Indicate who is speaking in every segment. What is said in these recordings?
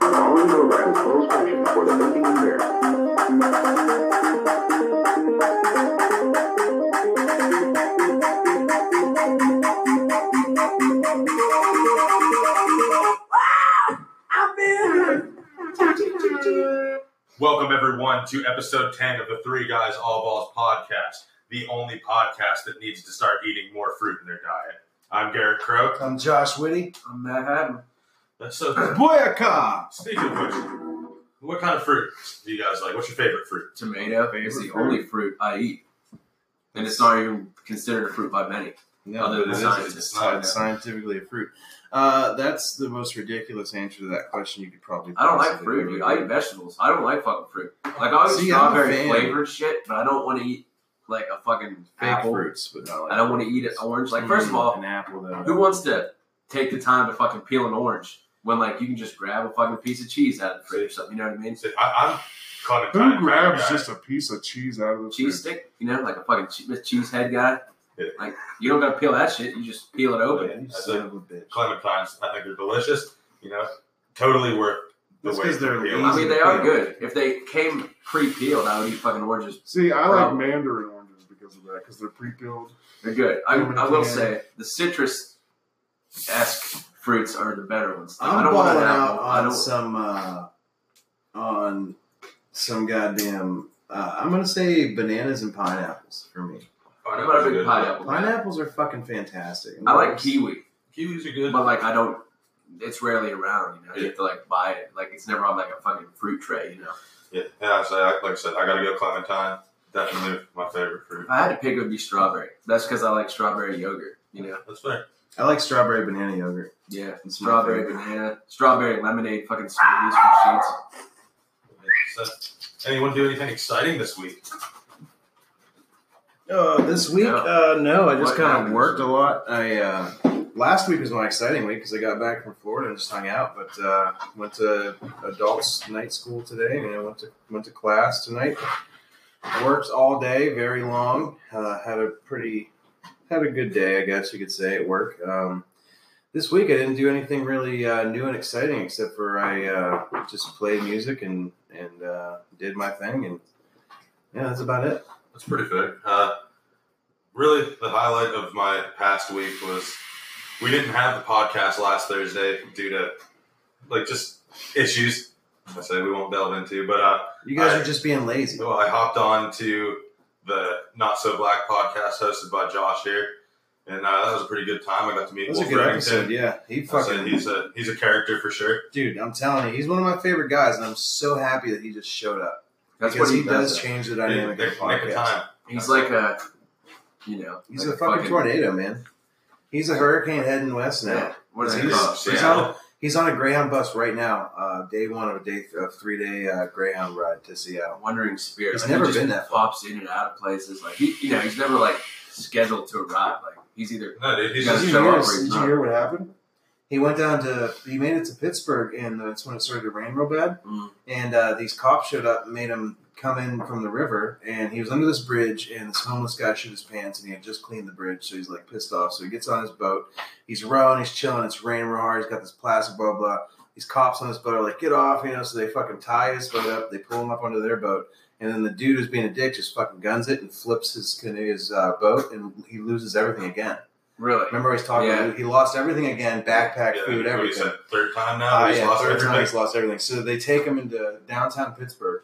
Speaker 1: Following the right slow motion for the making of air.
Speaker 2: Welcome, everyone, to episode 10 of the Three Guys All Balls podcast, the only podcast that needs to start eating more fruit in their diet. I'm Garrett Crow.
Speaker 3: I'm Josh Whitty.
Speaker 4: I'm Matt Haddon.
Speaker 2: That's so,
Speaker 3: Boyaka!
Speaker 2: speaking of which, what kind of fruit do you guys like? What's your favorite fruit?
Speaker 4: Tomato is the only fruit I eat. And it's not even considered a fruit by many.
Speaker 3: No,
Speaker 4: Other than
Speaker 3: it is-
Speaker 4: scientists,
Speaker 3: it's
Speaker 4: I
Speaker 3: not
Speaker 4: know.
Speaker 3: scientifically a fruit. Uh, that's the most ridiculous answer to that question you could probably.
Speaker 4: I don't like
Speaker 3: possibly
Speaker 4: fruit,
Speaker 3: ever
Speaker 4: dude.
Speaker 3: do.
Speaker 4: I eat vegetables. I don't like fucking fruit. Like, I eat
Speaker 3: See, I'm a
Speaker 4: strawberry
Speaker 3: fan.
Speaker 4: flavored shit, but I don't want to eat, like, a fucking
Speaker 3: fake
Speaker 4: apple.
Speaker 3: fruits, but not like.
Speaker 4: I don't want to eat an orange. Like, first of all,
Speaker 3: an apple though.
Speaker 4: who wants to take the time to fucking peel an orange when, like, you can just grab a fucking piece of cheese out of the fridge or something? You know what I mean?
Speaker 2: I, I'm calling it
Speaker 5: Who
Speaker 2: time.
Speaker 5: grabs just a piece of cheese out of the
Speaker 4: Cheese
Speaker 5: fridge?
Speaker 4: stick, you know, like a fucking che- cheese head guy.
Speaker 2: Yeah.
Speaker 4: Like, you don't gotta peel that shit. You just peel it open.
Speaker 3: You son of a bitch.
Speaker 2: Clementines. I think they're delicious. You know, totally worth the
Speaker 3: That's
Speaker 2: wait.
Speaker 3: 'cause they're
Speaker 2: Yeah.
Speaker 3: lean.
Speaker 4: I mean, they are
Speaker 3: Yeah.
Speaker 4: good. If they came pre-peeled, I would eat fucking oranges.
Speaker 5: See, I like
Speaker 3: Um,
Speaker 4: Probably.
Speaker 5: mandarin oranges because of that, because they're pre-peeled.
Speaker 4: They're good. I,
Speaker 3: Oh
Speaker 4: I will
Speaker 5: Yeah.
Speaker 4: say the citrus esque fruits are the better ones. Like, I
Speaker 3: I'm
Speaker 4: don't want
Speaker 3: balling
Speaker 4: an
Speaker 3: out
Speaker 4: apple. I
Speaker 3: on
Speaker 4: don't.
Speaker 3: some uh, on some goddamn. Uh, I'm gonna say bananas and pineapples for me.
Speaker 4: What about a big pineapple?
Speaker 3: Pineapples are fucking fantastic.
Speaker 4: I like kiwi,
Speaker 2: Kiwis are good.
Speaker 4: but like I don't. It's rarely around. You know, you
Speaker 2: Yeah.
Speaker 4: have to like buy it. Like it's never on like a fucking fruit tray. You know,
Speaker 2: Yeah, and I say, like I said, I gotta go clementine. Definitely my favorite fruit.
Speaker 4: if I had to pick, it would be strawberry. That's because I like strawberry yogurt. You know,
Speaker 2: That's fair.
Speaker 3: I like strawberry banana yogurt.
Speaker 4: yeah,
Speaker 3: It's my
Speaker 4: strawberry
Speaker 3: favorite.
Speaker 4: banana, strawberry lemonade, fucking smoothies from sheets.
Speaker 2: So, anyone do anything exciting this week?
Speaker 3: Uh, this week, uh, no, I just
Speaker 4: What
Speaker 3: kind
Speaker 4: happened
Speaker 3: of
Speaker 4: this
Speaker 3: worked a
Speaker 4: week?
Speaker 3: lot. I uh, last week was my exciting week because I got back from Florida and just hung out. But uh, went to adults night school today, and I went to went to class tonight. Worked all day, very long. Uh, had a pretty had a good day, I guess you could say, at work. Um, this week, I didn't do anything really uh, new and exciting except for I uh, just played music and and uh, did my thing, and yeah, that's about it.
Speaker 2: That's pretty fair. Uh, really, the highlight of my past week was we didn't have the podcast last Thursday due to like just issues. I say we won't delve into, but uh,
Speaker 3: You guys
Speaker 2: I-
Speaker 3: are just being lazy.
Speaker 2: well, I hopped on to the Not So Black podcast hosted by Josh here, and uh, that was a pretty good time. I got to meet
Speaker 3: That was a
Speaker 2: Wolf
Speaker 3: good episode.
Speaker 2: Remington.
Speaker 3: Yeah, he
Speaker 2: I said
Speaker 3: fucking
Speaker 2: he's a he's a character for sure.
Speaker 3: dude. I'm telling you, he's one of my favorite guys, and I'm so happy that he just showed up
Speaker 4: That's
Speaker 3: because
Speaker 4: what
Speaker 3: he does.
Speaker 4: though.
Speaker 3: change the
Speaker 2: Yeah,
Speaker 3: dynamic
Speaker 2: Nick,
Speaker 3: of the podcast.
Speaker 2: Nick of time.
Speaker 4: He's like a, you know,
Speaker 3: He's
Speaker 4: like
Speaker 3: a fucking, tornado, man. He's a hurricane heading west now.
Speaker 4: Yeah. What is
Speaker 3: He's-
Speaker 4: it called?
Speaker 3: he's
Speaker 2: Seattle.
Speaker 3: on, he's on a Greyhound bus right now, uh, day one of a day of three day uh, Greyhound ride to Seattle.
Speaker 4: wandering spirit.
Speaker 3: He's
Speaker 4: Like,
Speaker 3: never
Speaker 4: he just
Speaker 3: been that
Speaker 4: pops in and out of places. Like he, you know, he's never like scheduled to arrive. Like he's either
Speaker 2: No, dude, he's
Speaker 4: Yeah,
Speaker 2: just
Speaker 4: he's- show up where
Speaker 3: did you
Speaker 4: not.
Speaker 3: hear what happened? He went down to he made it to Pittsburgh, and that's when it started to rain real bad.
Speaker 4: Mm.
Speaker 3: And uh, these cops showed up and made him come in from the river, and he was under this bridge, and this homeless guy shit his pants, and he had just cleaned the bridge, so he's like pissed off. So he gets on his boat, he's rowing, he's chilling, it's raining real hard, he's got this plastic, blah blah. These cops on his boat are like, get off, you know. So they fucking tie his boat up, they pull him up onto their boat, and then the dude who's being a dick just fucking guns it and flips his canoe, his uh, boat, and he loses everything again.
Speaker 4: really.
Speaker 3: Remember, he's talking.
Speaker 4: Yeah.
Speaker 3: He lost everything again: backpack,
Speaker 2: yeah, what
Speaker 3: food,
Speaker 2: he
Speaker 3: everything.
Speaker 2: said, third time now.
Speaker 3: Uh,
Speaker 2: he's
Speaker 3: yeah,
Speaker 2: lost
Speaker 3: third time
Speaker 2: everything.
Speaker 3: he's lost everything. So they take him into downtown Pittsburgh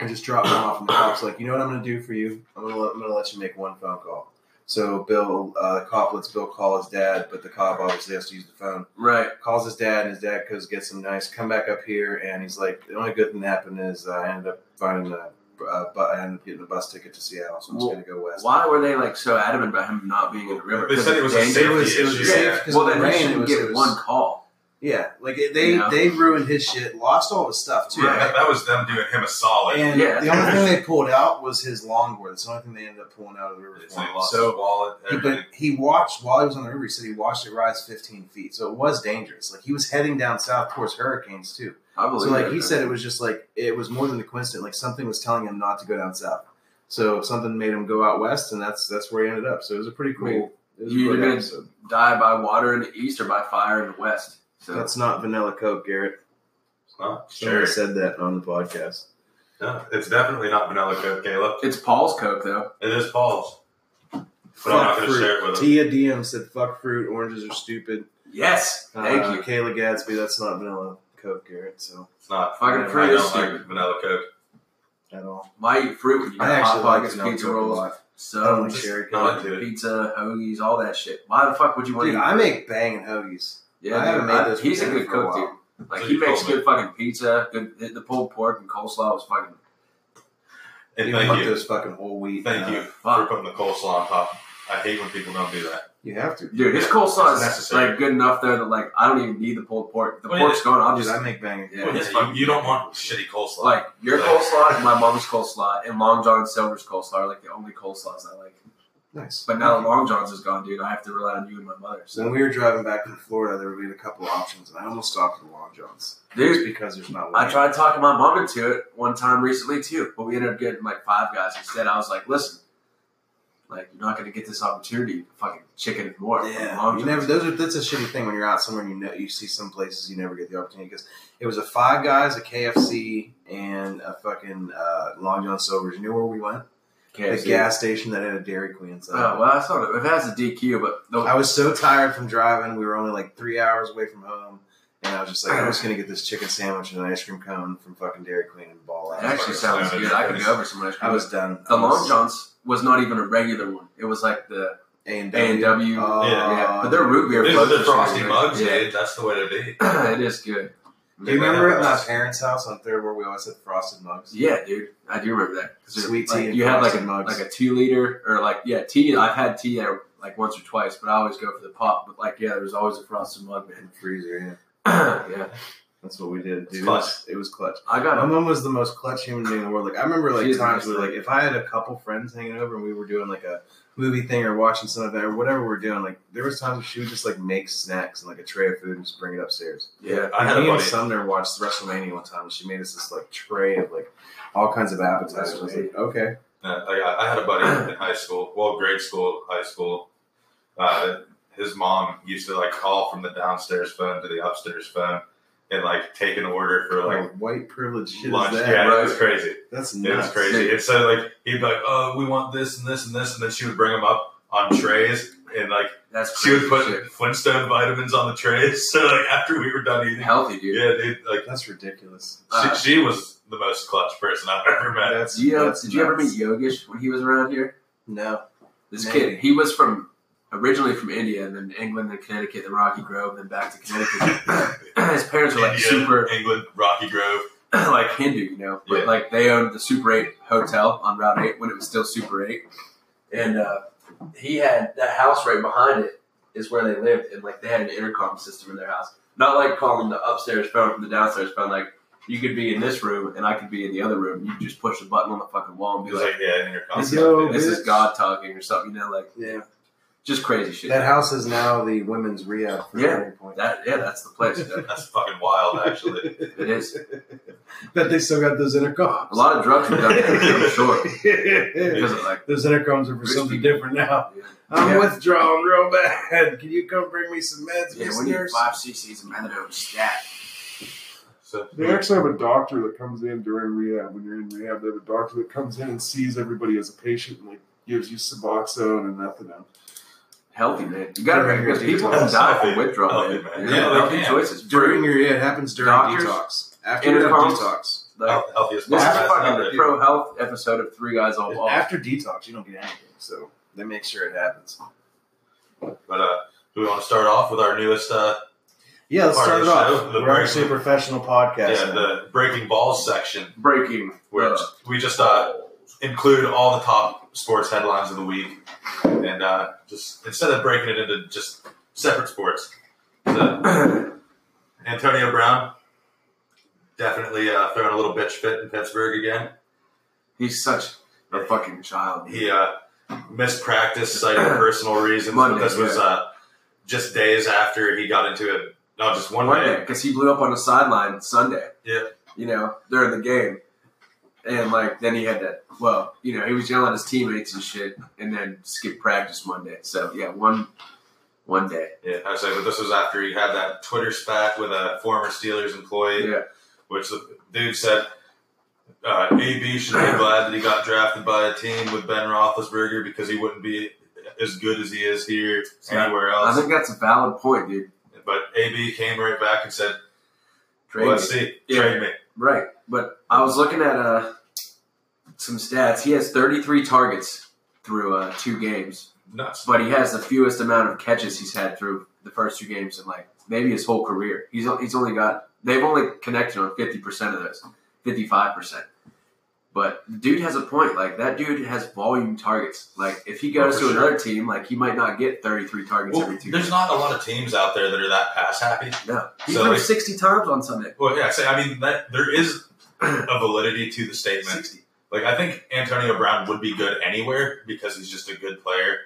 Speaker 3: and just drop him off. And the cop's like, "You know what I'm going to do for you? I'm going to I'm going to let you make one phone call." So Bill, uh, the cop lets Bill call his dad, but the cop obviously has to use the phone.
Speaker 4: Right.
Speaker 3: Calls his dad, and his dad goes gets him nice. Come back up here, and he's like, "The only good thing that happened is uh, I ended up finding a, uh, bu- I ended up getting a bus ticket to Seattle, so I'm just
Speaker 4: Well,
Speaker 3: going to go west."
Speaker 4: Why were they like so adamant about him not being in the river?
Speaker 2: They said it was a
Speaker 4: Because
Speaker 2: safety
Speaker 3: It was- it was
Speaker 2: issue.
Speaker 3: a safe-
Speaker 2: yeah.
Speaker 3: 'cause
Speaker 4: Well,
Speaker 3: of the
Speaker 4: then they
Speaker 3: rain,
Speaker 4: should
Speaker 3: it was- it
Speaker 4: get
Speaker 3: was-
Speaker 4: one call.
Speaker 3: Yeah, like it- they
Speaker 4: Yeah.
Speaker 3: they ruined his shit, lost all his stuff too.
Speaker 2: Yeah, that, that was them doing him a solid.
Speaker 3: And
Speaker 4: Yeah.
Speaker 3: the only thing they pulled out was his longboard. That's the only thing they ended up pulling out of the river.
Speaker 2: It's
Speaker 3: for
Speaker 2: like
Speaker 3: him.
Speaker 2: lost
Speaker 3: So,
Speaker 2: his wallet, everything.
Speaker 3: but he watched while he was on the river. He said he watched it rise 15 feet, so it was dangerous. Like he was heading down south towards hurricanes too.
Speaker 4: I believe.
Speaker 3: So, like
Speaker 4: it.
Speaker 3: he said, it was just like it was more than a coincidence. Like something was telling him not to go down south. So something made him go out west, and that's that's where he ended up. So it was a pretty cool.
Speaker 4: Wait,
Speaker 3: it was a
Speaker 4: you
Speaker 3: cool
Speaker 4: didn't-
Speaker 3: episode.
Speaker 4: die by water in the east or by fire in the west. So
Speaker 3: That's not vanilla coke, Garrett.
Speaker 2: Huh? Sure.
Speaker 3: Somebody said that on the podcast.
Speaker 2: No, it's definitely not vanilla Coke, Caleb.
Speaker 4: It's Paul's Coke though.
Speaker 2: It is Paul's. But I'm not
Speaker 3: Fuck
Speaker 2: going to share it
Speaker 3: fruit.
Speaker 2: with him.
Speaker 3: Tia DM said, "Fuck fruit. Oranges are stupid."
Speaker 4: Yes, thank
Speaker 3: Uh,
Speaker 4: you.
Speaker 3: Kayla Gadsby. That's not vanilla Coke, Garrett. So
Speaker 2: It's not.
Speaker 4: Fucking
Speaker 2: I
Speaker 4: fruit is
Speaker 2: don't like
Speaker 4: stupid.
Speaker 2: vanilla Coke.
Speaker 3: at all.
Speaker 4: Why eat fruit when you
Speaker 3: I
Speaker 4: got hot
Speaker 3: actually like
Speaker 4: pockets,
Speaker 3: vanilla
Speaker 4: pizza
Speaker 3: Coke a lot.
Speaker 4: rolls,
Speaker 3: I don't like
Speaker 4: subs,
Speaker 3: cherry
Speaker 2: Not
Speaker 3: Coke.
Speaker 2: into it.
Speaker 4: pizza, hoagies, all that shit? Why the fuck would you want
Speaker 3: Dude,
Speaker 4: to? eat?
Speaker 3: I make banging hoagies.
Speaker 4: yeah,
Speaker 3: I
Speaker 4: dude,
Speaker 3: haven't
Speaker 4: I-
Speaker 3: made this.
Speaker 4: He's a good
Speaker 3: for a
Speaker 4: cook, dude.
Speaker 3: while.
Speaker 4: Like
Speaker 2: So
Speaker 4: he
Speaker 2: you
Speaker 4: makes
Speaker 2: told me.
Speaker 4: good fucking pizza. Good the- the pulled pork and coleslaw was fucking.
Speaker 2: And
Speaker 3: You
Speaker 2: thank
Speaker 3: want
Speaker 2: you.
Speaker 3: those fucking whole wheat.
Speaker 2: Thank
Speaker 3: uh,
Speaker 2: you for
Speaker 4: fuck.
Speaker 2: putting the coleslaw on top. I hate when people don't do that.
Speaker 3: uh, You have to.
Speaker 4: Dude, his
Speaker 2: Yeah,
Speaker 4: coleslaw
Speaker 2: it's
Speaker 4: is
Speaker 2: necessary.
Speaker 4: like good enough there that like I don't even need the pulled pork. The
Speaker 2: Well,
Speaker 4: pork's gone. I'll
Speaker 3: Dude,
Speaker 4: just
Speaker 3: I make banging.
Speaker 4: Yeah,
Speaker 2: Well,
Speaker 4: it's
Speaker 2: yeah,
Speaker 4: fucking-
Speaker 2: you, you don't want shitty coleslaw.
Speaker 4: like your
Speaker 2: Like-
Speaker 4: coleslaw and my mom's coleslaw and Long John Silver's coleslaw are like the only coleslaws I like.
Speaker 3: Nice.
Speaker 4: But now that Long John's is gone, dude, I have to rely on you and my mother.
Speaker 3: So when
Speaker 4: So,
Speaker 3: we were driving back from Florida, there were a couple options, and I almost stopped at the Long Johns just
Speaker 4: dude,
Speaker 3: because there's not one.
Speaker 4: I tried talking my mom into it one time recently too, but we ended up getting like five guys instead. I was like, listen, like you're not gonna get this opportunity, fucking chicken and more. from
Speaker 3: Yeah,
Speaker 4: Long
Speaker 3: you never.
Speaker 4: John's.
Speaker 3: Those are that's a shitty thing when you're out somewhere and you know you see some places you never get the opportunity because it was a Five Guys, a KFC, and a fucking uh, Long John Silver's. You know where we went?
Speaker 4: KFC.
Speaker 3: The gas station that had a Dairy Queen. So
Speaker 4: Oh, well, I saw it. It has a DQ, but the,
Speaker 3: I was so tired from driving. We were only like three hours away from home, and I was just like, I'm just gonna get this chicken sandwich and an ice cream cone from fucking Dairy Queen and ball out.
Speaker 4: it actually sounds
Speaker 2: Yeah,
Speaker 4: good.
Speaker 2: it
Speaker 4: I could
Speaker 2: is.
Speaker 4: go over some ice cream.
Speaker 3: I was done.
Speaker 4: the
Speaker 3: I was
Speaker 4: Long John's was not even a regular one. It was like the
Speaker 3: A and
Speaker 4: A and W.
Speaker 3: Oh,
Speaker 4: Yeah, but their root beer
Speaker 2: These are
Speaker 4: floats
Speaker 2: the
Speaker 4: are
Speaker 2: frosty
Speaker 4: so good.
Speaker 2: mugs,
Speaker 4: Yeah.
Speaker 2: dude. That's the way to be.
Speaker 4: it is good.
Speaker 3: Do you remember at my parents' house on Third where we always had frosted mugs?
Speaker 4: Yeah, dude, I do remember that. 'Cause it-
Speaker 3: Sweet tea
Speaker 4: like,
Speaker 3: and
Speaker 4: you had like a
Speaker 3: frosted mugs.
Speaker 4: like a two liter or like yeah tea. I've had tea there like once or twice, but I always go for the pop. But like yeah, there was always a frosted mug,
Speaker 3: In
Speaker 4: man.
Speaker 3: the freezer, yeah.
Speaker 4: yeah,
Speaker 3: That's what we did.
Speaker 2: It's
Speaker 3: Dude. It,
Speaker 2: clutch.
Speaker 3: was, it was clutch.
Speaker 4: I
Speaker 3: My
Speaker 4: got
Speaker 3: mom was the most clutch human being in the world. Like I remember like
Speaker 4: She is
Speaker 3: times
Speaker 4: nice,
Speaker 3: where
Speaker 4: though.
Speaker 3: like if I had a couple friends hanging over and we were doing like a movie thing or watching something or whatever we were doing, like there was times where she would just like make snacks and like a tray of food and just bring it upstairs.
Speaker 4: yeah.
Speaker 2: I had a
Speaker 3: Me and
Speaker 2: buddy.
Speaker 3: Sumner watched WrestleMania one time and she made us this like tray of like all kinds of appetizers. I was like, okay.
Speaker 2: Uh, I, got- I had a buddy in high school, well, grade school, high school. Uh, his mom used to like call from the downstairs phone to the upstairs phone and like take an order for like
Speaker 3: Like white privilege shit
Speaker 2: lunch.
Speaker 3: is that?
Speaker 2: yeah, it
Speaker 4: right?
Speaker 2: was crazy.
Speaker 3: That's
Speaker 2: It was
Speaker 3: nuts.
Speaker 2: crazy. And so like he'd be like, "Oh, we want this and this and this," and then she would bring them up on trays and like
Speaker 4: That's
Speaker 2: she would
Speaker 4: crazy
Speaker 2: put
Speaker 4: shit.
Speaker 2: Flintstone vitamins on the trays. So like after we were done eating,
Speaker 4: healthy, dude.
Speaker 2: yeah, dude, like
Speaker 3: That's ridiculous.
Speaker 4: Uh,
Speaker 2: she, she was the most clutch person I've ever met.
Speaker 3: That's,
Speaker 4: Did you,
Speaker 3: that's
Speaker 4: did you ever
Speaker 3: nuts.
Speaker 4: meet Yogesh when he was around here?
Speaker 3: No.
Speaker 4: This
Speaker 3: Maybe.
Speaker 4: kid, he was from originally from India, and then England, then Connecticut, then Rocky Grove, then back to Connecticut. His parents were like
Speaker 2: India,
Speaker 4: super
Speaker 2: England, Rocky Grove.
Speaker 4: like Hindu, you know, but
Speaker 2: Yeah.
Speaker 4: like they owned the Super Eight hotel on Route Eight when it was still Super Eight, and uh, he had that house right behind it is where they lived, and like they had an intercom system in their house, not like calling the upstairs phone from the downstairs phone, like. You could be in this room and I could be in the other room. and You could just push a button on the fucking wall and
Speaker 2: He
Speaker 4: be
Speaker 2: was
Speaker 4: like, oh,
Speaker 2: like, yeah, in your
Speaker 3: It's
Speaker 2: concept.
Speaker 3: no-
Speaker 4: "This is
Speaker 3: bitch.
Speaker 4: God talking" or something. You know, like
Speaker 3: Yeah.
Speaker 4: just crazy shit.
Speaker 3: That house is now the women's rehab for
Speaker 4: Yeah.
Speaker 3: Turning Point.
Speaker 4: That- yeah, that's the place. though.
Speaker 2: That's fucking wild, actually.
Speaker 4: it is.
Speaker 3: Bet they still got those intercoms.
Speaker 4: A lot of drugs were done there, I'm sure.
Speaker 3: those
Speaker 4: Because of like,
Speaker 3: intercoms are for
Speaker 4: Rich
Speaker 3: something
Speaker 4: people.
Speaker 3: different now.
Speaker 4: yeah,
Speaker 3: I'm
Speaker 4: Yeah.
Speaker 3: withdrawing real bad. Can you come bring me some meds,
Speaker 4: yeah
Speaker 3: Miss
Speaker 4: when you
Speaker 3: Nurse?
Speaker 4: five cc's of methadone, stat.
Speaker 2: So,
Speaker 5: They actually have a doctor that comes in during rehab. When you're in rehab, they have a doctor that comes in and sees everybody as a patient and like gives you Suboxone and methadone.
Speaker 4: healthy, man. You gotta
Speaker 3: Yeah,
Speaker 4: because
Speaker 3: yeah,
Speaker 4: people
Speaker 2: yeah.
Speaker 4: can die from
Speaker 2: Healthy.
Speaker 4: withdrawal,
Speaker 2: Healthy,
Speaker 4: man.
Speaker 2: man.
Speaker 4: You know,
Speaker 2: Yeah, they
Speaker 4: healthy
Speaker 2: can.
Speaker 4: choices.
Speaker 3: During
Speaker 4: Fruit,
Speaker 3: your it happens during
Speaker 4: Doctors,
Speaker 3: detox. After you have
Speaker 4: intercoms.
Speaker 3: detox.
Speaker 4: like,
Speaker 2: health- healthiest
Speaker 4: this is
Speaker 2: podcast out
Speaker 4: fucking
Speaker 2: there.
Speaker 4: the pro health episode of Three Guys on Ball.
Speaker 3: After detox, you don't get anything. So they make sure it happens.
Speaker 2: But uh, do we want to start off with our newest, uh,
Speaker 3: Yeah, let's
Speaker 2: Part
Speaker 3: start
Speaker 2: of
Speaker 3: it
Speaker 2: the
Speaker 3: off.
Speaker 2: show, the
Speaker 3: We're
Speaker 2: break.
Speaker 3: actually a professional podcast.
Speaker 2: yeah,
Speaker 3: now.
Speaker 2: the breaking balls section,
Speaker 4: Breaking.
Speaker 2: where
Speaker 4: uh,
Speaker 2: we just uh, include all the top sports headlines of the week, and uh, just instead of breaking it into just separate sports, so, Antonio Brown definitely uh, throwing a little bitch fit in Pittsburgh again.
Speaker 4: he's such a fucking child.
Speaker 2: he uh, missed practice citing personal reasons.
Speaker 4: Monday,
Speaker 2: but this was
Speaker 4: yeah.
Speaker 2: uh, just days after he got into it. No, just one
Speaker 4: Monday,
Speaker 2: day.
Speaker 4: because he blew up on the sideline Sunday.
Speaker 2: Yeah.
Speaker 4: You know, during the game. And like then he had to well, you know, he was yelling at his teammates and shit and then skip practice Monday. So yeah, one one day.
Speaker 2: Yeah, I say, but this was after he had that Twitter spat with a former Steelers employee,
Speaker 4: Yeah.
Speaker 2: which the dude said uh, AB should be glad that he got drafted by a team with Ben Roethlisberger because he wouldn't be as good as he is here
Speaker 4: Yeah.
Speaker 2: anywhere
Speaker 4: I
Speaker 2: else.
Speaker 4: think that's a valid point, dude.
Speaker 2: But AB came right back and said,
Speaker 4: Trade
Speaker 2: "Let's
Speaker 4: me.
Speaker 2: see,
Speaker 4: Yeah.
Speaker 2: trade me."
Speaker 4: Right, but I was looking at uh, some stats. He has 33 targets through uh, two games,
Speaker 2: Nuts.
Speaker 4: but he has the fewest amount of catches he's had through the first two games in like maybe his whole career. He's he's only got they've only connected on 50% of those, 55%. But the dude has a point. Like that dude has volume targets. Like if he goes
Speaker 2: Oh, for
Speaker 4: to
Speaker 2: sure.
Speaker 4: another team, like he might not get 33 targets
Speaker 2: Well,
Speaker 4: every two.
Speaker 2: there's
Speaker 4: games.
Speaker 2: not a lot of teams out there that are that pass happy.
Speaker 4: no. He
Speaker 2: so
Speaker 4: threw
Speaker 2: like-
Speaker 4: 60 times on Sunday.
Speaker 2: Well, yeah, so, I mean that there is a validity to the statement.
Speaker 4: 60.
Speaker 2: Like I think Antonio Brown would be good anywhere because he's just a good player,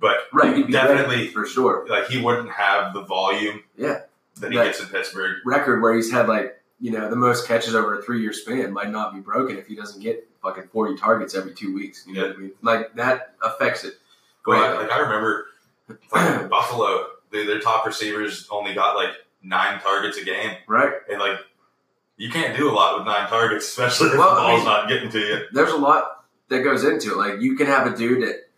Speaker 2: but
Speaker 4: Right, he'd be
Speaker 2: Definitely.
Speaker 4: ready for sure.
Speaker 2: like he wouldn't have the volume.
Speaker 4: Yeah.
Speaker 2: That he
Speaker 4: Right.
Speaker 2: gets in Pittsburgh.
Speaker 4: record where he's had like you know the most catches over a three year span might not be broken if he doesn't get fucking forty targets every two weeks. You know what I mean? Like that affects it.
Speaker 2: But
Speaker 4: Right.
Speaker 2: like I remember, fucking Buffalo, they, their top receivers only got like nine targets a game,
Speaker 4: Right?
Speaker 2: and like you can't do a lot with nine targets, especially if
Speaker 4: Well,
Speaker 2: the
Speaker 4: I
Speaker 2: ball's
Speaker 4: mean-
Speaker 2: not getting to you.
Speaker 4: There's a lot that goes into it. Like you can have a dude that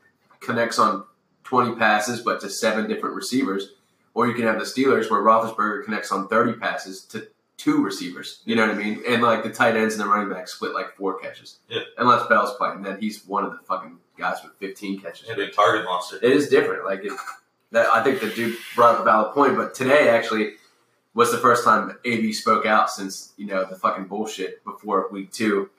Speaker 4: connects on twenty passes but to seven different receivers, or you can have the Steelers where Roethlisberger connects on thirty passes to two receivers. You know what I mean? And like the tight ends and the running backs split like four catches.
Speaker 2: Yeah.
Speaker 4: Unless Bell's playing, then he's one of the fucking guys with fifteen catches.
Speaker 2: Yeah, dude, target monster.
Speaker 4: it is different. Like it, that, I think the dude brought up a valid point. But today actually was the first time AB spoke out since you know the fucking bullshit before week two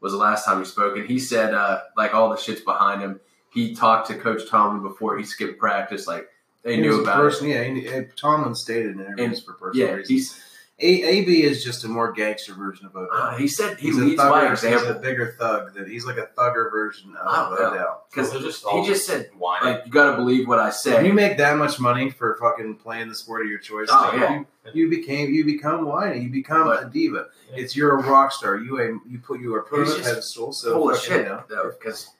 Speaker 4: was the last time he spoke, and he said uh, like all the shit's behind him. He talked to Coach Tomlin before he skipped practice. Like they
Speaker 3: He was
Speaker 4: knew
Speaker 3: a
Speaker 4: about it.
Speaker 3: person, Yeah, he, eh, Tomlin stated in interviews for personal
Speaker 4: Yeah,
Speaker 3: reasons.
Speaker 4: he's,
Speaker 3: A, AB is just a more gangster version of Odell.
Speaker 4: uh, he said he
Speaker 3: he's
Speaker 4: leads
Speaker 3: a thugger,
Speaker 4: by
Speaker 3: He's a
Speaker 4: example
Speaker 3: bigger thug. That he's like a thugger version of
Speaker 4: Oh, yeah.
Speaker 3: Odell.
Speaker 2: Because
Speaker 4: because
Speaker 2: they're just all
Speaker 4: he just said
Speaker 2: whining.
Speaker 4: like you got to believe what I
Speaker 3: When you
Speaker 4: say.
Speaker 3: make that much money for fucking playing the sport of your choice,
Speaker 4: Oh,
Speaker 3: like,
Speaker 4: yeah.
Speaker 3: you, you became you become whiny. You become
Speaker 4: But-
Speaker 3: a diva.
Speaker 2: Yeah.
Speaker 3: It's you're a rock star. You a you put you are put on
Speaker 4: He's
Speaker 3: a
Speaker 4: just
Speaker 3: pedestal. So
Speaker 4: Full of
Speaker 3: fucking,
Speaker 4: shit
Speaker 3: you know.
Speaker 4: though, because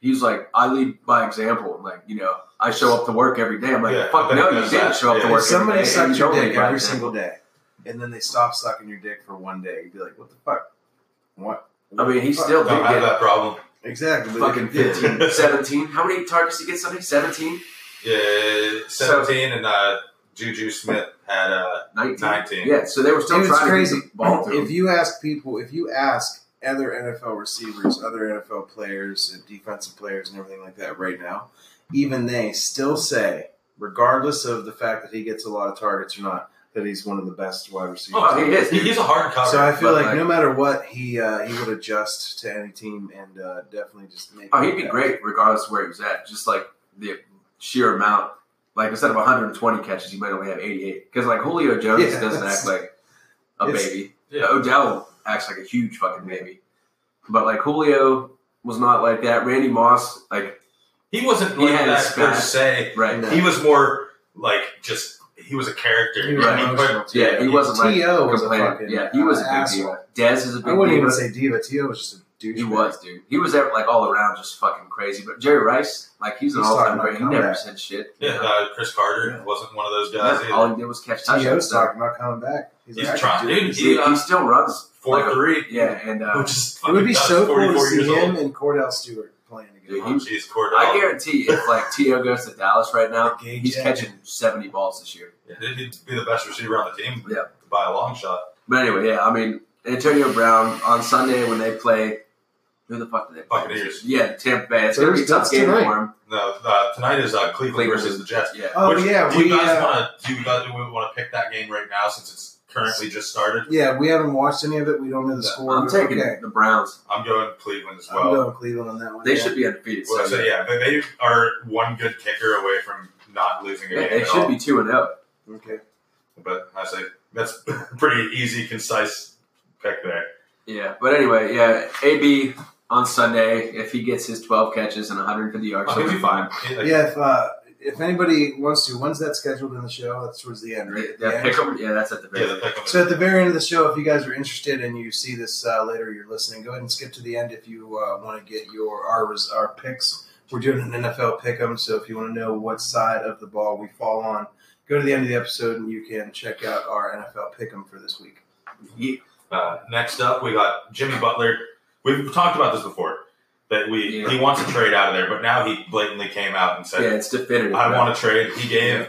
Speaker 4: he's like, I lead by example. Like, you know, I show up to work every day. I'm like,
Speaker 2: Yeah, I
Speaker 4: fuck
Speaker 2: think
Speaker 4: no, you
Speaker 2: that's
Speaker 4: didn't
Speaker 2: that.
Speaker 4: show up
Speaker 2: Yeah.
Speaker 4: to work.
Speaker 3: If somebody
Speaker 4: every day.
Speaker 3: sucks
Speaker 4: You
Speaker 3: your
Speaker 4: don't
Speaker 3: dick
Speaker 4: lead by
Speaker 3: every single
Speaker 4: example.
Speaker 3: day, and then they stop sucking your dick for one day, you'd be like, "What the fuck? What?"
Speaker 4: I mean, he still
Speaker 2: don't
Speaker 4: did
Speaker 2: have
Speaker 4: get
Speaker 2: that problem.
Speaker 3: exactly but
Speaker 4: fucking
Speaker 3: if you did-
Speaker 4: 15, 17. How many targets did he get? Something 17,
Speaker 2: Yeah,
Speaker 4: So-
Speaker 2: seventeen and uh, Juju Smith had uh,
Speaker 4: 19.
Speaker 2: nineteen.
Speaker 4: Yeah, so they were still
Speaker 3: Dude, it's
Speaker 4: trying
Speaker 3: crazy.
Speaker 4: to get the ball through.
Speaker 3: If you ask people, if you ask other NFL receivers, other NFL players, and defensive players, and everything like that right now, even they still say, regardless of the fact that he gets a lot of targets or not, that he's one of the best wide receivers.
Speaker 4: Oh, he is.
Speaker 2: He-
Speaker 4: He,
Speaker 2: he's a hard cover.
Speaker 3: So I feel
Speaker 4: But,
Speaker 3: like,
Speaker 4: like-
Speaker 3: no matter what, he uh, he would adjust to any team and uh, definitely just make.
Speaker 4: oh, he'd be great regardless of where he was at. Just like the sheer amount. Like instead of 120 catches, he might only have 88. Because like Julio Jones
Speaker 3: Yeah,
Speaker 4: doesn't
Speaker 3: it's-
Speaker 4: act like a
Speaker 3: it's-
Speaker 4: baby.
Speaker 2: yeah.
Speaker 4: Yeah, Odell acts like a huge fucking baby. But like Julio was not like that. Randy Moss, like
Speaker 2: He wasn't
Speaker 4: He
Speaker 2: like
Speaker 4: had
Speaker 2: that
Speaker 4: his
Speaker 2: per
Speaker 4: spots.
Speaker 2: se.
Speaker 4: right.
Speaker 3: No.
Speaker 2: He was more like just he was a character.
Speaker 3: He was
Speaker 4: Right.
Speaker 3: emotional. too.
Speaker 4: Yeah, he wasn't like
Speaker 3: T.O. was a
Speaker 4: complaining.
Speaker 3: fucking,
Speaker 4: yeah, he was a
Speaker 3: uh,
Speaker 4: big
Speaker 3: asshole.
Speaker 4: deal. Dez is a big
Speaker 3: I wouldn't
Speaker 4: deal.
Speaker 3: even say diva. T.O. was just a douche.
Speaker 4: he was, dude. He was ever, like all around just fucking crazy. But Jerry Rice, like he's an
Speaker 3: He's
Speaker 4: all time
Speaker 3: talking about
Speaker 4: great. He never
Speaker 3: comeback.
Speaker 4: said shit.
Speaker 2: Yeah, uh, Chris Carter wasn't one of those guys
Speaker 4: Yeah,
Speaker 2: either.
Speaker 4: all he did was catch touchdowns.
Speaker 3: T.O.'s
Speaker 4: So
Speaker 3: talking about coming back.
Speaker 2: He's
Speaker 3: like, I
Speaker 2: trying,
Speaker 3: can do
Speaker 2: dude.
Speaker 3: this.
Speaker 2: He,
Speaker 4: he, he
Speaker 2: uh,
Speaker 4: still runs.
Speaker 2: four
Speaker 4: like a-
Speaker 2: three.
Speaker 4: yeah, and uh,
Speaker 2: Which is
Speaker 3: It would be
Speaker 2: fucking
Speaker 3: so
Speaker 2: nuts,
Speaker 3: cool to
Speaker 2: 44
Speaker 3: see
Speaker 2: years
Speaker 3: him
Speaker 2: old.
Speaker 3: and Cordell Stewart playing
Speaker 4: Dude,
Speaker 2: Oh,
Speaker 3: together.
Speaker 2: jeez, Cordell.
Speaker 4: I guarantee if like T.O. goes to Dallas right now,
Speaker 3: Gay
Speaker 4: he's
Speaker 3: Jack.
Speaker 4: catching seventy balls this year.
Speaker 2: Yeah, dude, he'd be the best receiver on the team
Speaker 4: Yeah.
Speaker 2: by a long shot.
Speaker 4: But anyway, yeah, I mean Antonio Brown on Sunday when they play. Who the fuck did they play?
Speaker 2: Buccaneers.
Speaker 4: Yeah, Tampa Bay. It's gonna be a
Speaker 3: Thursday,
Speaker 4: tough game
Speaker 3: tonight.
Speaker 4: for him.
Speaker 2: No, uh, tonight is uh, Cleveland,
Speaker 4: Cleveland.
Speaker 2: versus the Jets.
Speaker 4: Yeah.
Speaker 3: Oh
Speaker 2: Which-
Speaker 3: yeah,
Speaker 2: do you
Speaker 3: we
Speaker 2: guys
Speaker 3: uh,
Speaker 2: want to? Do you guys want to pick that game right now since it's currently just started?
Speaker 3: yeah we haven't watched any of it. We don't know the
Speaker 2: Yeah,
Speaker 3: score.
Speaker 4: I'm taking
Speaker 3: Oh, okay.
Speaker 4: the Browns.
Speaker 2: I'm going Cleveland as
Speaker 3: I'm
Speaker 2: well.
Speaker 3: going Cleveland on that one.
Speaker 4: They
Speaker 3: yeah.
Speaker 4: should be undefeated.
Speaker 2: Well,
Speaker 4: so
Speaker 2: so yeah, they, they are one good kicker away from not losing a
Speaker 4: yeah,
Speaker 2: game
Speaker 4: they
Speaker 2: at
Speaker 4: should
Speaker 2: all.
Speaker 4: be two and oh. zero.
Speaker 3: Okay.
Speaker 2: But I say that's pretty easy, concise pick there.
Speaker 4: Yeah, but anyway, yeah, AB on Sunday if he gets his twelve catches and 150 yards,
Speaker 2: I
Speaker 4: he'll
Speaker 2: think
Speaker 4: be
Speaker 2: we
Speaker 4: fine.
Speaker 2: find like,
Speaker 3: Yeah. If uh, if anybody wants to, when's that scheduled in the show? That's towards the end, right?
Speaker 4: Yeah, yeah, pick 'em. Yeah, that's at the
Speaker 2: yeah,
Speaker 4: very.
Speaker 2: the pick 'em
Speaker 3: So at the very end of the show, if you guys are interested and you see this uh, later, you're listening. Go ahead and skip to the end if you uh, want to get your our res- our picks. We're doing an NFL pick'em, so if you want to know what side of the ball we fall on, go to the end of the episode and you can check out our NFL pick'em for this week.
Speaker 4: Yeah.
Speaker 2: Uh, next up, we got Jimmy Butler. We've talked about this before that we
Speaker 4: Yeah.
Speaker 2: he wants to trade out of there, but now he blatantly came out and said,
Speaker 4: Yeah, it's definitive.
Speaker 2: "I
Speaker 4: now.
Speaker 2: want to trade." He gave
Speaker 4: Yeah.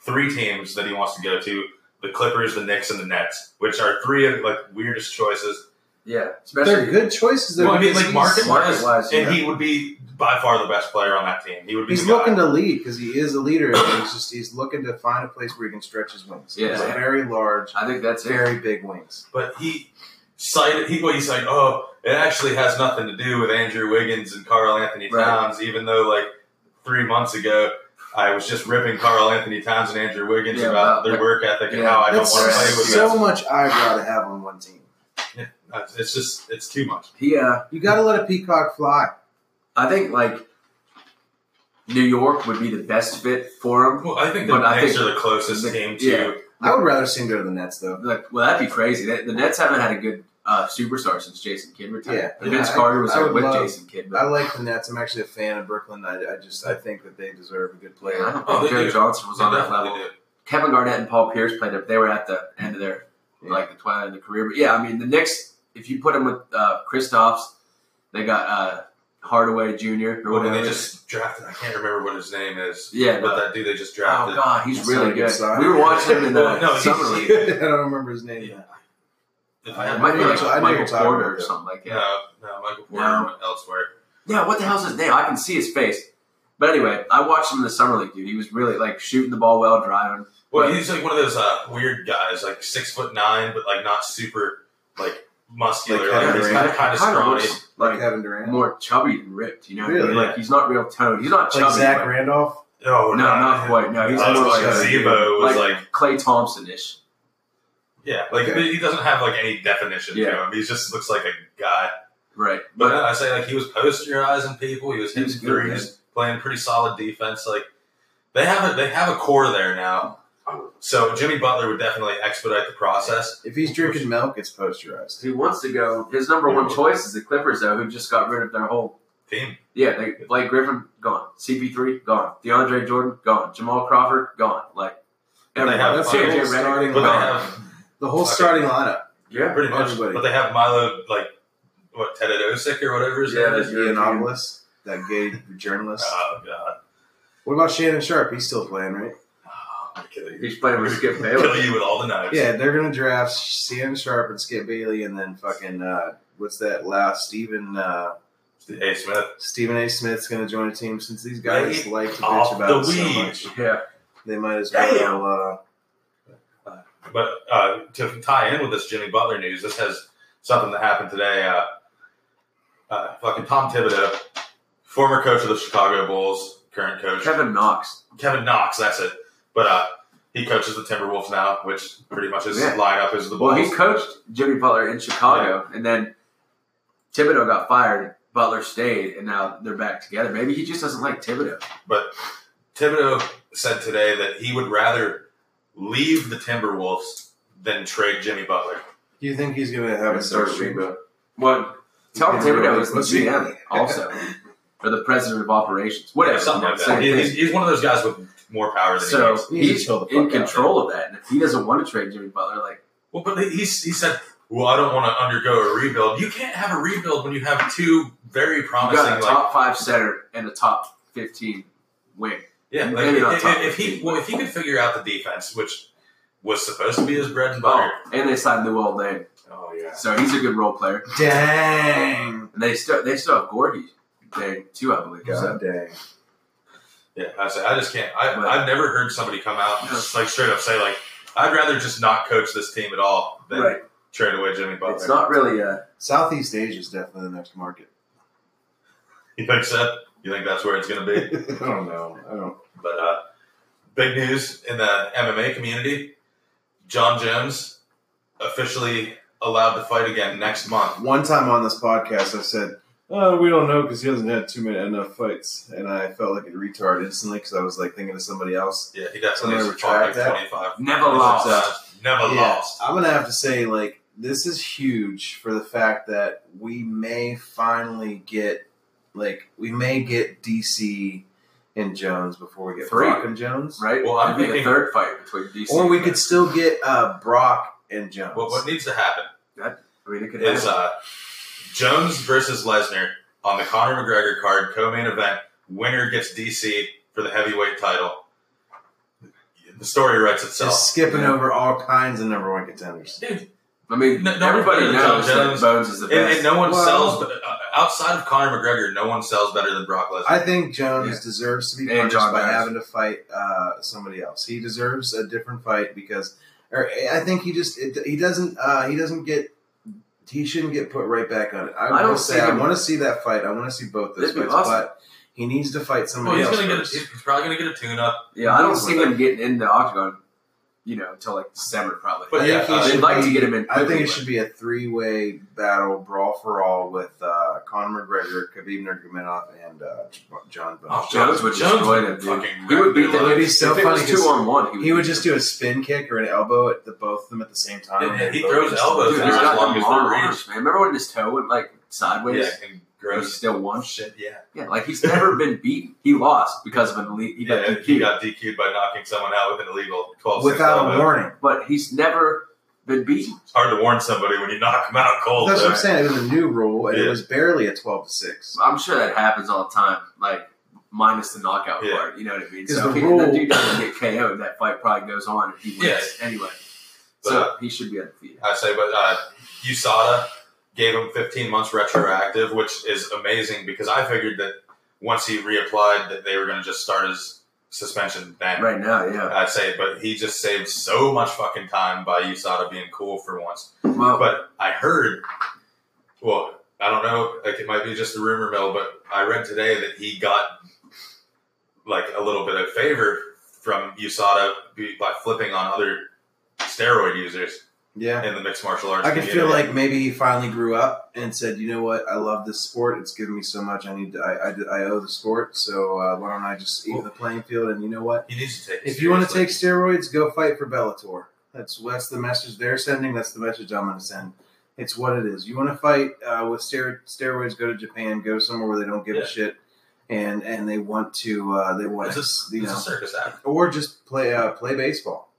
Speaker 2: three teams that he wants to go to: the Clippers, the Knicks, and the Nets, which are three of like weirdest choices.
Speaker 4: Yeah,
Speaker 3: They're
Speaker 4: especially
Speaker 3: good choices. They're
Speaker 2: Well, I mean, like
Speaker 3: he's-
Speaker 2: market wise,
Speaker 4: market-wise,
Speaker 2: and
Speaker 4: yeah.
Speaker 2: he would be by far the best player on that team. He would be.
Speaker 3: He's
Speaker 2: the guy.
Speaker 3: looking to lead because he is a leader. And he's just he's looking to find a place where he can stretch his wings.
Speaker 4: Yeah.
Speaker 3: He's very large,
Speaker 4: I think that's it.
Speaker 3: very big wings.
Speaker 2: but he cited he well, he's like, oh, it actually has nothing to do with Andrew Wiggins and Carl Anthony
Speaker 4: Right.
Speaker 2: Towns, even though like three months ago I was just ripping Carl Anthony Towns and Andrew Wiggins
Speaker 4: Yeah,
Speaker 2: about
Speaker 4: but-
Speaker 2: their work ethic and
Speaker 4: yeah,
Speaker 2: how I don't
Speaker 3: That's
Speaker 2: want to
Speaker 4: so-
Speaker 2: play with
Speaker 3: so
Speaker 2: them.
Speaker 3: much eyebrow to have on one team.
Speaker 2: That's- It's just it's too much.
Speaker 4: He, uh,
Speaker 3: You got to let a peacock fly.
Speaker 4: I think like New York would be the best fit for him.
Speaker 2: Well, I think the
Speaker 4: But I
Speaker 2: Knicks
Speaker 4: think-
Speaker 2: are the closest
Speaker 4: the-
Speaker 2: team to
Speaker 4: yeah.
Speaker 3: I would rather see him go to the Nets though.
Speaker 4: Like, well, that'd be crazy. They- The Nets haven't had a good uh, superstar since Jason Kidd retired.
Speaker 3: Yeah.
Speaker 4: Vince
Speaker 3: Yeah, I-
Speaker 4: Carter was
Speaker 3: I
Speaker 4: there
Speaker 3: would
Speaker 4: with
Speaker 3: love-
Speaker 4: Jason Kidd, but
Speaker 3: I like the Nets. I'm actually a fan of Brooklyn. I, I just I think that they deserve a good
Speaker 4: I
Speaker 3: player.
Speaker 4: don't
Speaker 2: Oh,
Speaker 4: think
Speaker 2: they
Speaker 4: Joe
Speaker 2: do.
Speaker 4: Johnson was on
Speaker 2: They
Speaker 4: that
Speaker 2: definitely
Speaker 4: level.
Speaker 2: do.
Speaker 4: Kevin Garnett and Paul Pierce played up. They were at the end of their
Speaker 3: Yeah.
Speaker 4: like the twilight of their career. But yeah, I mean the Knicks. If you put them with uh, Kristaps, they got uh, Hardaway Jr. or
Speaker 2: Well,
Speaker 4: whatever.
Speaker 2: they just drafted I can't remember what his name is.
Speaker 4: yeah,
Speaker 2: But
Speaker 4: no.
Speaker 2: that dude they just
Speaker 4: oh
Speaker 2: drafted.
Speaker 4: god, he's
Speaker 3: That's not
Speaker 4: really
Speaker 3: a good
Speaker 4: good.
Speaker 3: sign.
Speaker 4: We were watching him in the
Speaker 2: Well, no, he's-
Speaker 4: summer league.
Speaker 3: I don't remember his name.
Speaker 2: Yeah. If I
Speaker 4: It
Speaker 2: had
Speaker 4: might be
Speaker 3: I
Speaker 4: like
Speaker 3: know you're
Speaker 4: Michael
Speaker 3: talking about
Speaker 4: Porter or
Speaker 3: that.
Speaker 4: something like that.
Speaker 2: no, no, Michael Porter
Speaker 4: No.
Speaker 2: went elsewhere.
Speaker 4: Yeah, what the hell's his name? I can see his face. But anyway, I watched him in the summer league, dude. He was really like shooting the ball well, driving.
Speaker 2: Well,
Speaker 4: But-
Speaker 2: he's like one of those uh, weird guys, like six foot nine, but like not super like muscular.
Speaker 3: Like
Speaker 2: Like,
Speaker 3: Kevin
Speaker 2: he's
Speaker 3: Durant.
Speaker 2: kind of, kind of
Speaker 4: Kinda
Speaker 2: scrawny.
Speaker 4: looks
Speaker 3: Like
Speaker 4: like
Speaker 3: Kevin Durant,
Speaker 4: more chubby than ripped. You know,
Speaker 3: Really?
Speaker 4: like he's not real toned. He's not
Speaker 3: like
Speaker 4: chubby.
Speaker 3: Zach
Speaker 4: but-
Speaker 3: Randolph.
Speaker 2: Oh
Speaker 4: no, not quite. No, he's
Speaker 2: Uh,
Speaker 4: more like,
Speaker 3: like
Speaker 2: Zebo was like,
Speaker 4: Clay Thompson ish.
Speaker 2: yeah, like
Speaker 3: Okay.
Speaker 2: he doesn't have like any definition to
Speaker 4: Yeah.
Speaker 2: him. He just looks like a guy.
Speaker 4: Right,
Speaker 2: But
Speaker 4: but
Speaker 2: I say like he was posterizing people. He was
Speaker 4: He
Speaker 2: hitting
Speaker 4: was good,
Speaker 2: threes, playing pretty solid defense. Like they have a they have a core there now. So Jimmy Butler would definitely expedite the process.
Speaker 3: If he's drinking milk, it's posterized.
Speaker 4: he wants to go. His number one choice is the Clippers, though, who just got rid of their whole
Speaker 2: Team,
Speaker 4: Yeah, they, Blake Griffin gone, CP3 gone, DeAndre Jordan gone, Jamal Crawford gone. Like
Speaker 2: But they
Speaker 4: everybody.
Speaker 2: have fucking
Speaker 4: JJ Redick
Speaker 3: starting
Speaker 2: but they
Speaker 4: gone.
Speaker 2: have
Speaker 3: The whole
Speaker 2: Fuck
Speaker 3: starting lineup.
Speaker 4: yeah,
Speaker 2: pretty much.
Speaker 3: Everybody.
Speaker 2: But they have Milo like what Ted Osik or whatever his
Speaker 4: Yeah,
Speaker 2: name is.
Speaker 4: that's-
Speaker 3: Giannopoulos, that gay journalist.
Speaker 2: Oh god.
Speaker 3: What about Shannon Sharp? He's still playing, right?
Speaker 2: Oh, I'm gonna kill you.
Speaker 4: he's playing with Skip
Speaker 2: Kill
Speaker 4: Bayless.
Speaker 2: you with all the knives.
Speaker 3: Yeah, they're gonna draft Shannon Sharp and Skip Bailey, and then fucking uh, what's that last Stephen uh,
Speaker 2: Hey Smith.
Speaker 3: Stephen A. Smith's gonna join a team since these guys
Speaker 2: They
Speaker 3: like to
Speaker 2: off
Speaker 3: bitch about
Speaker 2: the
Speaker 3: it so
Speaker 2: weed.
Speaker 3: much.
Speaker 4: Yeah,
Speaker 3: They might as
Speaker 4: Damn.
Speaker 3: well. Uh,
Speaker 2: But uh, to tie in with this Jimmy Butler news, this has something that happened today. Uh, uh, fucking Tom Thibodeau, former coach of the Chicago Bulls, current coach
Speaker 4: Kevin Knox.
Speaker 2: Kevin Knox. That's it. But uh, he coaches the Timberwolves now, which pretty much his
Speaker 4: Yeah.
Speaker 2: lineup is the Bulls.
Speaker 4: Well, he coached Jimmy Butler in Chicago, and then Thibodeau got fired. Butler stayed, and now they're back together. Maybe he just doesn't like Thibodeau.
Speaker 2: But Thibodeau said today that he would rather leave the Timberwolves than trade Jimmy Butler.
Speaker 3: do you think he's gonna have a search team?
Speaker 4: Well, Tom
Speaker 3: He's
Speaker 4: Thibodeau
Speaker 3: really
Speaker 4: is the
Speaker 3: pussy.
Speaker 4: GM also, or the president of operations, whatever.
Speaker 2: something like
Speaker 4: Same
Speaker 2: that. He-
Speaker 4: thing.
Speaker 2: He's, he's one of those guys with more power than he
Speaker 4: So
Speaker 2: needs.
Speaker 3: He needs to
Speaker 4: he's
Speaker 3: chill the fuck
Speaker 4: in
Speaker 3: out.
Speaker 4: control of that, and if he doesn't want to trade Jimmy Butler, like
Speaker 2: Well, but he, he said, "Well, I don't want to undergo a rebuild. You can't have a rebuild when you have two very
Speaker 4: you
Speaker 2: promising
Speaker 4: got
Speaker 2: like
Speaker 4: a top five center and a top fifteen wing.
Speaker 2: yeah. Like,
Speaker 4: maybe not
Speaker 2: if,
Speaker 4: top
Speaker 2: if he
Speaker 4: fifteen.
Speaker 2: well, if he could figure out the defense, which was supposed to be his bread and
Speaker 4: Oh,
Speaker 2: butter.
Speaker 4: and they signed Luol Deng,
Speaker 2: Oh, yeah.
Speaker 4: so he's a good role player.
Speaker 3: Dang.
Speaker 4: And they still they still have Gorgie there too, I believe. So,
Speaker 3: God dang.
Speaker 2: Yeah, I say I just can't. I,
Speaker 4: But-
Speaker 2: I've never heard somebody come out and just like straight up say like, "I'd rather just not coach this team at all than
Speaker 4: right,
Speaker 2: trade away Jimmy Butler."
Speaker 4: it's not really a
Speaker 3: Southeast Asia is definitely the next market.
Speaker 2: you think so? You think that's where it's going to
Speaker 3: I
Speaker 2: be?
Speaker 3: don't know. I don't.
Speaker 2: But uh, big news in the MMA community: John Jones officially allowed to fight again next month.
Speaker 3: One time on this podcast, I said, "Oh, we don't know because he hasn't had too many enough fights," and I felt like a retard instantly because I was like thinking of somebody else.
Speaker 2: Yeah, he
Speaker 3: I'm
Speaker 2: definitely
Speaker 3: gonna
Speaker 2: has fought like
Speaker 3: retract that.
Speaker 2: twenty-five.
Speaker 4: never lost.
Speaker 2: times. Never lost.
Speaker 3: I'm gonna have to say, like, this is huge for the fact that we may finally get, like, we may get DC and Jones before we get
Speaker 4: Three.
Speaker 3: Brock and Jones,
Speaker 4: right?
Speaker 2: Well, I'm
Speaker 4: It'd be the
Speaker 2: thinking-
Speaker 4: third fight between DC.
Speaker 3: Or we could still get uh, Brock and Jones.
Speaker 2: What, what needs to happen
Speaker 4: That- I mean, it could
Speaker 2: is
Speaker 4: happen.
Speaker 2: uh, Jones versus Lesnar on the Conor McGregor card, co-main event. Winner gets DC for the heavyweight title. The story writes
Speaker 3: Just
Speaker 2: itself.
Speaker 3: skipping
Speaker 4: yeah.
Speaker 3: over all kinds of number one contenders.
Speaker 2: Dude,
Speaker 4: I mean,
Speaker 2: No- no
Speaker 4: everybody
Speaker 2: one cares
Speaker 4: knows
Speaker 2: about
Speaker 4: that
Speaker 2: Jones.
Speaker 4: Bones is the
Speaker 2: and,
Speaker 4: best.
Speaker 2: and no one
Speaker 3: Well-
Speaker 2: sells uh, outside of Conor McGregor. No one sells better than Brock Lesnar.
Speaker 3: I think Jones deserves to be
Speaker 4: And
Speaker 3: punished
Speaker 4: John
Speaker 3: by
Speaker 4: Jones.
Speaker 3: having to fight uh, somebody else. He deserves a different fight because, or I think he just it, he doesn't uh, he doesn't get he shouldn't get put right back on it. I,
Speaker 4: I don't
Speaker 3: will say
Speaker 4: see
Speaker 3: I
Speaker 4: him-
Speaker 3: want to see that fight. I want to see both those
Speaker 4: It'd be
Speaker 3: fights,
Speaker 4: awesome.
Speaker 3: but he needs to fight
Speaker 2: well,
Speaker 3: somebody
Speaker 2: he's
Speaker 3: else.
Speaker 2: gonna get. A,
Speaker 3: first.
Speaker 2: he's probably gonna get a tune-up.
Speaker 4: yeah, I don't see
Speaker 2: But-
Speaker 4: him getting in the octagon, you know, until like December probably.
Speaker 2: But
Speaker 3: I
Speaker 2: yeah,
Speaker 3: think he
Speaker 2: uh,
Speaker 4: they'd
Speaker 3: should
Speaker 4: like to
Speaker 3: be-
Speaker 4: get him in
Speaker 3: I think
Speaker 4: quickly,
Speaker 3: it should be a three-way battle, brawl for all, with uh, Conor McGregor, Khabib Nurmagomedov, and uh, J- John Bones.
Speaker 2: Oh,
Speaker 4: Jones would destroy him, dude.
Speaker 2: fucking
Speaker 4: He would beat
Speaker 2: wreck
Speaker 4: them.
Speaker 3: It'd be so
Speaker 4: if it
Speaker 3: funny
Speaker 4: was
Speaker 3: 'cause
Speaker 4: two on one, he would,
Speaker 3: He would just do a spin kick or an elbow at the both of them at the same time.
Speaker 2: Yeah, he
Speaker 3: They'd both
Speaker 2: throws
Speaker 3: just-
Speaker 2: elbows
Speaker 4: Dude,
Speaker 2: Those
Speaker 4: he's
Speaker 2: are as
Speaker 4: got
Speaker 2: long
Speaker 4: long
Speaker 2: as they're
Speaker 4: arms,
Speaker 2: reached.
Speaker 4: man. Remember when his toe went like sideways?
Speaker 2: Yeah, and
Speaker 4: And he
Speaker 2: gross
Speaker 4: still won.
Speaker 2: shit. Yeah,
Speaker 4: Yeah, like he's never been beaten. He lost because of an elite. E He got
Speaker 2: yeah.
Speaker 4: DQ'd.
Speaker 2: He got DQ'd by knocking someone out with an illegal twelve.
Speaker 3: without a warning.
Speaker 4: but he's never been beaten.
Speaker 2: It's hard to warn somebody when you knock them out cold.
Speaker 3: That's what I'm
Speaker 2: though.
Speaker 3: saying. It was a new rule, and it
Speaker 2: Oh, Yeah.
Speaker 3: was barely a twelve to six.
Speaker 4: I'm sure that happens all the time, like minus the knockout
Speaker 2: Yeah.
Speaker 4: part. You know what I mean?
Speaker 3: 'Cause
Speaker 4: So
Speaker 3: the
Speaker 4: if he-
Speaker 3: rule-
Speaker 4: that dude doesn't get KO'd, that fight probably goes on if he wins
Speaker 2: Yeah.
Speaker 4: anyway.
Speaker 2: But- uh,
Speaker 4: so he should be undefeated.
Speaker 2: I say, but uh, USADA gave him 15 months retroactive, which is amazing because I figured that once he reapplied, that they were going to just start his suspension then.
Speaker 4: Right now, yeah.
Speaker 2: I say, but he just saved so much fucking time by USADA being cool for once.
Speaker 4: Well,
Speaker 2: But I heard, well, I don't know, like it might be just the rumor mill, but I read today that he got like a little bit of favor from USADA be- by flipping on other steroid users
Speaker 3: Yeah,
Speaker 2: in the mixed martial arts.
Speaker 3: I could feel
Speaker 2: community.
Speaker 3: like maybe he finally grew up and said, "You know what? I love this sport. It's given me so much. I need. To, I, I I owe the sport. So uh, why don't I just even the playing field? And you know what?
Speaker 2: He needs to take. it
Speaker 3: If you want to take
Speaker 2: seriously.
Speaker 3: steroids, go fight for Bellator. That's that's the message they're sending. That's the message I'm going to send. It's what it is. You want to fight uh, with stero- steroids? Go to Japan. Go somewhere where they don't give
Speaker 2: Yeah.
Speaker 3: a shit, and and they want to uh, they want
Speaker 2: It's
Speaker 3: us, you
Speaker 2: he's a
Speaker 3: know,
Speaker 2: circus act.
Speaker 3: or just play uh, play baseball.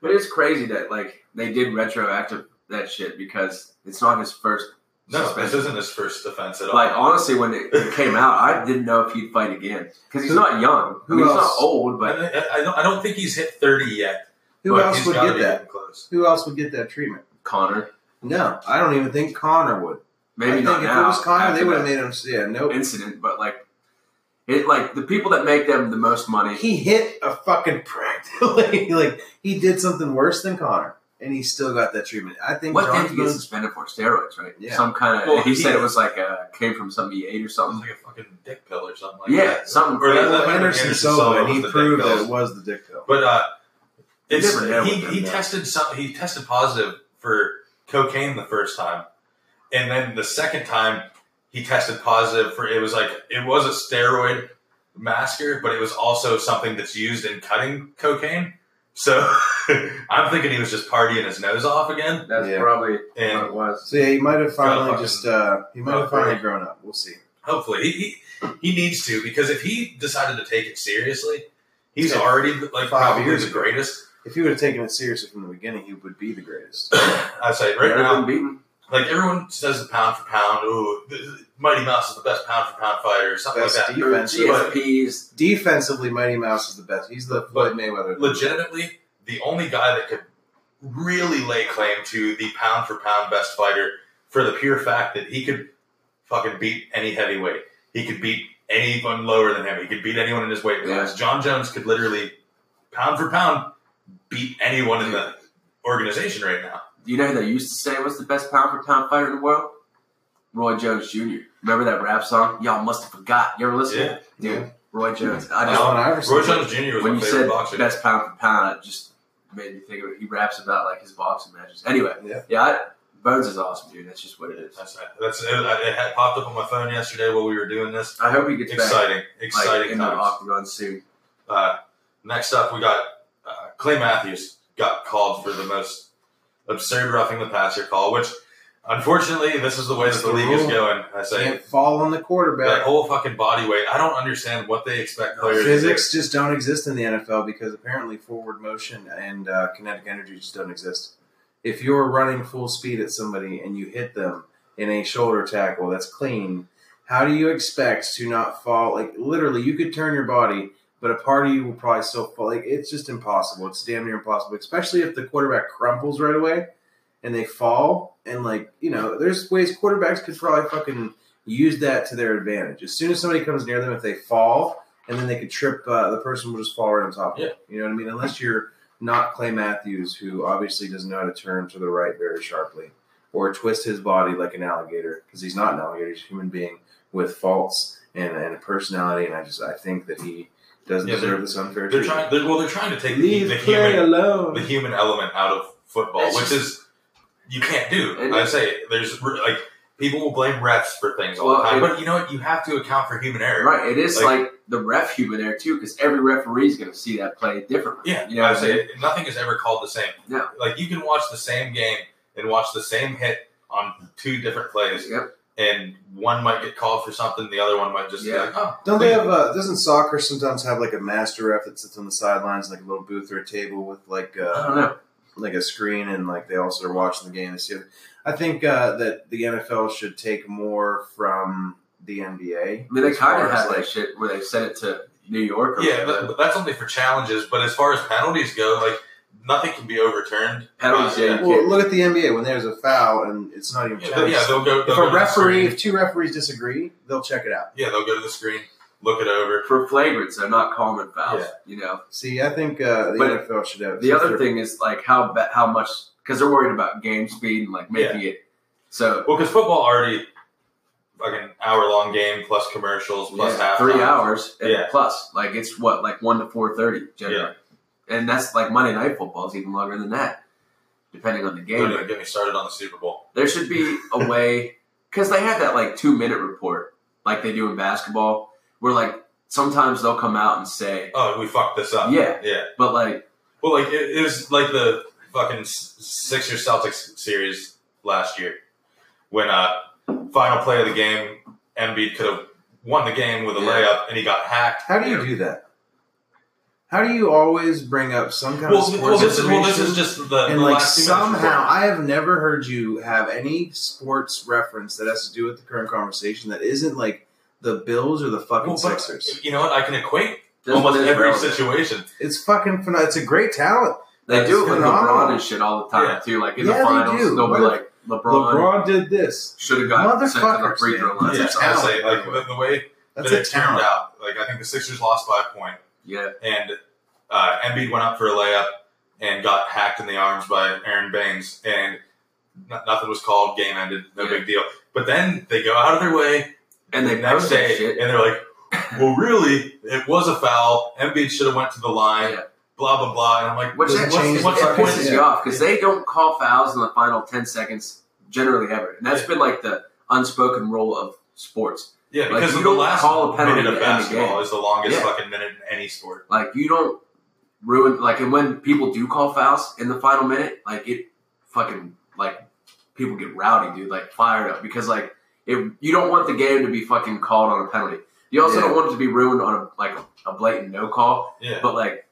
Speaker 4: but it's crazy that like they did retroactive that shit because it's not his first.
Speaker 2: No, this
Speaker 4: suspension.
Speaker 2: isn't his first offense at all.
Speaker 4: Like honestly, when it came out, I didn't know if he'd fight again because he's not young. I
Speaker 3: Who
Speaker 4: mean, he's
Speaker 3: else?
Speaker 4: not old,
Speaker 2: I,
Speaker 4: but
Speaker 2: I- I don't, I don't think he's hit 30 yet.
Speaker 3: Who
Speaker 2: but
Speaker 3: else
Speaker 2: he's
Speaker 3: would
Speaker 2: gotta
Speaker 3: get
Speaker 2: be
Speaker 3: that?
Speaker 2: getting Close.
Speaker 3: Who else would get that treatment?
Speaker 4: Connor.
Speaker 3: No, I don't even think Connor would. I
Speaker 4: Maybe
Speaker 3: think
Speaker 4: not
Speaker 3: if
Speaker 4: now.
Speaker 3: it was Connor,
Speaker 4: after
Speaker 3: they would
Speaker 4: that.
Speaker 3: have made him. Yeah, no.
Speaker 4: incident, but like it like the people that make them the most money.
Speaker 3: He hit a fucking practically like he did something worse than Connor, and he still got that treatment. I think
Speaker 4: What
Speaker 3: John
Speaker 4: did he get
Speaker 3: Jones-
Speaker 4: suspended for? Steroids, right?
Speaker 3: Yeah.
Speaker 4: Some kind of.
Speaker 2: Well,
Speaker 4: he,
Speaker 2: he-
Speaker 4: said it was like a came from something he ate or
Speaker 2: It was
Speaker 4: something.
Speaker 2: like a fucking dick pill or something like
Speaker 4: yeah,
Speaker 2: that.
Speaker 4: something.
Speaker 2: Or that-
Speaker 4: crazy.
Speaker 2: that- might
Speaker 3: Well,
Speaker 2: have been
Speaker 3: Anderson
Speaker 2: Anderson
Speaker 3: Silva,
Speaker 2: Silva
Speaker 3: and
Speaker 2: was
Speaker 3: he
Speaker 2: the dick
Speaker 3: proved that
Speaker 2: pill.
Speaker 3: it was the dick pill.
Speaker 2: But uh, it's,
Speaker 4: never know
Speaker 2: he,
Speaker 4: with them,
Speaker 2: he
Speaker 4: though.
Speaker 2: tested some. He tested positive for cocaine the first time, and then the second time he tested positive for it was like it was a steroid masker, but it was also something that's used in cutting cocaine. So I'm thinking he was just partying his nose off again,
Speaker 4: That's
Speaker 3: Yeah.
Speaker 4: probably what
Speaker 2: and
Speaker 4: it was.
Speaker 3: So yeah, he might have finally
Speaker 2: fucking-
Speaker 3: just uh, he might have
Speaker 2: Gotta
Speaker 3: finally grown up. We'll see.
Speaker 2: hopefully he, he he needs to because if he decided to take it seriously, he's
Speaker 3: Yeah.
Speaker 2: already like
Speaker 3: Five
Speaker 2: probably
Speaker 3: years
Speaker 2: the
Speaker 3: ago.
Speaker 2: greatest.
Speaker 3: If he would have taken it seriously from the beginning, he would be the greatest.
Speaker 2: I say right
Speaker 4: Never
Speaker 2: now,
Speaker 4: been beaten.
Speaker 2: like everyone says the pound for pound, ooh, th- th- Mighty Mouse is the best pound for pound fighter or something
Speaker 3: Best
Speaker 2: like that.
Speaker 3: defensive.
Speaker 2: yeah.
Speaker 4: GSPs.
Speaker 3: Defensively, Mighty Mouse is the best. He's the Floyd Mayweather.
Speaker 2: Legitimately, the only guy that could really lay claim to the pound for pound best fighter for the pure fact that he could fucking beat any heavyweight. He could beat anyone lower than him. He could beat anyone in his weight class. John Jones could literally pound for pound beat anyone in the organization right now.
Speaker 4: You know who they used to say was the best pound for pound fighter in the world? Roy Jones Jr. Remember that rap song? Y'all must have forgot. You ever listen? to it?
Speaker 3: Yeah.
Speaker 4: Dude, Roy Jones. I just
Speaker 3: Allen
Speaker 2: Roy
Speaker 3: Iverson.
Speaker 2: Jones Jr. was
Speaker 4: when
Speaker 2: my
Speaker 4: you
Speaker 2: favorite
Speaker 4: said
Speaker 2: boxer.
Speaker 4: best pound for pound, it just made me think of it. He raps about like his boxing matches. Anyway,
Speaker 3: Yeah.
Speaker 4: I, Bones is awesome, dude. That's just what it is.
Speaker 2: That's right. That's it, it had popped up on my phone yesterday while we were doing this.
Speaker 4: I hope he gets back
Speaker 2: Exciting,
Speaker 4: like,
Speaker 2: exciting
Speaker 4: in the
Speaker 2: times.
Speaker 4: octagon soon.
Speaker 2: Uh, next up, we got uh, Clay Matthews got called for the most absurd roughing the passer call, which unfortunately this is the way that
Speaker 3: It's
Speaker 2: the
Speaker 3: the
Speaker 2: league is
Speaker 3: rule.
Speaker 2: going. I say
Speaker 3: Can't fall on the
Speaker 2: that
Speaker 3: quarterback.
Speaker 2: whole fucking body weight. I don't understand what they expect players.
Speaker 3: Physics just don't exist in the NFL because apparently forward motion and uh, kinetic energy just don't exist. if you're running full speed at somebody and you hit them in a shoulder tackle that's clean, how do you expect to not fall? Like literally, you could turn your body, but a part of you will probably still fall. Like it's just impossible. It's damn near impossible, especially if the quarterback crumbles right away and they fall. And like you know, there's ways quarterbacks could probably fucking use that to their advantage. As soon as somebody comes near them, if they fall, and then they could trip, uh, the person will just fall right on top of them. You know what I mean? Unless you're not Clay Matthews, who obviously doesn't know how to turn to the right very sharply or twist his body like an alligator because he's not an alligator; he's a human being with faults and, and a personality. And I just I think that he doesn't
Speaker 2: Yeah,
Speaker 3: deserve this unfair
Speaker 2: They're
Speaker 3: treatment.
Speaker 2: trying. They're, well, they're trying to take the,
Speaker 3: Leave
Speaker 2: the
Speaker 3: Clay
Speaker 2: human the
Speaker 3: alone.
Speaker 2: human element out of football,
Speaker 4: It's
Speaker 2: which
Speaker 4: just-
Speaker 2: is you can't do.
Speaker 4: And-
Speaker 2: I say there's re- like people will blame refs for things all
Speaker 4: Well,
Speaker 2: the time,
Speaker 4: and-
Speaker 2: but you know what? You have to account for human error.
Speaker 4: Right. It is
Speaker 2: Like-
Speaker 4: like, the ref human there too, because every referee is going to see that play differently.
Speaker 2: Yeah,
Speaker 4: You know
Speaker 2: I
Speaker 4: what I
Speaker 2: say nothing is ever called the same.
Speaker 4: No.
Speaker 2: Like you can watch the same game and watch the same hit on two different plays,
Speaker 4: Yep.
Speaker 2: and one might get called for something, the other one might just
Speaker 4: Yeah.
Speaker 2: be like, oh,
Speaker 3: Don't they have? Uh, doesn't soccer sometimes have like a master ref that sits on the sidelines, like a little booth or a table with like uh,
Speaker 4: I don't know.
Speaker 3: like a screen and like they also are watching the game. They see it. I think uh, that the NFL should take more from the NBA.
Speaker 4: I mean, they
Speaker 3: As
Speaker 4: kind
Speaker 3: far
Speaker 4: of
Speaker 3: as,
Speaker 4: have that shit where they sent it to New York. Or
Speaker 2: yeah, but,
Speaker 4: whatever.
Speaker 2: but that's only for challenges. But as far as penalties go, like nothing can be overturned.
Speaker 4: penalties.
Speaker 2: uh,
Speaker 4: yeah, you
Speaker 3: Well,
Speaker 4: can't.
Speaker 3: look at the NBA when there's a foul and it's not even
Speaker 2: Yeah,
Speaker 3: checked.
Speaker 2: they'll, yeah, they'll go. They'll
Speaker 3: if
Speaker 2: go
Speaker 3: a
Speaker 2: to the
Speaker 3: referee,
Speaker 2: screen.
Speaker 3: if two referees disagree, they'll check it out.
Speaker 2: yeah, they'll go to the screen, look it over.
Speaker 4: for flagrants, they're not common fouls.
Speaker 2: Yeah.
Speaker 4: You know.
Speaker 3: See, I think uh, the
Speaker 4: But
Speaker 3: NFL should have
Speaker 4: The other thing is like how ba- how much because they're worried about game speed and like making it so
Speaker 2: Well, because football already like an hour long game plus commercials plus half
Speaker 4: three hours and
Speaker 2: Yeah.
Speaker 4: plus like it's what like one to four thirty generally, and that's like Monday Night Football is even longer than that, depending on the game.
Speaker 2: Don't even get me started on the Super Bowl.
Speaker 4: There should be a way because they have that like two minute report like they do in basketball where like sometimes they'll come out and say
Speaker 2: Oh, we fucked this up.
Speaker 4: Yeah.
Speaker 2: yeah.
Speaker 4: but like
Speaker 2: Well, like it, it was like the fucking S- Sixers Celtics series last year when uh final play of the game, Embiid could have won the game with a
Speaker 4: Yeah.
Speaker 2: layup and he got hacked.
Speaker 3: how do you do that? How do you always bring up some kind of
Speaker 2: Well,
Speaker 3: sports
Speaker 2: well, this is well, this
Speaker 3: information?
Speaker 2: is just the,
Speaker 3: and
Speaker 2: the
Speaker 3: like
Speaker 2: last two minutes report.
Speaker 3: somehow i have never heard you have any sports reference that has to do with the current conversation that isn't like the bills or the fucking
Speaker 2: Well, but-
Speaker 3: sixers
Speaker 2: You know what? I can equate
Speaker 4: this
Speaker 2: almost
Speaker 4: one is
Speaker 2: every
Speaker 4: relevant.
Speaker 2: situation.
Speaker 3: it's fucking phenomenal it's a great talent
Speaker 4: They
Speaker 3: That's
Speaker 4: do it with
Speaker 3: phenomenal.
Speaker 4: LeBron and shit all the time
Speaker 2: Yeah.
Speaker 4: too. Like in
Speaker 3: Yeah,
Speaker 4: the
Speaker 3: they
Speaker 4: finals,
Speaker 3: do.
Speaker 4: will be
Speaker 3: Mother-
Speaker 4: like LeBron,
Speaker 3: lebron did this
Speaker 4: should have got sent to the
Speaker 3: Motherfuckers,
Speaker 4: free throw
Speaker 3: man.
Speaker 4: line.
Speaker 2: Yeah,
Speaker 3: a
Speaker 4: or
Speaker 2: I
Speaker 4: something.
Speaker 3: talent,
Speaker 2: say like
Speaker 3: by the way.
Speaker 2: the, the way
Speaker 3: that's
Speaker 2: that
Speaker 3: a
Speaker 2: it turned
Speaker 3: talent
Speaker 2: out. Like I think the Sixers lost by a point,
Speaker 4: Yeah,
Speaker 2: and uh, Embiid went up for a layup and got hacked in the arms by Aaron Baines, and n- nothing was called. Game ended. No
Speaker 4: Yeah.
Speaker 2: big deal. But then they go out of their way
Speaker 4: and they
Speaker 2: the next
Speaker 4: post that
Speaker 2: day,
Speaker 4: shit.
Speaker 2: and they're like, "Well, really, it was a foul. Embiid should have went to the line."
Speaker 4: Yeah.
Speaker 2: Blah blah blah. And I'm like,
Speaker 4: Which
Speaker 3: Does
Speaker 4: that
Speaker 3: it
Speaker 2: what's,
Speaker 3: change
Speaker 2: what's
Speaker 4: it
Speaker 2: the
Speaker 3: fucking
Speaker 2: point?
Speaker 4: pisses
Speaker 3: Yeah.
Speaker 4: you off because they don't call fouls in the final ten seconds generally ever, and that's
Speaker 2: Yeah.
Speaker 4: been like the unspoken rule of sports.
Speaker 2: Yeah,
Speaker 4: Like,
Speaker 2: because
Speaker 4: you
Speaker 2: of the
Speaker 4: don't
Speaker 2: last
Speaker 4: call a penalty
Speaker 2: minute
Speaker 4: to
Speaker 2: of
Speaker 4: end the
Speaker 2: basketball
Speaker 4: game.
Speaker 2: is the longest
Speaker 4: Yeah.
Speaker 2: fucking minute in any sport.
Speaker 4: Like you don't ruin like, and when people do call fouls in the final minute, like it fucking like people get rowdy, dude, like fired up because like it, you don't want the game to be fucking called on a penalty. You also
Speaker 3: Yeah.
Speaker 4: don't want it to be ruined on a like a blatant no call,
Speaker 2: Yeah.
Speaker 4: but like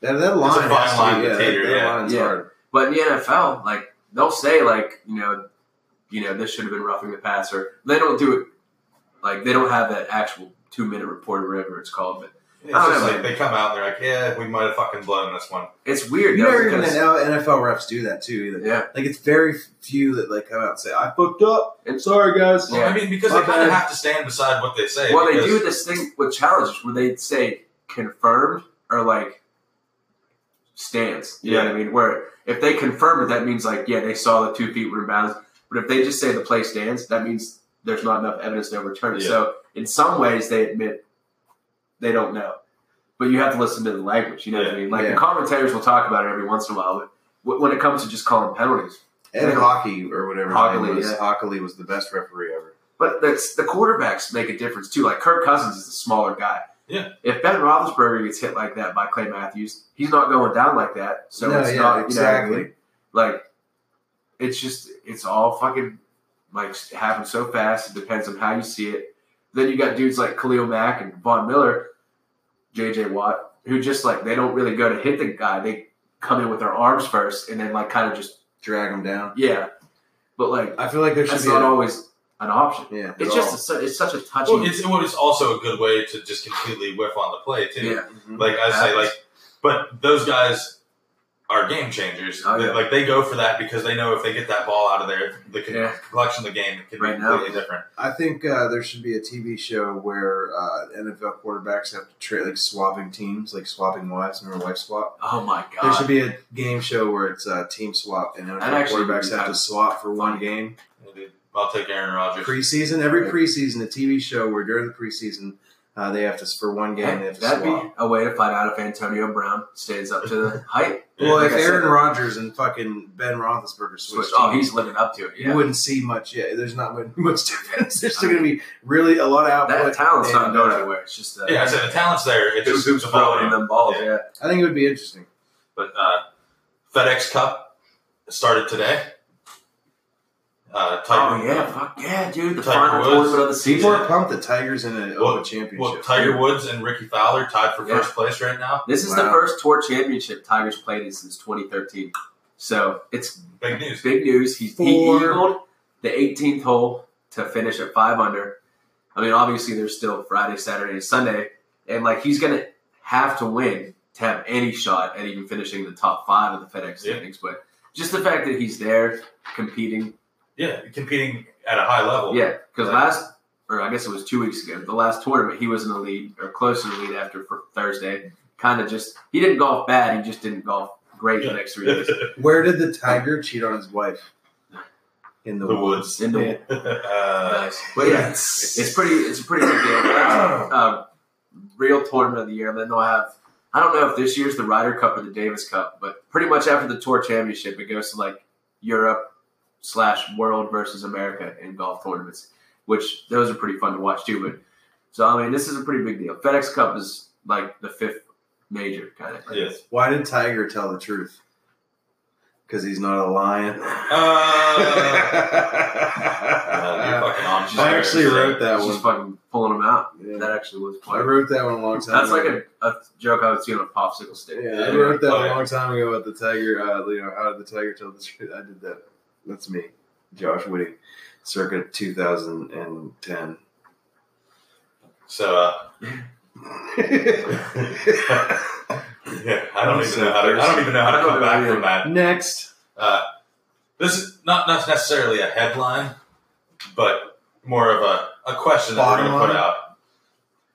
Speaker 3: that, that line
Speaker 2: fine
Speaker 3: has to-
Speaker 2: line to
Speaker 3: yeah, that-
Speaker 2: teeter,
Speaker 3: that
Speaker 2: yeah.
Speaker 3: line's
Speaker 4: Yeah.
Speaker 3: hard
Speaker 4: But in the NFL, like they'll say, like you know, you know, this should have been roughing the passer. They don't do it. Like they don't have that actual two minute report or whatever it's called. But
Speaker 2: It's
Speaker 4: I don't
Speaker 2: just
Speaker 4: know.
Speaker 2: like they come out and they're like, yeah, we might have fucking blown this one.
Speaker 4: it's weird.
Speaker 3: you
Speaker 4: though,
Speaker 3: never even
Speaker 4: because-
Speaker 3: know NFL refs do that too either.
Speaker 4: yeah,
Speaker 3: Like it's very few that like come out and say I fucked up. sorry guys.
Speaker 2: Well, I mean, because
Speaker 3: My
Speaker 2: they kind
Speaker 3: bad.
Speaker 2: of have to stand beside what they say.
Speaker 4: uh, well, they
Speaker 2: because-
Speaker 4: do this thing with challenges where they say confirmed or like stands. You know what I mean? Where if they confirm it, that means like yeah, they saw the two feet were in bounds. But if they just say the play stands, that means there's not enough evidence to overturn it.
Speaker 2: Yeah.
Speaker 4: So in some ways, they admit they don't know. But you have to listen to the language. You know what I mean? Like
Speaker 3: Yeah.
Speaker 4: the commentators will talk about it every once in a while, but w- when it comes to just calling penalties,
Speaker 3: Ed Hockey or whatever his name
Speaker 4: Hockley,
Speaker 3: was.
Speaker 4: yeah.
Speaker 3: Hockley was the best referee ever.
Speaker 4: But that's the quarterbacks make a difference too. Like Kirk Cousins is a smaller guy.
Speaker 2: Yeah.
Speaker 4: If Ben Roethlisberger gets hit like that by Clay Matthews, he's not going down like that. So
Speaker 3: No,
Speaker 4: it's
Speaker 3: yeah,
Speaker 4: not you know what I
Speaker 3: exactly.
Speaker 4: mean? Like it's just it's all fucking like happens so fast. It depends on how you see it. Then you got dudes like Khalil Mack and Von Miller, J.J. Watt, who just like they don't really go to hit the guy. They come in with their arms first and then like kind of just
Speaker 3: drag them down.
Speaker 4: Yeah, but like
Speaker 3: I feel like there should
Speaker 4: that's
Speaker 3: be
Speaker 4: not
Speaker 3: a-
Speaker 4: always an option.
Speaker 3: yeah.
Speaker 4: It's
Speaker 3: at
Speaker 4: just
Speaker 3: all.
Speaker 4: a, su- it's such a touchy.
Speaker 2: Well, it's, well, it's also a good way to just completely whiff on the play too.
Speaker 4: yeah,
Speaker 3: Mhm.
Speaker 2: Like I say,
Speaker 4: Happens.
Speaker 2: like, but those guys are game changers.
Speaker 4: Oh,
Speaker 2: They-
Speaker 4: yeah.
Speaker 2: Like they go for that because they know if they get that ball out of there, the con-
Speaker 4: Yeah.
Speaker 2: collection of the game can
Speaker 4: Right
Speaker 2: be
Speaker 4: now.
Speaker 2: completely different.
Speaker 3: I think uh, there should be a TV show where uh, NFL quarterbacks have to trade like swapping teams, like swapping wives. Remember wife swap?
Speaker 4: oh my
Speaker 3: There
Speaker 4: god,
Speaker 3: should be a game show where it's uh, team swap and NFL
Speaker 4: That actually would
Speaker 3: quarterbacks
Speaker 4: be
Speaker 3: have
Speaker 4: kinda
Speaker 3: to swap for one game.
Speaker 2: I'll take Aaron Rodgers.
Speaker 3: Preseason, every preseason, a TV show where during the preseason uh, they have to for one game they have to
Speaker 4: that'd
Speaker 3: swap.
Speaker 4: be a way to find out if Antonio Brown stays up to the hype.
Speaker 2: Yeah,
Speaker 3: well,
Speaker 4: like
Speaker 3: if
Speaker 4: I said-
Speaker 3: Aaron Rodgers and fucking Ben Roethlisberger switch,
Speaker 4: Which, oh,
Speaker 3: teams,
Speaker 4: he's living up to it.
Speaker 3: you
Speaker 4: Yeah,
Speaker 3: wouldn't see much. Yeah, there's not mu- much difference. There's still going to be really a lot of output.
Speaker 4: that talent's not
Speaker 3: and,
Speaker 4: going
Speaker 3: uh,
Speaker 4: anywhere. It's just uh,
Speaker 2: yeah, I said the talent's there. It's
Speaker 4: who's
Speaker 2: just
Speaker 4: who's
Speaker 2: the volume.
Speaker 4: throwing them balls.
Speaker 2: Yeah.
Speaker 4: Yeah,
Speaker 3: I think it would be interesting.
Speaker 2: But uh, FedEx Cup started today. Uh, Tiger,
Speaker 4: oh yeah, fuck yeah, dude, the
Speaker 2: Tiger
Speaker 4: final
Speaker 2: Woods.
Speaker 4: tournament of the
Speaker 3: People
Speaker 4: season.
Speaker 3: are pumped that Tigers in a
Speaker 2: Well,
Speaker 3: Open Championship.
Speaker 2: Well, Tiger Woods and Ricky Fowler tied for
Speaker 4: Yeah.
Speaker 2: first place right now.
Speaker 4: This is the
Speaker 3: Wow.
Speaker 4: first tour championship Tiger's played in since 2013. So it's
Speaker 2: Big news.
Speaker 4: big news. He, he
Speaker 3: Four.
Speaker 4: eagled the 18th hole to finish at five under. I mean, obviously there's still Friday, Saturday, and Sunday, and like he's gonna have to win to have any shot at even finishing the top five of the FedEx
Speaker 2: Yeah.
Speaker 4: standings. But just the fact that he's there competing,
Speaker 2: Yeah, competing at a high level.
Speaker 4: yeah, because last. Or I guess it was two weeks ago. The last tournament, he was in the lead or close to the lead after for Thursday. Kind of just he didn't golf bad. He just didn't golf great
Speaker 2: Yeah.
Speaker 4: the next three days.
Speaker 3: Where did the tiger cheat on his wife? In the,
Speaker 2: The woods.
Speaker 3: woods.
Speaker 4: In the-
Speaker 3: Yeah.
Speaker 2: uh,
Speaker 4: Nice. But yeah, it's pretty. It's a pretty good game. Uh, real tournament of the year. And then they'll have. I don't know if this year's the Ryder Cup or the Davis Cup, but pretty much after the Tour Championship, it goes to like Europe slash World versus America in golf tournaments, which those are pretty fun to watch too. But so I mean, this is a pretty big deal. FedEx Cup is like the fifth major kind of. Thing.
Speaker 2: yes.
Speaker 3: Why did Tiger tell the truth? Because he's not a lion.
Speaker 2: Uh, uh, you're
Speaker 3: I
Speaker 2: fucking on fire.
Speaker 3: actually wrote that
Speaker 4: It's
Speaker 3: one.
Speaker 4: just fucking pulling them out.
Speaker 5: Yeah.
Speaker 4: That actually was
Speaker 3: I
Speaker 4: funny.
Speaker 3: wrote that one a long time.
Speaker 4: That's
Speaker 3: ago.
Speaker 4: like a, a joke I would see on a popsicle stick.
Speaker 3: Yeah, I
Speaker 2: Yeah.
Speaker 3: wrote that
Speaker 2: Oh, yeah.
Speaker 3: a long time ago at the Tiger. Uh, you know, how did the Tiger tell the truth? I did that. That's me, Josh Whitting, circa 2010.
Speaker 2: So, uh, yeah, I don't
Speaker 3: I'm
Speaker 2: even
Speaker 3: so
Speaker 2: know how to. I don't
Speaker 3: thirsty.
Speaker 2: even know how
Speaker 4: I
Speaker 2: to
Speaker 4: don't
Speaker 2: come
Speaker 4: know
Speaker 2: back
Speaker 4: either.
Speaker 2: from that.
Speaker 3: Next,
Speaker 2: Uh, this is not, not necessarily a headline, but more of a, a question that we're
Speaker 3: Bottom
Speaker 2: going to put
Speaker 3: line.
Speaker 2: out.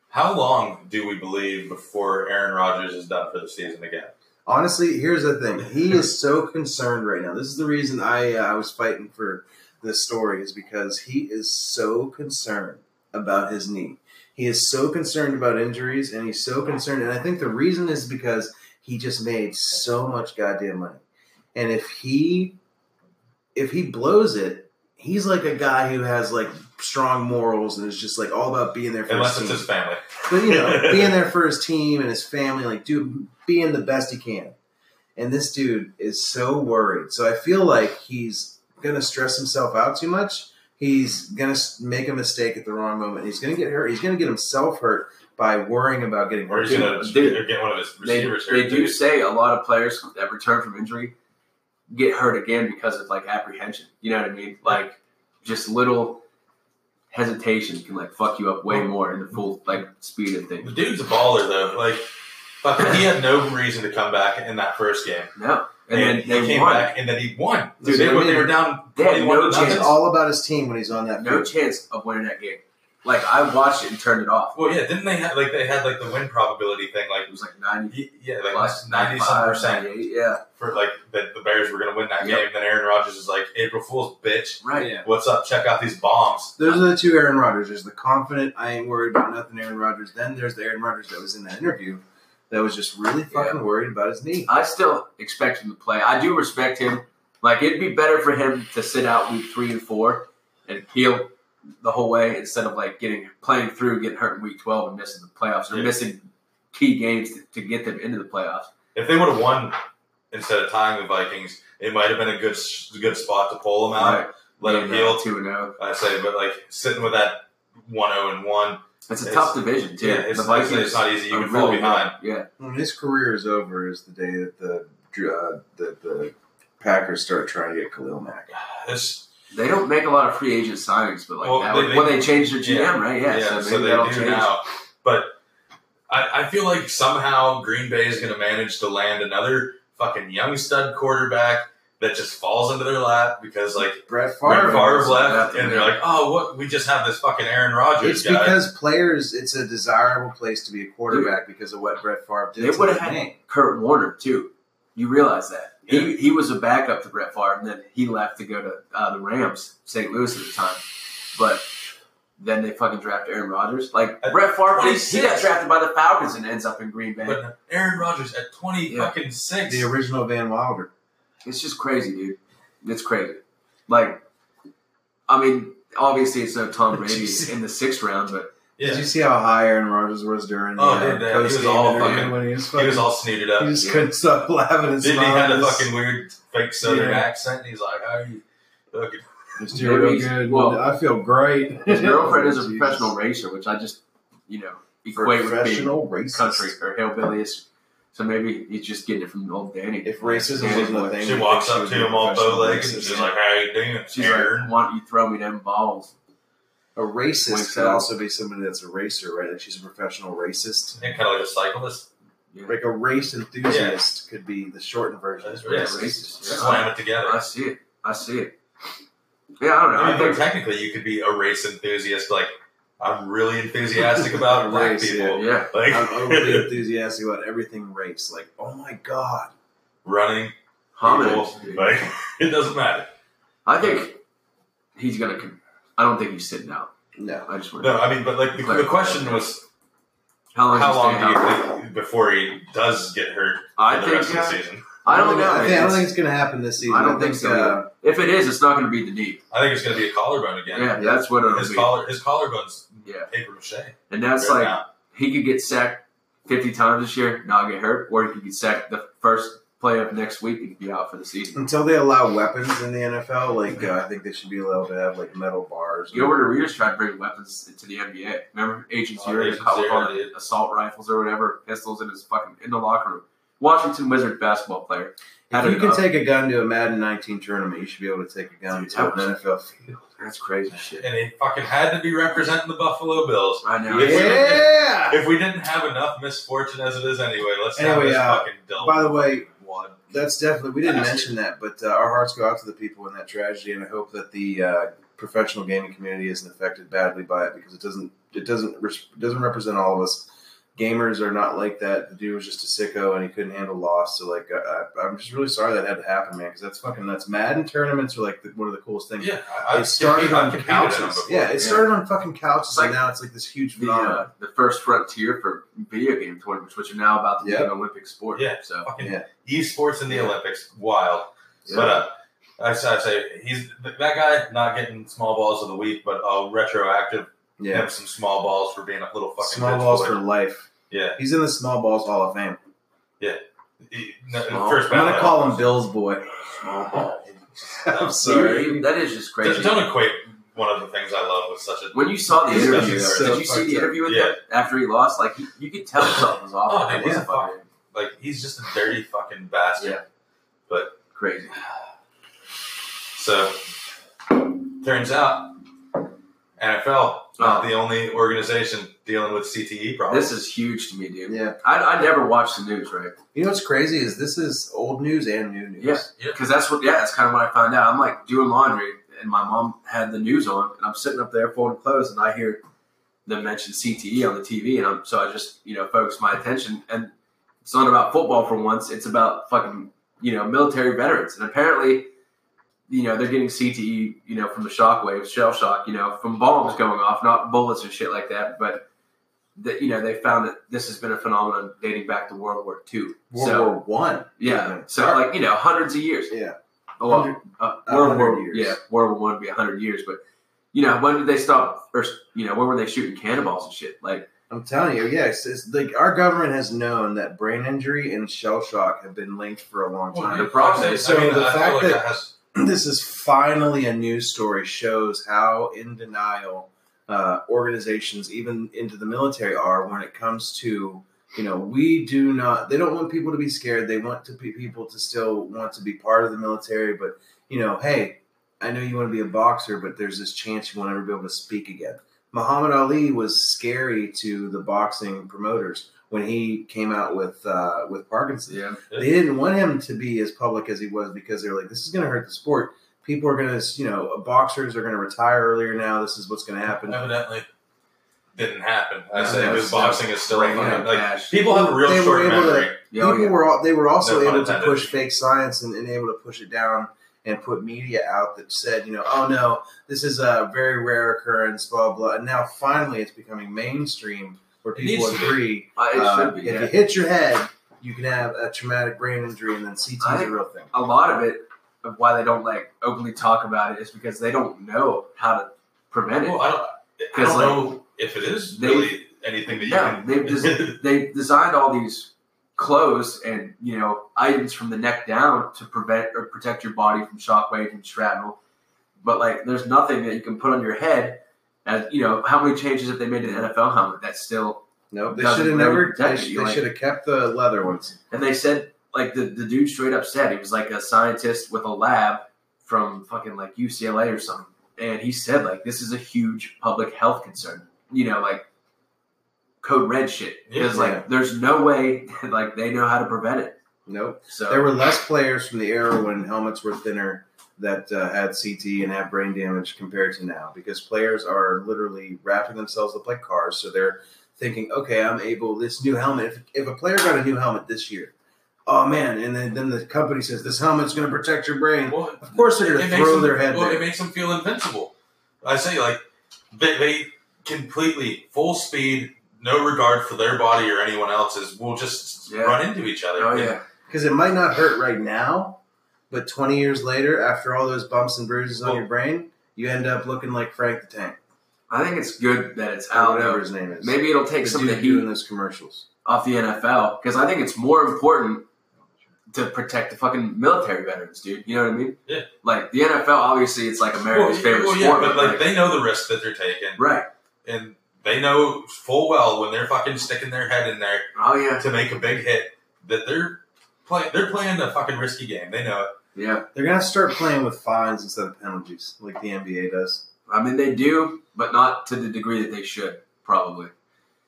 Speaker 2: How long do we believe before Aaron Rodgers is done for the season again?
Speaker 3: honestly, here's the thing. He is so concerned right now. This is the reason I uh, I was fighting for this story is because he is so concerned about his knee. He is so concerned about injuries, and he's so concerned. And I think the reason is because he just made so much goddamn money. And if he if he blows it, he's like a guy who has like strong morals and is just like all about being there for
Speaker 2: Unless
Speaker 3: his
Speaker 2: it's
Speaker 3: team.
Speaker 2: his family.
Speaker 3: But you know, being there for his team and his family, like, dude, being the best he can. And this dude is so worried. So I feel like he's gonna stress himself out too much. He's gonna s- make a mistake at the wrong moment. He's gonna get hurt. He's gonna get himself hurt by worrying about getting
Speaker 2: Or
Speaker 3: hurt.
Speaker 2: he's going to
Speaker 4: Dude.
Speaker 2: get one of his
Speaker 4: they,
Speaker 2: receivers
Speaker 4: they
Speaker 2: hurt,
Speaker 4: do
Speaker 2: dude.
Speaker 4: say a lot of players that return from injury get hurt again because of like apprehension. You know what I mean? Like just little hesitation can like fuck you up way more in the full like speed of
Speaker 2: The
Speaker 4: things.
Speaker 2: dude's a baller, though. Like, fuck, he had no reason to come back in that first game.
Speaker 4: No, and then
Speaker 2: he
Speaker 4: they
Speaker 2: came
Speaker 4: won.
Speaker 2: back, and then he won.
Speaker 3: That's
Speaker 2: Dude, they,
Speaker 3: what I
Speaker 2: were- they
Speaker 3: mean.
Speaker 2: were down
Speaker 4: They had
Speaker 2: 21
Speaker 4: no
Speaker 2: to nothing.
Speaker 3: It's all about his team when he's on that
Speaker 4: No
Speaker 3: field.
Speaker 4: chance of winning that game. Like I watched it and turned it off.
Speaker 2: Well, yeah, didn't they have, like, they had, like, the win probability thing, like,
Speaker 4: It was like ninety
Speaker 2: He- Yeah, like
Speaker 4: plus
Speaker 2: ninety some percent
Speaker 4: 98, Yeah,
Speaker 2: for like that the Bears were gonna win that
Speaker 4: Yep.
Speaker 2: game. Then Aaron Rodgers is like, April Fool's bitch.
Speaker 4: right.
Speaker 2: What's up? Check out these bombs.
Speaker 3: Those are the two Aaron Rodgers. There's the confident, I ain't worried about nothing Aaron Rodgers. Then there's the Aaron Rodgers that was in that interview that was just really fucking worried about his knee.
Speaker 4: I still expect him to play. I do respect him. Like it'd be better for him to sit out week three and four and heal the whole way instead of like getting playing through, getting hurt in week twelve and missing the playoffs or
Speaker 2: Yeah.
Speaker 4: missing key games to, to get them into the playoffs.
Speaker 2: If they would have won instead of tying the Vikings, it might have been a good s- good spot to pull them out, let them
Speaker 4: Being, uh,
Speaker 2: heal.
Speaker 4: two and zero.
Speaker 2: I say, but like sitting with that one zero and one,
Speaker 4: It's a
Speaker 2: It's-
Speaker 4: tough division too.
Speaker 2: yeah, it's,
Speaker 4: the
Speaker 2: like I
Speaker 4: Vikings
Speaker 2: say, it's not easy. You
Speaker 4: are
Speaker 2: can fall
Speaker 4: really
Speaker 2: behind.
Speaker 4: good. Yeah,
Speaker 3: When his career is over is the day that the uh, that the Packers start trying to get Khalil Mack.
Speaker 2: It's,
Speaker 4: They don't make a lot of free agent signings, but like
Speaker 2: Well,
Speaker 4: now,
Speaker 2: they- they-
Speaker 4: when they changed their GM,
Speaker 2: yeah,
Speaker 4: right?
Speaker 2: yeah,
Speaker 4: Yeah, so,
Speaker 2: so,
Speaker 4: maybe
Speaker 2: they
Speaker 4: that'll
Speaker 2: do
Speaker 4: change.
Speaker 2: now. But I, I feel like somehow Green Bay is going to manage to land another fucking young stud quarterback that just falls into their lap because like
Speaker 3: Brett
Speaker 2: Brett Favre
Speaker 4: was
Speaker 2: left
Speaker 4: drafted,
Speaker 2: and they're
Speaker 4: yeah.
Speaker 2: like, oh, what? We just have this fucking Aaron Rodgers
Speaker 3: It's
Speaker 2: guy.
Speaker 3: because players. It's a desirable place to be a quarterback because of what Brett Favre did.
Speaker 4: They
Speaker 3: to
Speaker 4: would have
Speaker 3: the
Speaker 4: had
Speaker 3: game.
Speaker 4: Kurt Warner too. You realize that
Speaker 2: Yeah.
Speaker 4: he he was a backup to Brett Favre, and then he left to go to uh, the Rams, St. Louis at the time. But then they fucking draft Aaron Rodgers. Like
Speaker 2: At
Speaker 4: Brett Favre, he- he got
Speaker 2: 26.
Speaker 4: drafted by the Falcons and ends up in Green Bay.
Speaker 2: but Aaron Rodgers at twenty
Speaker 4: Yeah.
Speaker 2: fucking six.
Speaker 3: the original Van Wilder.
Speaker 4: It's just crazy, dude. It's crazy. Like, I mean, obviously it's no Tom Brady
Speaker 3: Jeez.
Speaker 4: in the sixth round, but
Speaker 3: Did
Speaker 2: yeah,
Speaker 3: you see how high Aaron Rodgers was during
Speaker 2: Oh,
Speaker 3: the
Speaker 2: dude, that-
Speaker 3: uh,
Speaker 2: he was
Speaker 3: post game
Speaker 2: all
Speaker 3: interview
Speaker 2: fucking-
Speaker 3: when he was
Speaker 2: he
Speaker 3: fucking?
Speaker 2: was all sneered
Speaker 3: he
Speaker 2: up.
Speaker 3: just couldn't stop laughing and
Speaker 2: Then he had a
Speaker 3: smiling.
Speaker 2: fucking weird fake Southern
Speaker 3: Yeah.
Speaker 2: accent. And he's like, "How are you?" Fucking
Speaker 3: It's doing
Speaker 4: Maybe-
Speaker 3: good.
Speaker 4: well,
Speaker 3: I feel great.
Speaker 4: his girlfriend is a
Speaker 3: Jesus.
Speaker 4: professional racer, which I just, you know, equate with being
Speaker 3: professional racist.
Speaker 4: country or hillbillies. So maybe he's just getting it from old Danny.
Speaker 3: If racism
Speaker 4: Danny
Speaker 3: wasn't a
Speaker 4: boy.
Speaker 3: thing,
Speaker 2: she
Speaker 3: you
Speaker 2: walks
Speaker 3: think she
Speaker 2: up
Speaker 3: would
Speaker 2: to
Speaker 3: be a
Speaker 2: him all
Speaker 3: professional
Speaker 2: bow legged and
Speaker 3: racist.
Speaker 2: she's like, "How you doing,
Speaker 4: she's
Speaker 2: Aaron?"
Speaker 4: like, "Why don't you throw me them balls?"
Speaker 3: a racist
Speaker 4: Winks
Speaker 3: could
Speaker 4: out.
Speaker 3: also be somebody that's a racer, right? Like she's a professional racist.
Speaker 2: and kind of like a cyclist,
Speaker 3: Like a race enthusiast could be the shortened version. of
Speaker 2: That's Yeah,
Speaker 3: racist.
Speaker 4: racist. Yeah.
Speaker 2: slam it together.
Speaker 4: I see it. I see it. Yeah, I don't know.
Speaker 2: I
Speaker 4: I
Speaker 2: mean, but
Speaker 4: think
Speaker 2: technically, you could be a race enthusiast. Like, I'm really enthusiastic about black
Speaker 3: Race,
Speaker 2: people.
Speaker 4: yeah,
Speaker 3: I'm overly
Speaker 2: Like
Speaker 3: enthusiastic about everything race. Like, oh my god,
Speaker 2: running,
Speaker 4: hominids.
Speaker 2: people,
Speaker 4: dude.
Speaker 2: like it doesn't matter.
Speaker 4: I think he's gonna. Con- I don't think he's sitting out.
Speaker 3: no.
Speaker 4: I just want.
Speaker 2: No, I mean, but like the, the question was,
Speaker 4: How long? is
Speaker 2: how
Speaker 4: he
Speaker 2: long
Speaker 4: staying out?
Speaker 2: do you think before he does get hurt for
Speaker 4: I
Speaker 2: the
Speaker 4: think.
Speaker 2: rest of
Speaker 4: yeah.
Speaker 2: the season?
Speaker 4: I don't know.
Speaker 3: I, think, I
Speaker 4: man.
Speaker 3: don't think it's going to happen this season.
Speaker 4: I don't think so
Speaker 3: Uh,
Speaker 4: if it is, it's not going to be the knee.
Speaker 2: I think it's going to be a collarbone
Speaker 4: Yeah,
Speaker 2: again.
Speaker 4: that's what it'll
Speaker 2: His
Speaker 4: be.
Speaker 2: collar, his collarbone's
Speaker 4: Yeah,
Speaker 2: paper mache.
Speaker 4: and that's
Speaker 2: right
Speaker 4: like
Speaker 2: now.
Speaker 4: he could get sacked 50 times this year, not get hurt, or he could get sacked the first play of next week and be out for the season.
Speaker 3: until they allow weapons in the NFL, like uh, I think they should be allowed to have like metal bars.
Speaker 4: Gilbert Arenas tried to bring weapons into the NBA. Remember, Agent
Speaker 2: Oh,
Speaker 4: Zero
Speaker 2: Agent
Speaker 4: caught with
Speaker 2: Zero,
Speaker 4: all the
Speaker 2: dude.
Speaker 4: assault rifles or whatever, pistols in his fucking in the locker room. Washington Wizard basketball player.
Speaker 3: If
Speaker 4: Had uh,
Speaker 3: you
Speaker 4: it
Speaker 3: can
Speaker 4: up.
Speaker 3: take a gun to a Madden 19 tournament, you should be able to take a gun
Speaker 4: Dude,
Speaker 3: to
Speaker 4: that
Speaker 3: an NFL field.
Speaker 4: That's crazy shit.
Speaker 2: and he fucking had to be representing the Buffalo Bills.
Speaker 4: Right now,
Speaker 2: Yeah.
Speaker 3: Yeah.
Speaker 2: If we didn't have enough misfortune as it is anyway, let's have
Speaker 3: Anyway,
Speaker 2: this
Speaker 3: uh,
Speaker 2: fucking dumb
Speaker 3: By the way,
Speaker 2: one.
Speaker 3: that's definitely we didn't
Speaker 2: Bastard.
Speaker 3: mention that, but uh, our hearts go out to the people in that tragedy, and I hope that the uh, professional gaming community isn't affected badly by it because it doesn't it doesn't res- it doesn't represent all of us. Gamers are not like that. The dude was just a sicko and he couldn't handle loss. So like, I, I, I'm just really sorry that had to happen, man. Because that's fucking nuts. Madden tournaments are like the, one of the coolest things.
Speaker 2: Yeah, I, I
Speaker 3: it
Speaker 2: I've
Speaker 3: started on
Speaker 2: competed in them
Speaker 3: couches.
Speaker 2: before.
Speaker 3: Yeah, it started on fucking couches,
Speaker 4: It's like
Speaker 3: and now it's like this huge
Speaker 4: the
Speaker 3: phenomenon.
Speaker 4: uh, the first frontier for video game tournaments, which are now about to be
Speaker 3: Yeah.
Speaker 4: an Olympic sport.
Speaker 2: Yeah.
Speaker 4: So
Speaker 2: Fucking
Speaker 3: Yeah.
Speaker 2: esports in the
Speaker 4: Yeah.
Speaker 2: Olympics, wild.
Speaker 3: Yeah.
Speaker 2: But uh, I, s- I say he's that guy not getting small balls of the week, but I'll retroactive
Speaker 3: yeah,
Speaker 2: him some small balls for being a little fucking
Speaker 3: small
Speaker 2: bitch
Speaker 3: balls
Speaker 2: boy.
Speaker 3: for life.
Speaker 2: yeah.
Speaker 3: He's in the small balls hall of fame.
Speaker 2: He- no,
Speaker 4: Small-
Speaker 2: first
Speaker 3: I'm gonna
Speaker 2: ballot.
Speaker 3: call him Bill's boy.
Speaker 4: small ball.
Speaker 3: I'm
Speaker 4: Dude, that is just crazy.
Speaker 2: Just don't equate one of the things I love with such a
Speaker 4: When you saw the
Speaker 2: He's
Speaker 4: interview,
Speaker 2: so
Speaker 4: did you see
Speaker 3: fucked
Speaker 4: the
Speaker 3: up.
Speaker 4: interview with
Speaker 2: Yeah.
Speaker 4: him after he lost? Like he, you could tell something was off.
Speaker 2: Oh, dude,
Speaker 4: It
Speaker 2: what
Speaker 4: was
Speaker 2: the fuck?
Speaker 4: fucking
Speaker 2: like he's just a dirty fucking bastard.
Speaker 4: Yeah. crazy.
Speaker 2: So turns out NFL not
Speaker 4: Oh.
Speaker 2: the only organization dealing with CTE problems.
Speaker 4: This is huge to me, dude.
Speaker 3: Yeah.
Speaker 4: I, I never watched the news, right?
Speaker 3: You know what's crazy is this is old news and new news.
Speaker 4: Yeah. Because that's what, yeah, that's kind of what I found out. I'm like doing laundry, and my mom had the news on, and I'm sitting up there folding clothes, and I hear them mention CTE on the TV, and I'm so I just you know focus my attention, and it's not about football for once. It's about fucking you know military veterans, and apparently, you know they're getting CTE you know from the shockwaves, shell shock, you know from bombs going off, not bullets and shit like that, but. That you know, they found that this has been a phenomenon dating back to World War II.
Speaker 3: World
Speaker 4: so,
Speaker 3: War One.
Speaker 4: yeah. So like you know, hundreds of years.
Speaker 3: Yeah.
Speaker 4: Oh, well,
Speaker 3: Hundred-
Speaker 4: uh,
Speaker 3: a
Speaker 4: World
Speaker 3: hundred
Speaker 4: War
Speaker 3: years.
Speaker 4: Yeah, World War One would be hundred years, but you know, when did they stop? Or you know, when were they shooting cannonballs and shit? Like,
Speaker 3: I'm telling you, yes. It's like our government has known that brain injury and shell shock have been linked for a long
Speaker 2: Well,
Speaker 3: time.
Speaker 4: the problem
Speaker 2: I
Speaker 4: is-
Speaker 3: so
Speaker 2: mean,
Speaker 3: the
Speaker 2: I feel
Speaker 3: fact
Speaker 2: like
Speaker 3: that-
Speaker 2: has
Speaker 3: this is finally a news story shows how in denial uh, organizations, even into the military, are when it comes to you know, we do not. They don't want people to be scared. They want to be people to still want to be part of the military. But you know, hey, I know you want to be a boxer, but there's this chance you won't ever be able to speak again. Muhammad Ali was scary to the boxing promoters when he came out with uh, with Parkinson's.
Speaker 4: Yeah.
Speaker 3: They didn't want him to be as public as he was because they were like, this is going to hurt the sport. People are going to, you know, boxers are going to retire earlier now. This is what's going to happen.
Speaker 2: Evidently, didn't happen. I
Speaker 4: No,
Speaker 2: say
Speaker 3: no,
Speaker 2: because
Speaker 3: it's not
Speaker 2: boxing is still
Speaker 4: Right,
Speaker 2: a fucking-
Speaker 4: yeah,
Speaker 2: like
Speaker 4: cash.
Speaker 2: people have a real
Speaker 3: They were
Speaker 2: short
Speaker 3: able to-
Speaker 2: memory.
Speaker 4: oh, Yeah, oh,
Speaker 3: people
Speaker 4: yeah.
Speaker 3: were all, they were also
Speaker 2: No pun
Speaker 3: able to
Speaker 2: intended.
Speaker 3: push fake science and, and able to push it down and put media out that said, you know, oh no, this is a very rare occurrence, blah blah. And now finally, it's becoming mainstream where
Speaker 2: It needs
Speaker 3: people
Speaker 2: to be.
Speaker 3: agree.
Speaker 4: Uh, it
Speaker 3: uh,
Speaker 4: should be.
Speaker 3: if
Speaker 4: yeah.
Speaker 3: you hit your head, you can have a traumatic brain injury, and then CT is
Speaker 4: I-
Speaker 3: a real thing.
Speaker 4: a lot of it of why they don't like openly talk about it is because they don't know how to prevent
Speaker 2: Well,
Speaker 4: it.
Speaker 2: I don't, I
Speaker 4: 'Cause,
Speaker 2: don't
Speaker 4: like,
Speaker 2: know if it is
Speaker 4: they-
Speaker 2: really anything that you
Speaker 4: Yeah,
Speaker 2: can.
Speaker 4: they've just, they've designed all these clothes and you know items from the neck down to prevent or protect your body from shockwave and shrapnel, but like there's nothing that you can put on your head. As you know, how many changes have they made to the NFL helmet? That's still
Speaker 3: No, they
Speaker 4: Doesn't
Speaker 3: should have
Speaker 4: really
Speaker 3: never. They,
Speaker 4: protect
Speaker 3: sh-
Speaker 4: you,
Speaker 3: they
Speaker 4: like-
Speaker 3: should have kept the leather ones.
Speaker 4: And they said, like, the, the dude straight up said he was like a scientist with a lab from fucking like UCLA or something. And he said, like, this is a huge public health concern. You know, like, code red shit. Because,
Speaker 3: Yeah.
Speaker 4: like, there's no way, that, like, they know how to prevent it.
Speaker 3: Nope.
Speaker 4: So,
Speaker 3: There were less players from the era when helmets were thinner that uh, had CT and had brain damage compared to now because players are literally wrapping themselves up like cars. So they're thinking, okay, I'm able, this new helmet, if, if a player got a new helmet this year, oh man, and then, then the company says, this helmet's going to protect your brain.
Speaker 2: Well,
Speaker 3: Of course they're going
Speaker 2: it
Speaker 3: to
Speaker 2: makes
Speaker 3: throw
Speaker 2: them-
Speaker 3: their head
Speaker 2: Well,
Speaker 3: there.
Speaker 2: it makes them feel invincible. I say, like, they, they completely full speed, no regard for their body or anyone else's, will just
Speaker 4: Yeah.
Speaker 2: run into each other.
Speaker 4: oh, yeah.
Speaker 3: Because it might not hurt right now, but 20 years later, after all those bumps and bruises on
Speaker 2: Well-
Speaker 3: your brain, you end up looking like Frank the Tank,
Speaker 4: I think it's good that it's
Speaker 3: or
Speaker 4: out.
Speaker 3: whatever
Speaker 4: Though.
Speaker 3: his name is.
Speaker 4: Maybe it'll take
Speaker 3: the
Speaker 4: some of the
Speaker 3: dude
Speaker 4: heat
Speaker 3: doing those commercials.
Speaker 4: off the NFL. Because I think it's more important to protect the fucking military veterans, dude. You know what I mean?
Speaker 2: Yeah.
Speaker 4: Like, the NFL, obviously, it's like America's
Speaker 2: Well, yeah,
Speaker 4: favorite
Speaker 2: well, yeah,
Speaker 4: sport.
Speaker 2: but like
Speaker 4: like-
Speaker 2: they know the risk that they're taking,
Speaker 4: Right.
Speaker 2: and they know full well when they're fucking sticking their head in there
Speaker 4: Oh yeah.
Speaker 2: to make a big hit that they're playing. They're playing a fucking risky game. They know it.
Speaker 4: Yeah.
Speaker 3: They're gonna have to start playing with fines instead of penalties, like the NBA does.
Speaker 4: I mean they do, but not to the degree that they should, probably.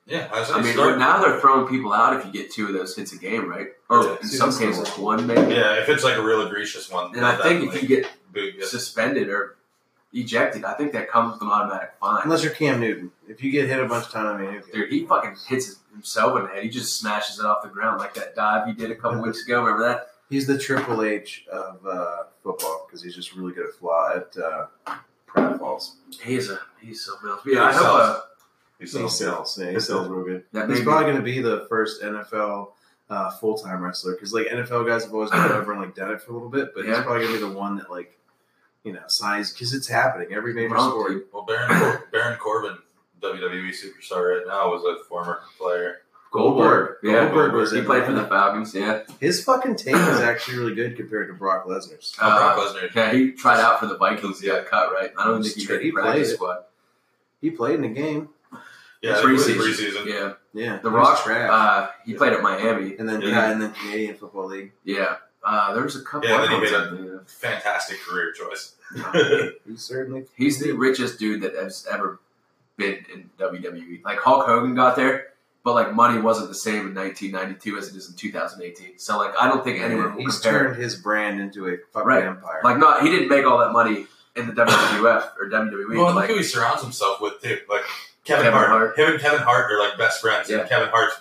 Speaker 2: Yeah, I, was
Speaker 4: I mean
Speaker 2: start,
Speaker 4: now they're throwing people out if you get two of those hits a game, right? Or
Speaker 2: Yeah.
Speaker 4: in some cases one maybe.
Speaker 2: yeah. If it's like a real egregious one,
Speaker 4: And I think if you get
Speaker 2: boot, yeah.
Speaker 4: suspended or ejected, I think that comes with an automatic fine.
Speaker 3: Unless you're Cam Newton, if you get hit a bunch of times, I mean, okay.
Speaker 4: Dude, he fucking hits himself in the head. He just smashes it off the ground like that dive he did a couple weeks ago. Remember that?
Speaker 3: he's the Triple H of uh, football because he's just really good at flaw at uh, pratfalls.
Speaker 4: He's a he's something else. But yeah, I
Speaker 2: He
Speaker 4: hope
Speaker 2: sells.
Speaker 4: uh,
Speaker 2: You
Speaker 3: He
Speaker 2: sell
Speaker 3: sells, yeah, he sells real good.
Speaker 4: that
Speaker 3: He's
Speaker 4: maybe
Speaker 3: probably gonna be the first NFL uh, full time wrestler because like NFL guys have always gone over and like done it for a little bit, but he's
Speaker 4: Yeah.
Speaker 3: probably gonna be the one that like you know signs because it's happening every major
Speaker 4: Wrong,
Speaker 3: sport.
Speaker 4: dude.
Speaker 2: Well, Baron Cor- Baron Corbin, WWE superstar right now, was a former player.
Speaker 4: Goldberg. Yeah,
Speaker 3: Goldberg was
Speaker 4: He
Speaker 3: in
Speaker 4: played for
Speaker 3: there.
Speaker 4: the Falcons, yeah.
Speaker 3: His fucking tape is actually really good compared to Brock Lesnar's.
Speaker 2: Oh, Brock
Speaker 4: Uh,
Speaker 2: Lesnar.
Speaker 4: Yeah, he tried out for the Vikings. He got cut, right? I don't think he
Speaker 3: Straight
Speaker 4: made the
Speaker 3: plays
Speaker 4: practice
Speaker 3: it.
Speaker 4: squad.
Speaker 3: He played in a game.
Speaker 2: Yeah, I think it was
Speaker 4: preseason.
Speaker 2: preseason.
Speaker 4: Yeah,
Speaker 3: Yeah,
Speaker 4: the
Speaker 3: he was
Speaker 4: Rock.
Speaker 3: trash.
Speaker 4: Uh, he
Speaker 3: Yeah.
Speaker 4: played at Miami.
Speaker 3: and then
Speaker 2: yeah.
Speaker 3: yeah. and then Canadian Football League.
Speaker 4: Yeah, uh, there was a couple.
Speaker 2: Yeah, then he
Speaker 4: other
Speaker 2: made
Speaker 4: ones, I think,
Speaker 2: Fantastic career choice.
Speaker 4: yeah.
Speaker 3: He certainly.
Speaker 4: He's the richest dude that has ever been in WWE. Like Hulk Hogan got there, but like money wasn't the same in 1992 as it is in 2018. So like, I don't think anyone will
Speaker 3: he's
Speaker 4: compare.
Speaker 3: turned his brand into a fucking
Speaker 4: Right.
Speaker 3: empire.
Speaker 4: Like, not he didn't make all that money in the WWF or WWE.
Speaker 2: Well,
Speaker 4: but,
Speaker 2: and look
Speaker 4: like,
Speaker 2: who he surrounds himself with too. Like Kevin,
Speaker 4: Kevin
Speaker 2: Hart.
Speaker 4: Hart.
Speaker 2: Him and Kevin Hart are like best friends.
Speaker 4: Yeah.
Speaker 2: And Kevin Hart's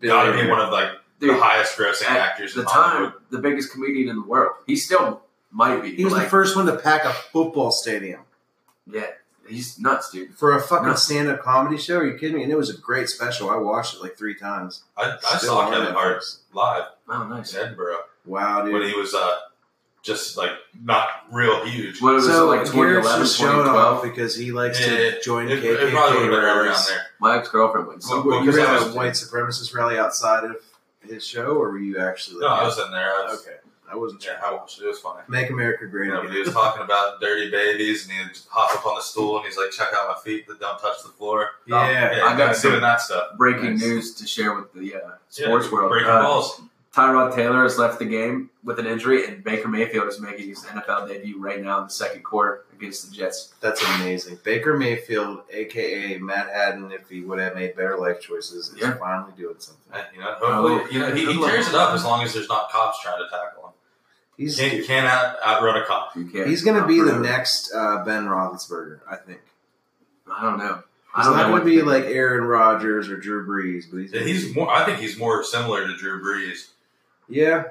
Speaker 3: Billionaire.
Speaker 2: gotta be one of like the
Speaker 4: dude,
Speaker 2: highest grossing
Speaker 4: at
Speaker 2: actors
Speaker 4: the
Speaker 2: in Hollywood.
Speaker 4: time, the biggest comedian in the world. He still might be.
Speaker 3: he was
Speaker 4: but,
Speaker 3: the
Speaker 4: like,
Speaker 3: first one to pack a football stadium
Speaker 4: Yeah, he's nuts, dude.
Speaker 3: for a fucking
Speaker 4: No.
Speaker 3: stand-up comedy show. Are you kidding me? And it was a great special. I watched it like three times.
Speaker 2: I, I
Speaker 3: Still
Speaker 2: saw
Speaker 3: on
Speaker 2: Kevin
Speaker 3: Netflix.
Speaker 2: Hart live
Speaker 4: Oh, nice.
Speaker 2: in Edinburgh
Speaker 3: Wow, dude.
Speaker 2: when he was uh, just like not real huge.
Speaker 4: What was
Speaker 3: so
Speaker 4: it like
Speaker 3: Garrett's
Speaker 4: 2011,
Speaker 3: just showing off
Speaker 4: 2012?
Speaker 3: because he likes
Speaker 2: Yeah,
Speaker 3: to join
Speaker 2: It,
Speaker 3: KKK
Speaker 2: it probably would have been right around
Speaker 3: rallies.
Speaker 2: there.
Speaker 4: My ex girlfriend went.
Speaker 3: So
Speaker 2: Well,
Speaker 3: were
Speaker 2: well,
Speaker 3: you
Speaker 2: because I
Speaker 3: at a
Speaker 2: was-
Speaker 3: white supremacist rally outside of his show, or were you actually?
Speaker 2: No, I was in there. I was,
Speaker 3: okay. I wasn't sure.
Speaker 2: Yeah, I watched it. It was funny.
Speaker 3: Make America Great
Speaker 2: You know,
Speaker 3: Again.
Speaker 2: he was talking about dirty babies, and he'd hop up on the stool and he's like, "Check out my feet that don't touch the floor."
Speaker 3: Yeah.
Speaker 2: Yeah,
Speaker 4: I got
Speaker 2: he's
Speaker 4: some-
Speaker 2: doing that stuff.
Speaker 4: Breaking
Speaker 3: Nice.
Speaker 4: news to share with the uh,
Speaker 2: Yeah,
Speaker 4: sports world.
Speaker 2: breaking
Speaker 4: Uh,
Speaker 2: balls.
Speaker 4: Tyrod Taylor has left the game with an injury, and Baker Mayfield is making his NFL debut right now in the second quarter against the Jets.
Speaker 3: That's amazing. Baker Mayfield, aka Matt Haddon, if he would have made better life choices, is
Speaker 4: Yeah.
Speaker 3: finally doing something.
Speaker 2: You know, hopefully,
Speaker 4: Oh,
Speaker 2: you know, he, he
Speaker 4: good luck.
Speaker 2: tears it up as long as there's not cops trying to tackle him.
Speaker 3: He's
Speaker 2: Can't, can't out, outrun a cop.
Speaker 4: You can't-
Speaker 3: he's going to be the
Speaker 4: Forever.
Speaker 3: next uh, Ben Roethlisberger, I think.
Speaker 4: I don't know. I
Speaker 3: He's
Speaker 4: don't
Speaker 3: not
Speaker 4: know
Speaker 3: going
Speaker 4: what
Speaker 3: to be
Speaker 4: think.
Speaker 3: like Aaron Rodgers or Drew Brees, but he's
Speaker 2: Yeah, He's more. I think he's more similar to Drew Brees.
Speaker 3: yeah.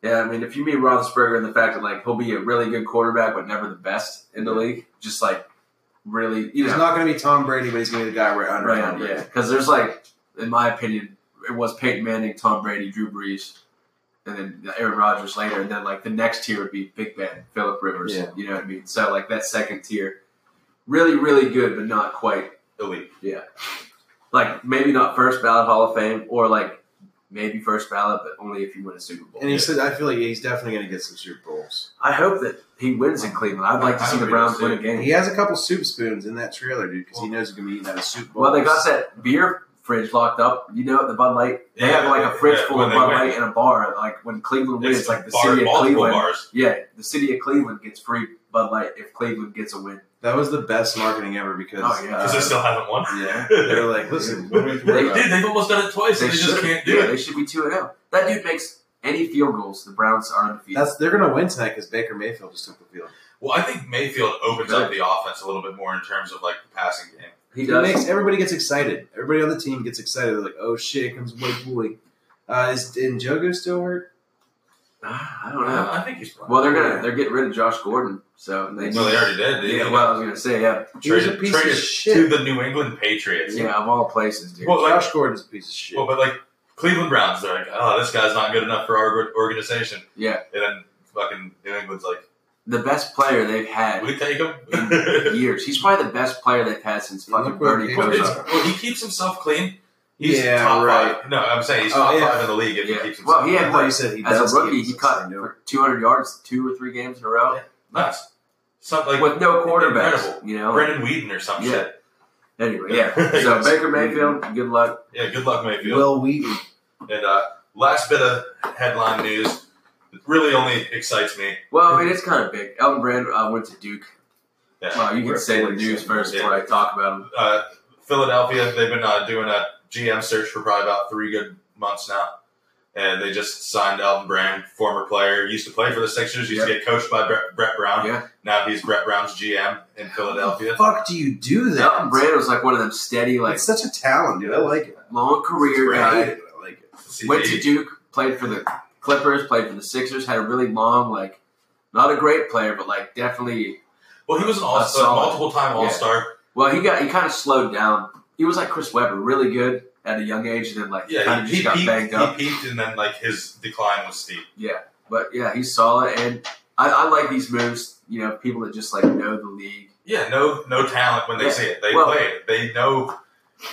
Speaker 4: Yeah, I mean, if you meet Roethlisberger and the fact that like he'll be a really good quarterback, but never the best in the league, just like really, you
Speaker 3: He's
Speaker 4: know,
Speaker 3: not going to be Tom Brady, but he's going to be the guy right under
Speaker 4: right?
Speaker 3: Tom Brady.
Speaker 4: Yeah, because there's like, in my opinion, it was Peyton Manning, Tom Brady, Drew Brees, and then Aaron Rodgers later, and then like the next tier would be Big Ben, Philip Rivers.
Speaker 3: Yeah.
Speaker 4: You know what I mean? So like that second tier, really, really good, but not quite
Speaker 2: Elite.
Speaker 4: like maybe not first ballot Hall of Fame or like maybe first ballot, but only if you win a Super Bowl.
Speaker 3: And he said, I feel like he's definitely going to get some Super Bowls.
Speaker 4: I hope that he wins in Cleveland. I'd like to
Speaker 2: I
Speaker 4: see the
Speaker 2: hope he
Speaker 4: Browns
Speaker 2: does,
Speaker 4: win a
Speaker 2: too.
Speaker 4: game.
Speaker 3: And he has a couple soup spoons in that trailer, dude, because he knows he's going to be eating out of soup bowls.
Speaker 4: Well, they got that beer fridge locked up. You know, at the Bud Light, they
Speaker 2: Yeah,
Speaker 4: have like a fridge
Speaker 2: yeah,
Speaker 4: full
Speaker 2: when
Speaker 4: of
Speaker 2: they
Speaker 4: Bud
Speaker 2: win.
Speaker 4: Light in a bar. Like when Cleveland wins,
Speaker 2: It's
Speaker 4: like the
Speaker 2: bar,
Speaker 4: city of
Speaker 2: multiple
Speaker 4: Cleveland.
Speaker 2: bars.
Speaker 4: Yeah, the city of Cleveland gets free Bud Light if Cleveland gets a win.
Speaker 3: That was the best marketing ever because.
Speaker 4: Oh, yeah.
Speaker 2: Because
Speaker 3: uh,
Speaker 2: they still haven't won.
Speaker 3: yeah. They're like, listen, what are we doing about
Speaker 2: Dude, they've almost done it twice, and they
Speaker 4: should,
Speaker 2: just can't do
Speaker 4: yeah,
Speaker 2: it.
Speaker 4: They should be two and zero. That dude makes any field goals. The Browns are undefeated.
Speaker 3: That's they're gonna win tonight because Baker Mayfield just took the field.
Speaker 2: Well, I think Mayfield opens up the offense a little bit more in terms of like the passing game.
Speaker 4: he
Speaker 3: It
Speaker 4: does.
Speaker 3: makes everybody gets excited. Everybody on the team gets excited. They're like, "Oh shit, here comes Blake Woolley." Uh, is and Jogo still hurt?
Speaker 4: Ah, I don't know.
Speaker 2: I think he's playing.
Speaker 4: Well, they're gonna they're getting rid of Josh Gordon, so they.
Speaker 2: no, they already did. They
Speaker 4: yeah, well, I was gonna say yeah,
Speaker 3: He was a
Speaker 2: traded,
Speaker 3: piece
Speaker 2: traded
Speaker 3: of
Speaker 2: to
Speaker 3: shit.
Speaker 2: the New England Patriots.
Speaker 4: yeah, of all places, dude.
Speaker 2: Well, like,
Speaker 3: Josh Gordon's a piece of shit.
Speaker 2: well, but like Cleveland Browns, they're like, oh, this guy's not good enough for our organization.
Speaker 4: Yeah.
Speaker 2: and then fucking New England's like,
Speaker 4: the best player they've had
Speaker 2: we take him.
Speaker 4: in years. He's probably the best player they've had since
Speaker 3: Look
Speaker 4: fucking
Speaker 3: where
Speaker 4: Bernie
Speaker 3: he
Speaker 2: well,
Speaker 3: was.
Speaker 4: Kosar.
Speaker 2: it's- well, he keeps himself clean. He's
Speaker 3: Yeah,
Speaker 2: top
Speaker 3: right.
Speaker 2: five. No, I'm saying he's
Speaker 3: Oh,
Speaker 2: top
Speaker 3: yeah.
Speaker 2: five in the league if
Speaker 4: Yeah.
Speaker 2: he keeps himself.
Speaker 4: Well, he
Speaker 3: I
Speaker 4: had
Speaker 3: thought
Speaker 4: like,
Speaker 3: you said he
Speaker 4: as
Speaker 3: does
Speaker 4: a rookie,
Speaker 3: keep
Speaker 4: he
Speaker 3: himself
Speaker 4: caught
Speaker 3: sustained over.
Speaker 4: for 200 yards two or three games in a row
Speaker 2: nice. Some, like
Speaker 4: with no quarterbacks.
Speaker 2: incredible.
Speaker 4: You know.
Speaker 2: Brendan Whedon or some
Speaker 4: Yeah.
Speaker 2: shit.
Speaker 4: Anyway, yeah. So Baker Mayfield, good luck.
Speaker 2: Yeah, good luck, Mayfield.
Speaker 3: Will Wheaton.
Speaker 2: And uh, last bit of headline news that really only excites me.
Speaker 4: Well, I mean, it's kind of big. Elton Brand uh, went to Duke.
Speaker 2: Yeah.
Speaker 4: Well, you
Speaker 3: We're
Speaker 4: can say the
Speaker 3: forty
Speaker 4: news
Speaker 3: seconds
Speaker 4: first
Speaker 2: in.
Speaker 4: before I talk about him.
Speaker 2: Uh, Philadelphia, they've been uh, doing a GM search for probably about three good months now. And they just signed Elton Brand, former player, used to play for the Sixers, used to get coached by Brett, Brett Brown.
Speaker 4: Yeah.
Speaker 2: Now he's Brett Brown's GM in Philadelphia.
Speaker 3: Fuck, do you do that?
Speaker 4: Elton Brand was like one of them steady, like
Speaker 3: it's such a talent, dude. I like it.
Speaker 4: long career
Speaker 3: I hate
Speaker 4: guy.
Speaker 3: it, but I like it.
Speaker 4: Went to Duke, played for the Clippers, played for the Sixers. Had a really long, like not a great player, but like definitely.
Speaker 2: well, he was an
Speaker 4: A
Speaker 2: all-star,
Speaker 4: solid-
Speaker 2: multiple-time
Speaker 4: yeah.
Speaker 2: All-Star.
Speaker 4: Well, he got he kind of slowed down. He was like Chris Webber, really good at a young age, and then like kind
Speaker 2: Yeah,
Speaker 4: of
Speaker 2: he,
Speaker 4: just
Speaker 2: he
Speaker 4: got banged
Speaker 2: peaked,
Speaker 4: up.
Speaker 2: he peaked, and then like his decline was steep.
Speaker 4: But yeah, he's solid, and I, I like these moves. You know, people that just like know the league.
Speaker 2: Yeah, no, no talent when they
Speaker 4: Yeah.
Speaker 2: see it. They
Speaker 4: Well-
Speaker 2: play it. They know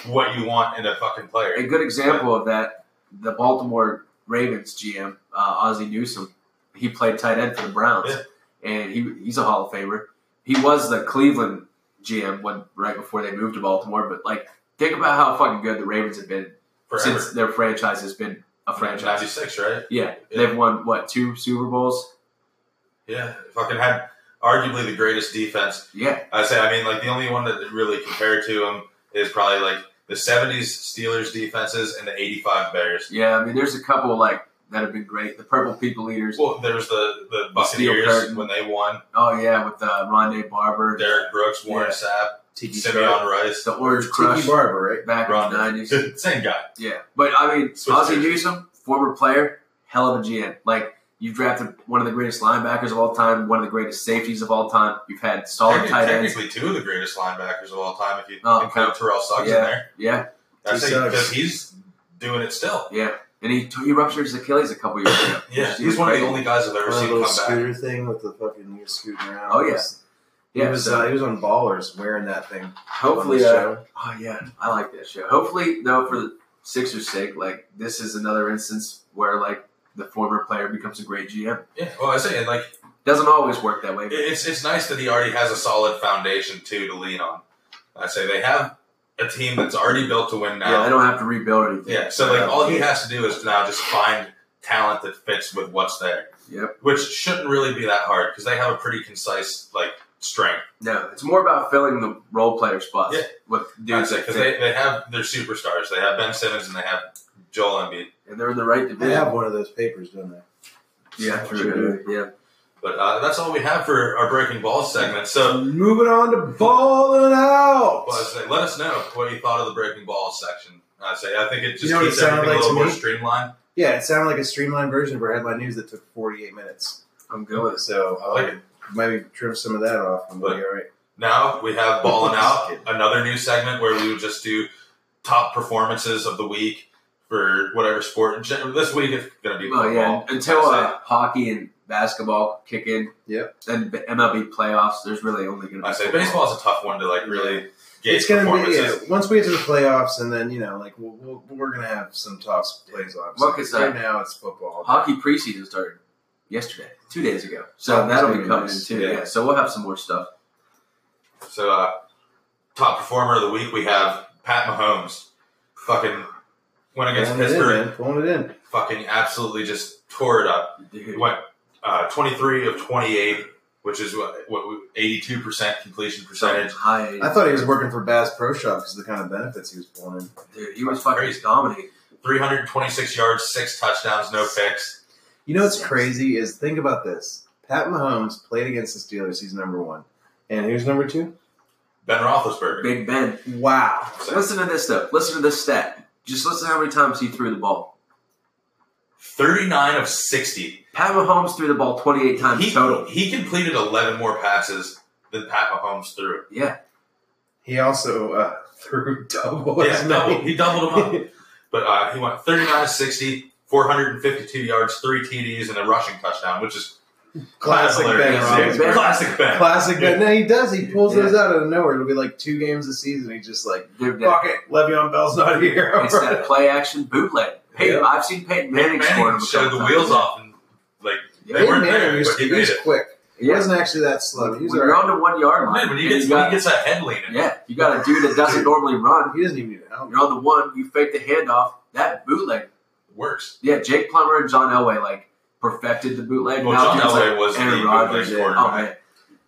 Speaker 2: what you want in a fucking player.
Speaker 4: A good example of that, the Baltimore Ravens GM uh, Ozzie Newsome, he played tight end for the Browns,
Speaker 2: Yeah.
Speaker 4: and he he's a Hall of Famer. He was the Cleveland GM when right before they moved to Baltimore. But like, think about how fucking good the Ravens have been
Speaker 2: Forever.
Speaker 4: since their franchise has been a franchise.
Speaker 2: '96, right?
Speaker 4: Yeah,
Speaker 2: Yeah.
Speaker 4: they've won what two Super Bowls?
Speaker 2: Yeah, fucking had arguably the greatest defense.
Speaker 4: Yeah,
Speaker 2: I say, I mean, like the only one that really compared to him is probably like the '70s Steelers defenses and the '85 Bears.
Speaker 4: yeah. I mean, there's a couple like that have been great. The Purple People Eaters.
Speaker 2: Well, there was the the
Speaker 4: Steel
Speaker 2: Buccaneers
Speaker 4: curtain.
Speaker 2: when they won.
Speaker 4: Oh yeah, with uh, Rondé Barber,
Speaker 2: Derek Brooks, Warren Sapp,
Speaker 3: Tiki
Speaker 2: Simeon Rice,
Speaker 4: the Orange Crush
Speaker 3: Tiki Barber, right?
Speaker 4: back
Speaker 2: Rondé.
Speaker 4: in the nineties.
Speaker 2: same guy.
Speaker 4: yeah, but I mean,
Speaker 2: Switch
Speaker 4: Ozzie
Speaker 2: gears.
Speaker 4: Newsome, former player, hell of a GM. Like you drafted one of the greatest linebackers of all time, one of the greatest safeties of all time. You've had solid
Speaker 2: Technically,
Speaker 4: tight ends.
Speaker 2: technically two of the greatest linebackers of all time. If you
Speaker 4: Oh,
Speaker 2: include Terrell Suggs in there,
Speaker 4: Yeah,
Speaker 2: I
Speaker 3: Two
Speaker 2: say
Speaker 3: Suggs.
Speaker 2: because he's doing it still.
Speaker 4: yeah. And he he ruptured his Achilles a couple years ago.
Speaker 2: Yeah,
Speaker 4: Which
Speaker 2: he's one of the
Speaker 4: crazy.
Speaker 2: only guys I've ever
Speaker 3: One
Speaker 2: seen
Speaker 3: little
Speaker 2: come back.
Speaker 3: scooter thing with the fucking you're scooting around.
Speaker 4: Oh, yeah.
Speaker 3: He
Speaker 4: Yeah,
Speaker 3: was
Speaker 4: so-
Speaker 3: uh, he was on Ballers wearing that thing. on
Speaker 4: Hopefully,
Speaker 3: the
Speaker 4: uh,
Speaker 3: show.
Speaker 4: Oh yeah, I like that show. Hopefully, though, for the Sixers' sake, like this is another instance where like the former player becomes a great GM.
Speaker 2: Yeah. Well, I say, and like,
Speaker 4: Doesn't always work that way.
Speaker 2: it- it's it's nice that he already has a solid foundation too to lean on. I say they have a team that's already built to win
Speaker 4: Yeah,
Speaker 2: now.
Speaker 4: they don't have to rebuild anything. Uh,
Speaker 2: Yeah, so like all he has to do is now just find talent that fits with what's there.
Speaker 4: Yep.
Speaker 2: Which shouldn't really be that hard because they have a pretty concise like strength.
Speaker 4: No, it's more about filling the role player spots
Speaker 2: Yeah.
Speaker 4: with dudes that
Speaker 2: because
Speaker 4: fit.
Speaker 2: they, they have their superstars. They have Ben Simmons and they have Joel Embiid.
Speaker 4: and they're in the right
Speaker 3: They
Speaker 4: division.
Speaker 3: have one of those papers, don't they?
Speaker 4: Yeah,
Speaker 3: Sure
Speaker 4: true. Yeah.
Speaker 2: But uh, that's all we have for our breaking balls segment. So
Speaker 3: Moving on to balling out.
Speaker 2: well, I say, let us know what you thought of the breaking balls section. I say I think it just
Speaker 3: You know what it
Speaker 2: keeps
Speaker 3: sounded
Speaker 2: everything a
Speaker 3: like
Speaker 2: little
Speaker 3: to
Speaker 2: more
Speaker 3: me?
Speaker 2: streamlined.
Speaker 3: Yeah, it sounded like a streamlined version of our headline news that took 48 minutes.
Speaker 4: I'm good with it.
Speaker 3: So
Speaker 2: I like
Speaker 3: um, maybe trim some of that off and we'll be all right.
Speaker 2: Now we have balling
Speaker 3: Just
Speaker 2: out,
Speaker 3: kidding.
Speaker 2: another new segment where we would just do top performances of the week for whatever sport. In gen- This week it's going to be
Speaker 4: Oh,
Speaker 2: football.
Speaker 4: yeah. Until
Speaker 2: I'd say-
Speaker 4: uh, hockey and basketball kick in.
Speaker 3: Yep.
Speaker 4: And b- MLB playoffs, there's really only going to be
Speaker 2: I say
Speaker 4: football.
Speaker 2: baseball's a tough one to like really gauge
Speaker 3: it's gonna be yeah,
Speaker 2: performances.
Speaker 3: once we get to the playoffs, and then you know, like we'll, we'll, we're gonna have some tough plays off.
Speaker 4: Look, it's, uh,
Speaker 3: right now it's football.
Speaker 4: Hockey preseason started yesterday, two days ago. So
Speaker 3: Oh, that's
Speaker 4: that'll
Speaker 3: gonna
Speaker 4: be
Speaker 3: be
Speaker 4: coming
Speaker 3: nice.
Speaker 4: too.
Speaker 2: Yeah.
Speaker 4: yeah. So we'll have some more stuff.
Speaker 2: So uh, top performer of the week we have Pat Mahomes. Fucking went against
Speaker 3: Pulling it in,
Speaker 2: Pittsburgh.
Speaker 3: man. Pulling it in.
Speaker 2: fucking absolutely just tore it up. He
Speaker 4: Dude.
Speaker 2: went uh, 23 of 28, which is what, what we- 82% completion percentage.
Speaker 4: High,
Speaker 3: I thought he was working for Bass Pro Shop because of the kind of benefits he was pulling in.
Speaker 4: dude, he was fucking
Speaker 2: Crazy.
Speaker 4: dominating.
Speaker 2: 326 yards, six touchdowns, no picks.
Speaker 3: You know what's crazy is think about this: Pat Mahomes played against the Steelers. He's number one, and who's number two?
Speaker 2: Ben Roethlisberger.
Speaker 4: Big Ben.
Speaker 3: Wow,
Speaker 4: Listen to this though. Listen to this stat. Just listen to how many times he threw the ball.
Speaker 2: 39 of 60.
Speaker 4: Pat Mahomes threw the ball 28 times
Speaker 2: He,
Speaker 4: total.
Speaker 2: he completed 11 more passes than Pat Mahomes threw.
Speaker 4: Yeah,
Speaker 3: he also uh, threw double.
Speaker 2: Yeah,
Speaker 3: his
Speaker 2: double,
Speaker 3: money.
Speaker 2: he doubled him up. But uh, he went 39 of 60, 452 yards, three TDs, and a rushing touchdown, which is
Speaker 3: Classic Ben
Speaker 2: hilarious.
Speaker 3: Roethlisberger.
Speaker 4: Roethlisberger.
Speaker 2: Classic Ben.
Speaker 3: Classic Ben. No, he does. He pulls
Speaker 4: Yeah.
Speaker 3: those out out of nowhere. It'll be like two games a season. He just like,
Speaker 4: they're dead.
Speaker 3: fuck it, Le'Veon Bell's not here.
Speaker 4: It's that play action bootleg. Hey,
Speaker 3: Yeah.
Speaker 4: I've seen Peyton Manning,
Speaker 2: Manning
Speaker 4: score him a
Speaker 2: showed
Speaker 4: couple
Speaker 2: the
Speaker 4: times.
Speaker 2: wheels off and like they
Speaker 3: Peyton
Speaker 2: weren't
Speaker 3: Manning
Speaker 2: there,
Speaker 3: used
Speaker 2: but
Speaker 3: to-
Speaker 2: he
Speaker 3: he
Speaker 2: made
Speaker 3: was
Speaker 2: it.
Speaker 3: quick. He
Speaker 4: Yeah.
Speaker 3: wasn't actually that slow. He
Speaker 4: When
Speaker 3: was
Speaker 4: you're
Speaker 3: alright.
Speaker 4: on the one yard line,
Speaker 2: Dude, when
Speaker 4: and
Speaker 2: he gets
Speaker 4: you
Speaker 2: when he
Speaker 4: got,
Speaker 2: gets that head leaning,
Speaker 4: yeah, you got a dude that doesn't normally run.
Speaker 3: He doesn't even need help.
Speaker 4: You're on the one. You fake the handoff. That bootleg.
Speaker 2: it works.
Speaker 4: Yeah, Jake Plummer and John Elway like perfected the bootleg.
Speaker 2: Well,
Speaker 4: Now
Speaker 2: John
Speaker 4: dudes
Speaker 2: Elway
Speaker 4: like
Speaker 2: was
Speaker 4: Aaron
Speaker 2: the
Speaker 4: Rodgers.
Speaker 2: bootleg
Speaker 4: yeah. Oh man.
Speaker 2: quarterback.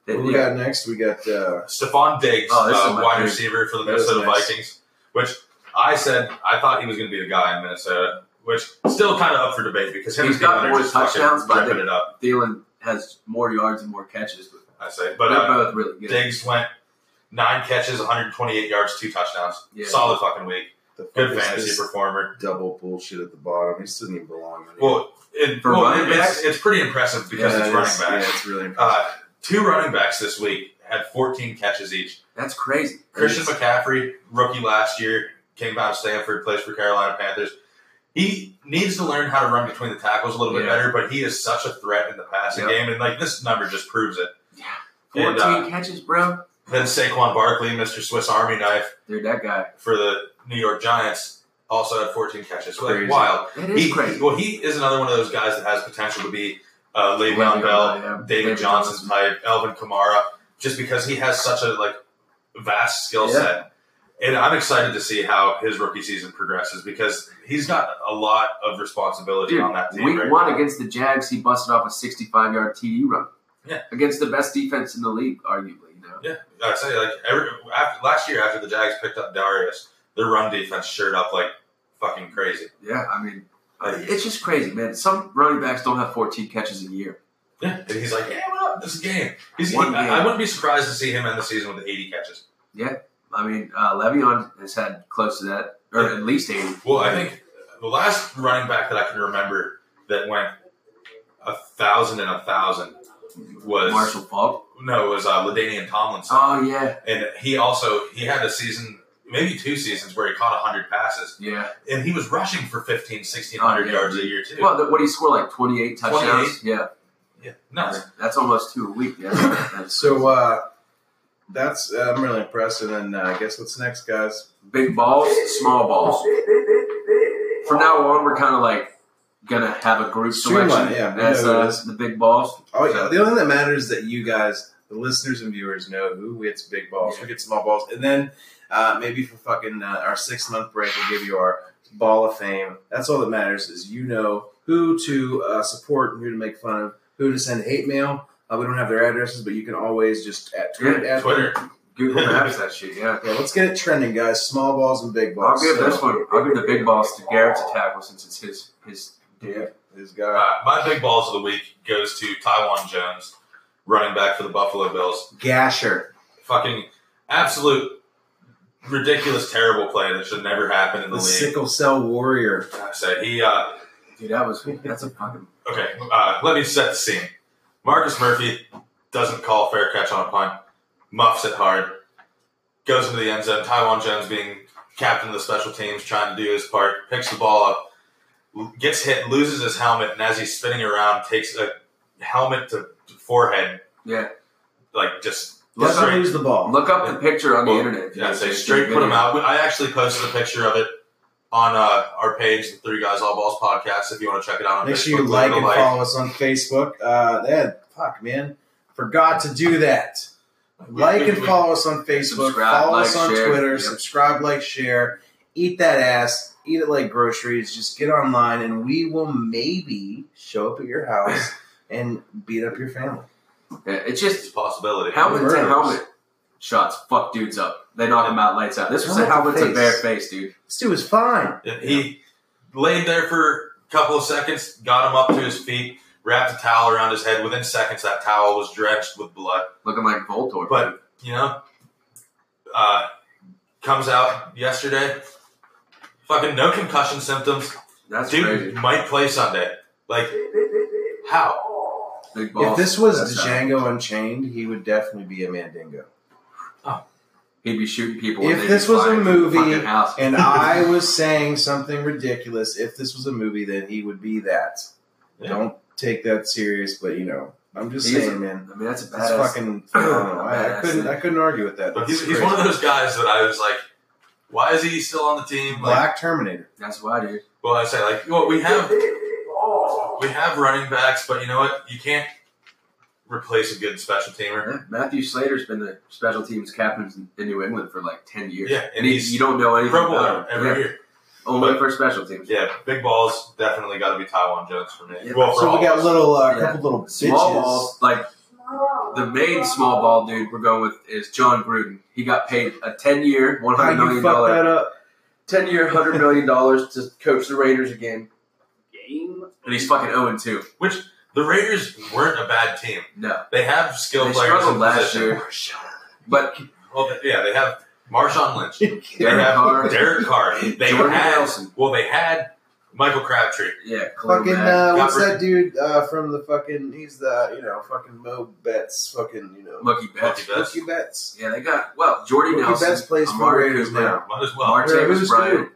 Speaker 3: What
Speaker 4: Yeah.
Speaker 3: we got next? We got uh,
Speaker 2: Stephon Diggs,
Speaker 4: Oh, this is
Speaker 2: uh,
Speaker 4: my
Speaker 2: wide
Speaker 4: dude.
Speaker 2: receiver for the
Speaker 3: That was
Speaker 2: Minnesota
Speaker 3: nice.
Speaker 2: Vikings, which I said I thought he was going to be the guy in Minnesota, which still kind of up for debate because him
Speaker 4: He's
Speaker 2: and Thielen
Speaker 4: got
Speaker 2: are
Speaker 4: more
Speaker 2: just fucking
Speaker 4: touchdowns, but I
Speaker 2: ripping
Speaker 4: think-
Speaker 2: it up.
Speaker 4: Thielen has more yards and more catches, but
Speaker 2: I say, but
Speaker 4: they're
Speaker 2: uh,
Speaker 4: both really good.
Speaker 2: Diggs went nine catches, 128 yards, two touchdowns,
Speaker 4: Yeah.
Speaker 2: solid fucking week,
Speaker 3: the
Speaker 2: good
Speaker 3: fuck is
Speaker 2: fantasy
Speaker 3: this
Speaker 2: performer.
Speaker 3: double bullshit at the bottom. He just doesn't even belong. anywhere.
Speaker 2: Well, it,
Speaker 4: For
Speaker 2: well,
Speaker 4: running
Speaker 2: it's-
Speaker 4: backs?
Speaker 2: it's, pretty impressive because
Speaker 3: Yeah,
Speaker 2: it's running backs.
Speaker 3: Yeah, it's really impressive.
Speaker 2: Uh, two running backs this week had 14 catches each.
Speaker 4: That's crazy.
Speaker 2: Christian McCaffrey, rookie last year, came out of Stanford, plays for Carolina Panthers. He needs to learn how to run between the tackles a little bit
Speaker 4: Yeah.
Speaker 2: better, but he is such a threat in the passing
Speaker 4: Yep.
Speaker 2: game, and like this number just proves it.
Speaker 4: Yeah.
Speaker 2: And,
Speaker 4: 14
Speaker 2: uh,
Speaker 4: catches, bro.
Speaker 2: then Saquon Barkley, Mr. Swiss Army knife
Speaker 4: Dude, that guy.
Speaker 2: for the New York Giants, also had 14 catches. Like,
Speaker 3: Crazy.
Speaker 2: wild.
Speaker 4: That
Speaker 2: He-
Speaker 4: is
Speaker 2: he-
Speaker 4: crazy.
Speaker 2: well, he is another one of those guys that has potential to be uh, Le'Veon
Speaker 4: Le'Veon
Speaker 2: Bell,
Speaker 4: Bell, yeah.
Speaker 2: David,
Speaker 4: David
Speaker 2: Johnson, type, Elvin Kamara, just because he has such a like vast skill
Speaker 4: Yeah.
Speaker 2: set. And I'm excited to see how his rookie season progresses because he's got a lot of responsibility
Speaker 4: Dude,
Speaker 2: on that team.
Speaker 4: Week
Speaker 2: right
Speaker 4: one
Speaker 2: now.
Speaker 4: against the Jags, he busted off a 65 yard TD run.
Speaker 2: Yeah.
Speaker 4: Against the best defense in the league, arguably. You know?
Speaker 2: Yeah, I say like every after, last year after the Jags picked up Darius, their run defense shirred up like fucking crazy.
Speaker 4: Yeah, I mean, I- it's just crazy, man. Some running backs don't have 14 catches a year.
Speaker 2: Yeah, and he's like, yeah, what up? This is a game. He's,
Speaker 4: One
Speaker 2: he- I- I
Speaker 4: game.
Speaker 2: wouldn't be surprised to see him end the season with 80 catches.
Speaker 4: I mean, uh, Le'Veon has had close to that, or
Speaker 2: Yeah.
Speaker 4: at least 80.
Speaker 2: Well, I think the last running back that I can remember that went a thousand and a thousand was
Speaker 4: Marshall Falk.
Speaker 2: no, it was uh, Ladainian Tomlinson,
Speaker 4: Oh, yeah.
Speaker 2: and he also he had a season, maybe two seasons, where he caught hundred passes,
Speaker 4: Yeah.
Speaker 2: and he was rushing for 15, 1600
Speaker 4: Oh, yeah.
Speaker 2: yards a year too.
Speaker 4: Well, what did he score? Like 28 touchdowns? Yeah.
Speaker 2: yeah, nuts.
Speaker 4: That's almost two a week. Yeah. That's
Speaker 3: so uh, that's uh, I'm really impressed. And then uh, guess what's next, guys?
Speaker 4: big balls, small balls. From now on, we're kind of like gonna have a group
Speaker 3: Streamline,
Speaker 4: selection
Speaker 3: yeah, we
Speaker 4: as
Speaker 3: know it
Speaker 4: uh,
Speaker 3: is.
Speaker 4: the big balls.
Speaker 3: Oh yeah. The only thing that matters is that you guys, the listeners and viewers, know who gets big balls, who gets small balls, and then uh, maybe for fucking uh, our six month break, we'll give you our ball of fame. That's all that matters is you know who to uh, support and who to make fun of, who to send hate mail. Uh, we don't have their addresses, but you can always just at tweet at them.
Speaker 2: Twitter.
Speaker 4: Google Maps that shit. Yeah,
Speaker 3: Yeah, let's get it trending, guys. Small balls and big
Speaker 4: I'll
Speaker 3: balls.
Speaker 4: give
Speaker 3: So,
Speaker 4: this one. I'll give the big balls to Garrett to tackle since it's his his.
Speaker 3: yeah, this guy
Speaker 2: Uh, my big balls of the week goes to Taiwan Jones, running back for the Buffalo Bills.
Speaker 3: Gasher.
Speaker 2: fucking absolute ridiculous, terrible play that should never happen in the,
Speaker 3: The
Speaker 2: league.
Speaker 3: sickle cell warrior.
Speaker 2: I say he. Uh,
Speaker 4: Dude, that was that's a fucking.
Speaker 2: okay, uh, let me set the scene. Marcus Murphy doesn't call fair catch on a punt, muffs it hard, goes into the end zone. Taiwan Jones, being captain of the special teams, trying to do his part, picks the ball up, l- gets hit, loses his helmet, and as he's spinning around, takes a helmet to forehead,
Speaker 4: Yeah,
Speaker 2: like just.
Speaker 3: Let's not
Speaker 2: straight-
Speaker 3: lose the ball.
Speaker 4: look up the picture on the
Speaker 2: Well,
Speaker 4: internet. if you
Speaker 2: Yeah, I'd
Speaker 4: guys
Speaker 2: say
Speaker 4: see
Speaker 2: straight
Speaker 4: the
Speaker 2: put them
Speaker 4: video.
Speaker 2: out. I actually posted a picture of it on uh, our page, the Three Guys All Balls podcast. If you want to check it out, on
Speaker 3: Make
Speaker 2: Facebook,
Speaker 3: sure you
Speaker 2: leave it
Speaker 3: like
Speaker 2: a
Speaker 3: and follow us on Facebook. Uh, yeah, fuck, man. Forgot to do that. Like and follow us on Facebook.
Speaker 4: Subscribe,
Speaker 3: follow us
Speaker 4: like,
Speaker 3: on
Speaker 4: share.
Speaker 3: Twitter.
Speaker 4: Yep.
Speaker 3: Subscribe, like, share. Eat that ass. Eat it like groceries. Just get online and we will maybe show up at your house and beat up your family.
Speaker 4: Yeah,
Speaker 2: It's
Speaker 4: it's just
Speaker 2: a possibility.
Speaker 4: helmet to
Speaker 3: Murders.
Speaker 4: helmet shots. Fuck dudes up. They knock them out lights out. This was a
Speaker 3: Helmet
Speaker 4: helmet
Speaker 3: to
Speaker 4: to bare
Speaker 3: face.
Speaker 4: face, dude.
Speaker 3: This dude is fine.
Speaker 2: He laid there for a couple of seconds, got him up to his feet, wrapped a towel around his head. Within seconds, that towel was drenched with blood.
Speaker 4: Looking like Voltor.
Speaker 2: But you know, uh, comes out yesterday. Fucking no concussion symptoms.
Speaker 4: that's
Speaker 2: Dude
Speaker 4: crazy.
Speaker 2: might play Sunday. Like how?
Speaker 4: Big balls.
Speaker 3: if this was
Speaker 4: That's how-
Speaker 3: Django Unchained, he would definitely be a Mandingo.
Speaker 4: he'd be shooting people.
Speaker 3: If
Speaker 4: and they'd
Speaker 3: this
Speaker 4: be
Speaker 3: was a
Speaker 4: flying from the
Speaker 3: movie
Speaker 4: fucking house.
Speaker 3: And I was saying something ridiculous. If this was a movie, then he would be that.
Speaker 2: Yeah.
Speaker 3: Don't take that serious, but you know, I'm just
Speaker 4: He's a-
Speaker 3: saying, man.
Speaker 4: I mean, that's a
Speaker 3: That's
Speaker 4: badass.
Speaker 3: fucking. phenomenal. I, I couldn't. I couldn't argue with that.
Speaker 2: But
Speaker 3: That's
Speaker 2: he's, he's
Speaker 3: crazy.
Speaker 2: one of those guys that I was like, why is he still on the team? Like,
Speaker 3: Black Terminator.
Speaker 4: that's why, dude.
Speaker 2: well, I say like, well, we have we have running backs, but you know what? You can't replace a good special teamer.
Speaker 4: Yeah, Matthew Slater's been the special teams captain in New England for like ten years.
Speaker 2: Yeah, and
Speaker 4: you-
Speaker 2: he's
Speaker 4: you don't know anything
Speaker 2: Pro
Speaker 4: about
Speaker 2: Bowler
Speaker 4: him.
Speaker 2: every
Speaker 4: Yeah,
Speaker 2: year.
Speaker 4: Only
Speaker 2: But-
Speaker 4: for special teams.
Speaker 2: Yeah, big balls definitely got to be Taiwan Jones for me.
Speaker 4: Yeah.
Speaker 2: Well, for
Speaker 3: So
Speaker 2: all
Speaker 3: we
Speaker 2: of
Speaker 3: got
Speaker 2: us.
Speaker 3: little, uh,
Speaker 4: Yeah.
Speaker 3: couple little
Speaker 4: Small
Speaker 3: bitches.
Speaker 4: ball, like the main small ball dude we're going with is John Gruden. He got paid a ten year, one
Speaker 3: How
Speaker 4: hundred
Speaker 3: you
Speaker 4: million
Speaker 3: fuck
Speaker 4: dollar,
Speaker 3: that up?
Speaker 4: ten year, hundred million dollars to coach the Raiders again. Game. And he's fucking zero and two.
Speaker 2: which the Raiders weren't a bad team.
Speaker 4: No,
Speaker 2: They have skilled
Speaker 4: they
Speaker 2: players
Speaker 4: struggled
Speaker 2: in
Speaker 4: last
Speaker 2: position.
Speaker 4: year, but
Speaker 2: Well, they- yeah, they have Marshawn Lynch. They
Speaker 4: Derek
Speaker 2: have
Speaker 4: Carr.
Speaker 2: Derek Carr. They
Speaker 4: Jordan
Speaker 2: had
Speaker 4: Nelson.
Speaker 2: well, they had Michael Crabtree.
Speaker 4: yeah, Khalil
Speaker 3: Fucking
Speaker 4: Mack.
Speaker 3: uh, what's
Speaker 2: Robert-
Speaker 3: that dude uh, from the fucking? He's the you know fucking Mo Betts, fucking you know
Speaker 4: Mookie Betts.
Speaker 2: Mookie Betts.
Speaker 3: Mookie Betts.
Speaker 4: Yeah, they got well, Jordy
Speaker 3: Mookie
Speaker 4: Nelson,
Speaker 3: Betts plays for
Speaker 4: Amari
Speaker 3: Raiders
Speaker 4: Cooper,
Speaker 3: now.
Speaker 2: Might as well.
Speaker 4: Martavis
Speaker 3: Raiders do.
Speaker 4: Bryant.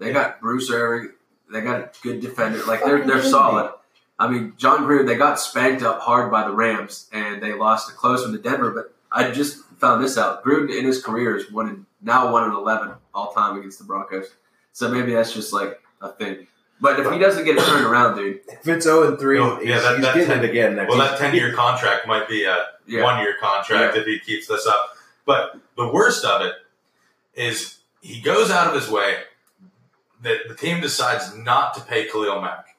Speaker 4: They got Bruce Irving. They got a good defender. Like they're they're solid. I mean, John Gruden. They got spanked up hard by the Rams, and they lost a close one to Denver. But I just found this out. Gruden in his career is one in, now one and eleven all time against the Broncos. So maybe that's just like a thing. But if he doesn't get it turned around, dude,
Speaker 3: If it's zero and three,
Speaker 2: Oh, yeah,
Speaker 3: he's,
Speaker 2: that-
Speaker 3: he's
Speaker 2: that
Speaker 3: getting
Speaker 2: ten-
Speaker 3: it again next
Speaker 2: Well,
Speaker 3: year.
Speaker 2: that 10 year contract might be a
Speaker 4: yeah,
Speaker 2: one year contract if he keeps this up. But the worst of it is he goes out of his way that the team decides not to pay Khalil Mack.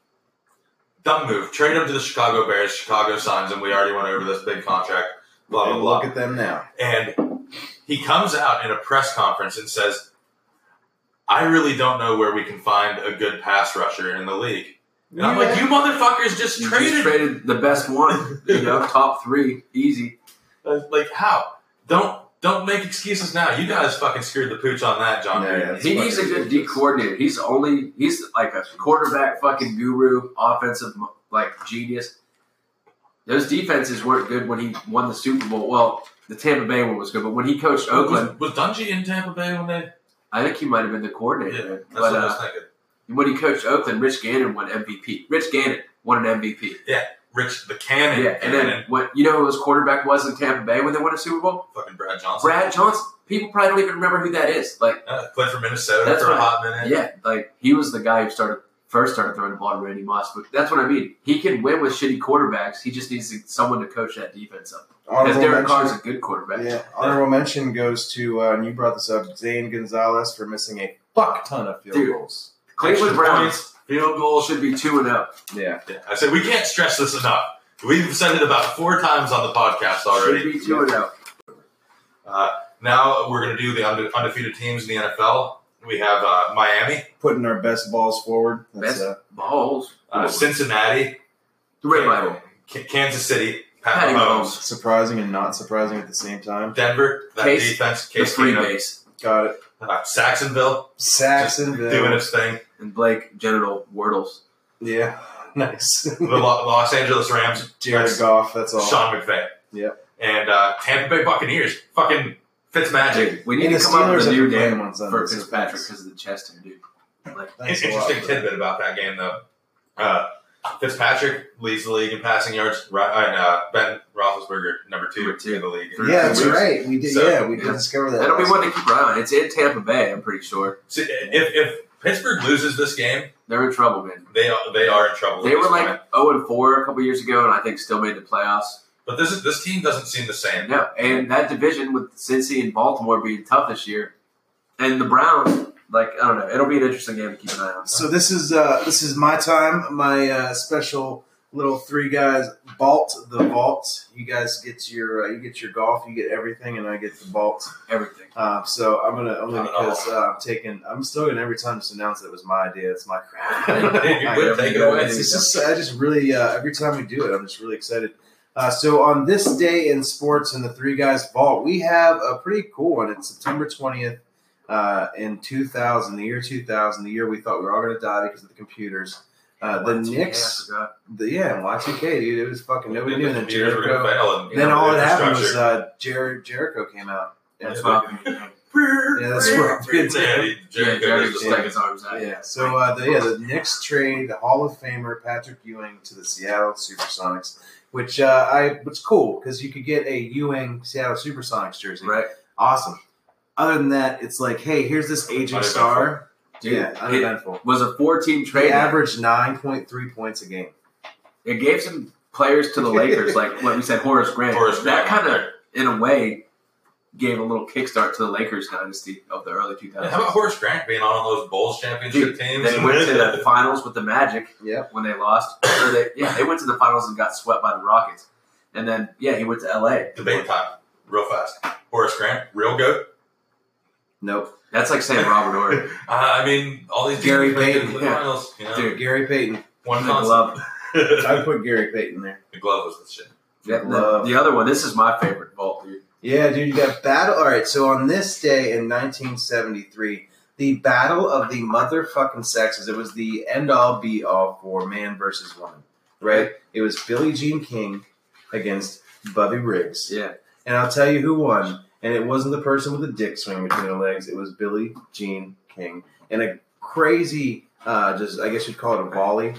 Speaker 2: Dumb move. Trade him to the Chicago Bears. Chicago signs him. We already went over this big contract. Blah,
Speaker 3: And
Speaker 2: blah, blah.
Speaker 3: Look at them now.
Speaker 2: And he comes out in a press conference and says, I really don't know where we can find a good pass rusher in the league. And I'm like, you motherfuckers just
Speaker 4: You
Speaker 2: traded
Speaker 4: just traded the best one, you know, top three, easy.
Speaker 2: Uh, Like how? Don't don't make excuses now. You guys fucking screwed the pooch on that, John.
Speaker 3: Yeah,
Speaker 2: Gruden.
Speaker 3: yeah.
Speaker 4: He needs a good D coordinator. He's only he's like a quarterback fucking guru, offensive like genius. Those defenses weren't good when he won the Super Bowl. Well, the Tampa Bay one was good, but when he coached Oakland,
Speaker 2: Was, was Dungy in Tampa Bay when they?
Speaker 4: I think he might have been the coordinator.
Speaker 2: Yeah, that's
Speaker 4: But,
Speaker 2: what I was
Speaker 4: uh,
Speaker 2: thinking.
Speaker 4: When he coached Oakland, Rich Gannon won MVP. Rich Gannon won an MVP.
Speaker 2: Rich the Cannon.
Speaker 4: Yeah, and then what you know who his quarterback was in Tampa Bay when they won a Super Bowl?
Speaker 2: fucking Brad Johnson.
Speaker 4: Brad Johnson. People probably don't even remember who that is. Like
Speaker 2: Uh, played for Minnesota
Speaker 4: That's
Speaker 2: for a
Speaker 4: right.
Speaker 2: hot minute.
Speaker 4: Yeah, like he was the guy who started first started throwing the ball to Randy Moss. But that's what I mean. He can win with shitty quarterbacks. He just needs to- someone to coach that defense up. Because
Speaker 3: Honorable
Speaker 4: Derek Carr's a
Speaker 3: mention,
Speaker 4: good quarterback.
Speaker 3: yeah, honorable mention goes to, uh, and you brought this up, Zane Gonzalez for missing a fuck ton of field
Speaker 4: Dude.
Speaker 3: goals.
Speaker 4: Cleveland
Speaker 2: Extra
Speaker 4: Browns field goal should be two and oh. up.
Speaker 3: Yeah.
Speaker 2: Yeah, I said we can't stress this enough. We've said it about four times on the podcast already.
Speaker 4: Should be two and oh. up.
Speaker 2: Uh, now we're going to do the unde- undefeated teams in the NFL. We have uh, Miami,
Speaker 3: Putting our best balls forward. That's
Speaker 4: Best-
Speaker 3: uh,
Speaker 4: Balls.
Speaker 2: uh, Cincinnati,
Speaker 4: The Red Bible.
Speaker 2: K- Kansas City, Pat
Speaker 4: Patty
Speaker 2: Mahomes,
Speaker 3: surprising and not surprising at the same time.
Speaker 2: Denver, that
Speaker 4: Case-
Speaker 2: defense,
Speaker 4: The
Speaker 2: Case
Speaker 4: free
Speaker 2: Keenum,
Speaker 4: base.
Speaker 3: Got it.
Speaker 2: uh, Saxonville,
Speaker 3: Saxonville.
Speaker 2: doing its thing,
Speaker 4: And Blake genital wordles.
Speaker 3: Yeah. Nice.
Speaker 2: the Lo- Los Angeles Rams,
Speaker 3: Jared Goff, that's all.
Speaker 2: Sean McVay,
Speaker 3: Yep.
Speaker 2: and uh, Tampa Bay Buccaneers, fucking Fitzmagic.
Speaker 4: Dude, we need
Speaker 3: And
Speaker 4: to
Speaker 3: the
Speaker 4: come up
Speaker 3: Steelers
Speaker 4: with a
Speaker 3: have
Speaker 4: new
Speaker 3: been playing
Speaker 4: name
Speaker 3: on Sunday.
Speaker 4: for
Speaker 3: so
Speaker 4: Fitzpatrick
Speaker 3: thanks.
Speaker 4: because of the chest hair, dude. Like,
Speaker 3: Thanks a lot
Speaker 2: Interesting
Speaker 3: for that.
Speaker 2: tidbit about that game, though. Uh, Fitzpatrick leads the league in passing yards. Ri- And, uh, ben Roethlisberger, number two,
Speaker 4: Number two.
Speaker 2: in the league.
Speaker 4: Three
Speaker 3: Yeah, that's
Speaker 4: weeks.
Speaker 3: right. We did.
Speaker 2: So,
Speaker 3: yeah, we
Speaker 4: yeah.
Speaker 3: did discover that.
Speaker 4: that'll be
Speaker 3: last
Speaker 4: one to
Speaker 3: week.
Speaker 4: keep around. It's in Tampa Bay, I'm pretty sure.
Speaker 2: See, if, if Pittsburgh loses this game,
Speaker 4: They're in trouble, man.
Speaker 2: they are, they are in trouble.
Speaker 4: They
Speaker 2: at
Speaker 4: were
Speaker 2: this
Speaker 4: like
Speaker 2: point.
Speaker 4: 0 and 4 a couple years ago, and I think still made the playoffs.
Speaker 2: but this is, this team doesn't seem the same.
Speaker 4: No, and that division with Cincy and Baltimore being tough this year, and the Browns, like I don't know, it'll be an interesting game to keep an eye on.
Speaker 3: So this is uh, this is my time. My uh, special little three guys vault the vault. You guys get your uh, you get your golf. You get everything, and I get the vault.
Speaker 4: Everything.
Speaker 3: Uh, so I'm gonna only
Speaker 2: Not at all.
Speaker 3: because uh, I'm taking. I'm still gonna every time just announce that it was my idea. It's my crap.
Speaker 2: Dude, you would take it away.
Speaker 3: It's, it's just I just really uh, every time we do it, I'm just really excited. Uh, so on this day in sports in the Three Guys Vault, we have a pretty cool one. It's September 20th uh, in 2000, the year 2000, the year we thought we were all going to die because of the computers. Uh, the
Speaker 4: Yeah, I
Speaker 3: Knicks,
Speaker 4: forgot.
Speaker 3: the, yeah, and Y2K, dude, it was fucking nobody
Speaker 2: The
Speaker 3: knew. And then
Speaker 2: computers were gonna
Speaker 3: Jericho,
Speaker 2: fail and, you
Speaker 3: then
Speaker 2: know,
Speaker 3: all
Speaker 2: the
Speaker 3: that happened was
Speaker 2: infrastructure-
Speaker 3: uh, Jer- Jericho came out. And
Speaker 4: That's
Speaker 3: it's
Speaker 4: what
Speaker 3: like,
Speaker 4: I'm thinking.
Speaker 3: yeah, that's where I've been
Speaker 2: Yeah,
Speaker 3: to.
Speaker 2: he-
Speaker 4: Yeah,
Speaker 2: Jericho
Speaker 4: Jerry
Speaker 2: was
Speaker 4: just
Speaker 2: just
Speaker 3: yeah.
Speaker 4: stuck his arms out.
Speaker 3: Yeah, so uh, the, yeah, the Knicks trade the Hall of Famer Patrick Ewing to the Seattle Supersonics, which uh, I was cool because you could get a Ewing Seattle Supersonics jersey.
Speaker 4: Right,
Speaker 3: Awesome. Other than that, it's like, hey, here's this aging
Speaker 2: Uneventful.
Speaker 3: star.
Speaker 4: dude.
Speaker 3: yeah,
Speaker 4: it
Speaker 3: uneventful.
Speaker 4: was a four-team
Speaker 3: They
Speaker 4: trade.
Speaker 3: averaged nine point three points a game.
Speaker 4: It gave some players to the Lakers, like what we said, Horace Grant.
Speaker 2: Horace Grant.
Speaker 4: that kind of, in a way, gave a little kickstart to the Lakers dynasty of the early 2000s.
Speaker 2: Yeah, How about Horace Grant being on all those Bulls championship
Speaker 4: Dude,
Speaker 2: teams?
Speaker 4: They went to the finals with the Magic
Speaker 3: Yep.
Speaker 4: when they lost. Or they, yeah, they went to the finals and got swept by the Rockets. And then, yeah, he went to L.A.
Speaker 2: Debate time, real fast. Horace Grant, real goat.
Speaker 3: Nope.
Speaker 4: That's like saying Robert Ory.
Speaker 2: Uh, I mean, all these
Speaker 3: Gary
Speaker 2: teams make it
Speaker 3: Payton,
Speaker 2: to the
Speaker 4: yeah.
Speaker 2: finals. You know,
Speaker 4: Dude.
Speaker 3: Gary Payton.
Speaker 2: one
Speaker 4: The
Speaker 2: constant.
Speaker 4: glove.
Speaker 3: I
Speaker 2: the
Speaker 3: put Gary Payton there.
Speaker 2: glove was the shit.
Speaker 4: Yeah, the,
Speaker 3: Glove.
Speaker 4: the other one. This is my favorite vault, dude.
Speaker 3: Yeah, dude, you got battle. All right, so on this day in 1973, the battle of the motherfucking sexes. It was the end all be all for man versus woman, right? It was Billie Jean King against Bubby Riggs,
Speaker 4: Yeah,
Speaker 3: and I'll tell you who won. And it wasn't the person with the dick swinging between their legs. It was Billie Jean King, and a crazy, uh, just I guess you'd call it a volley.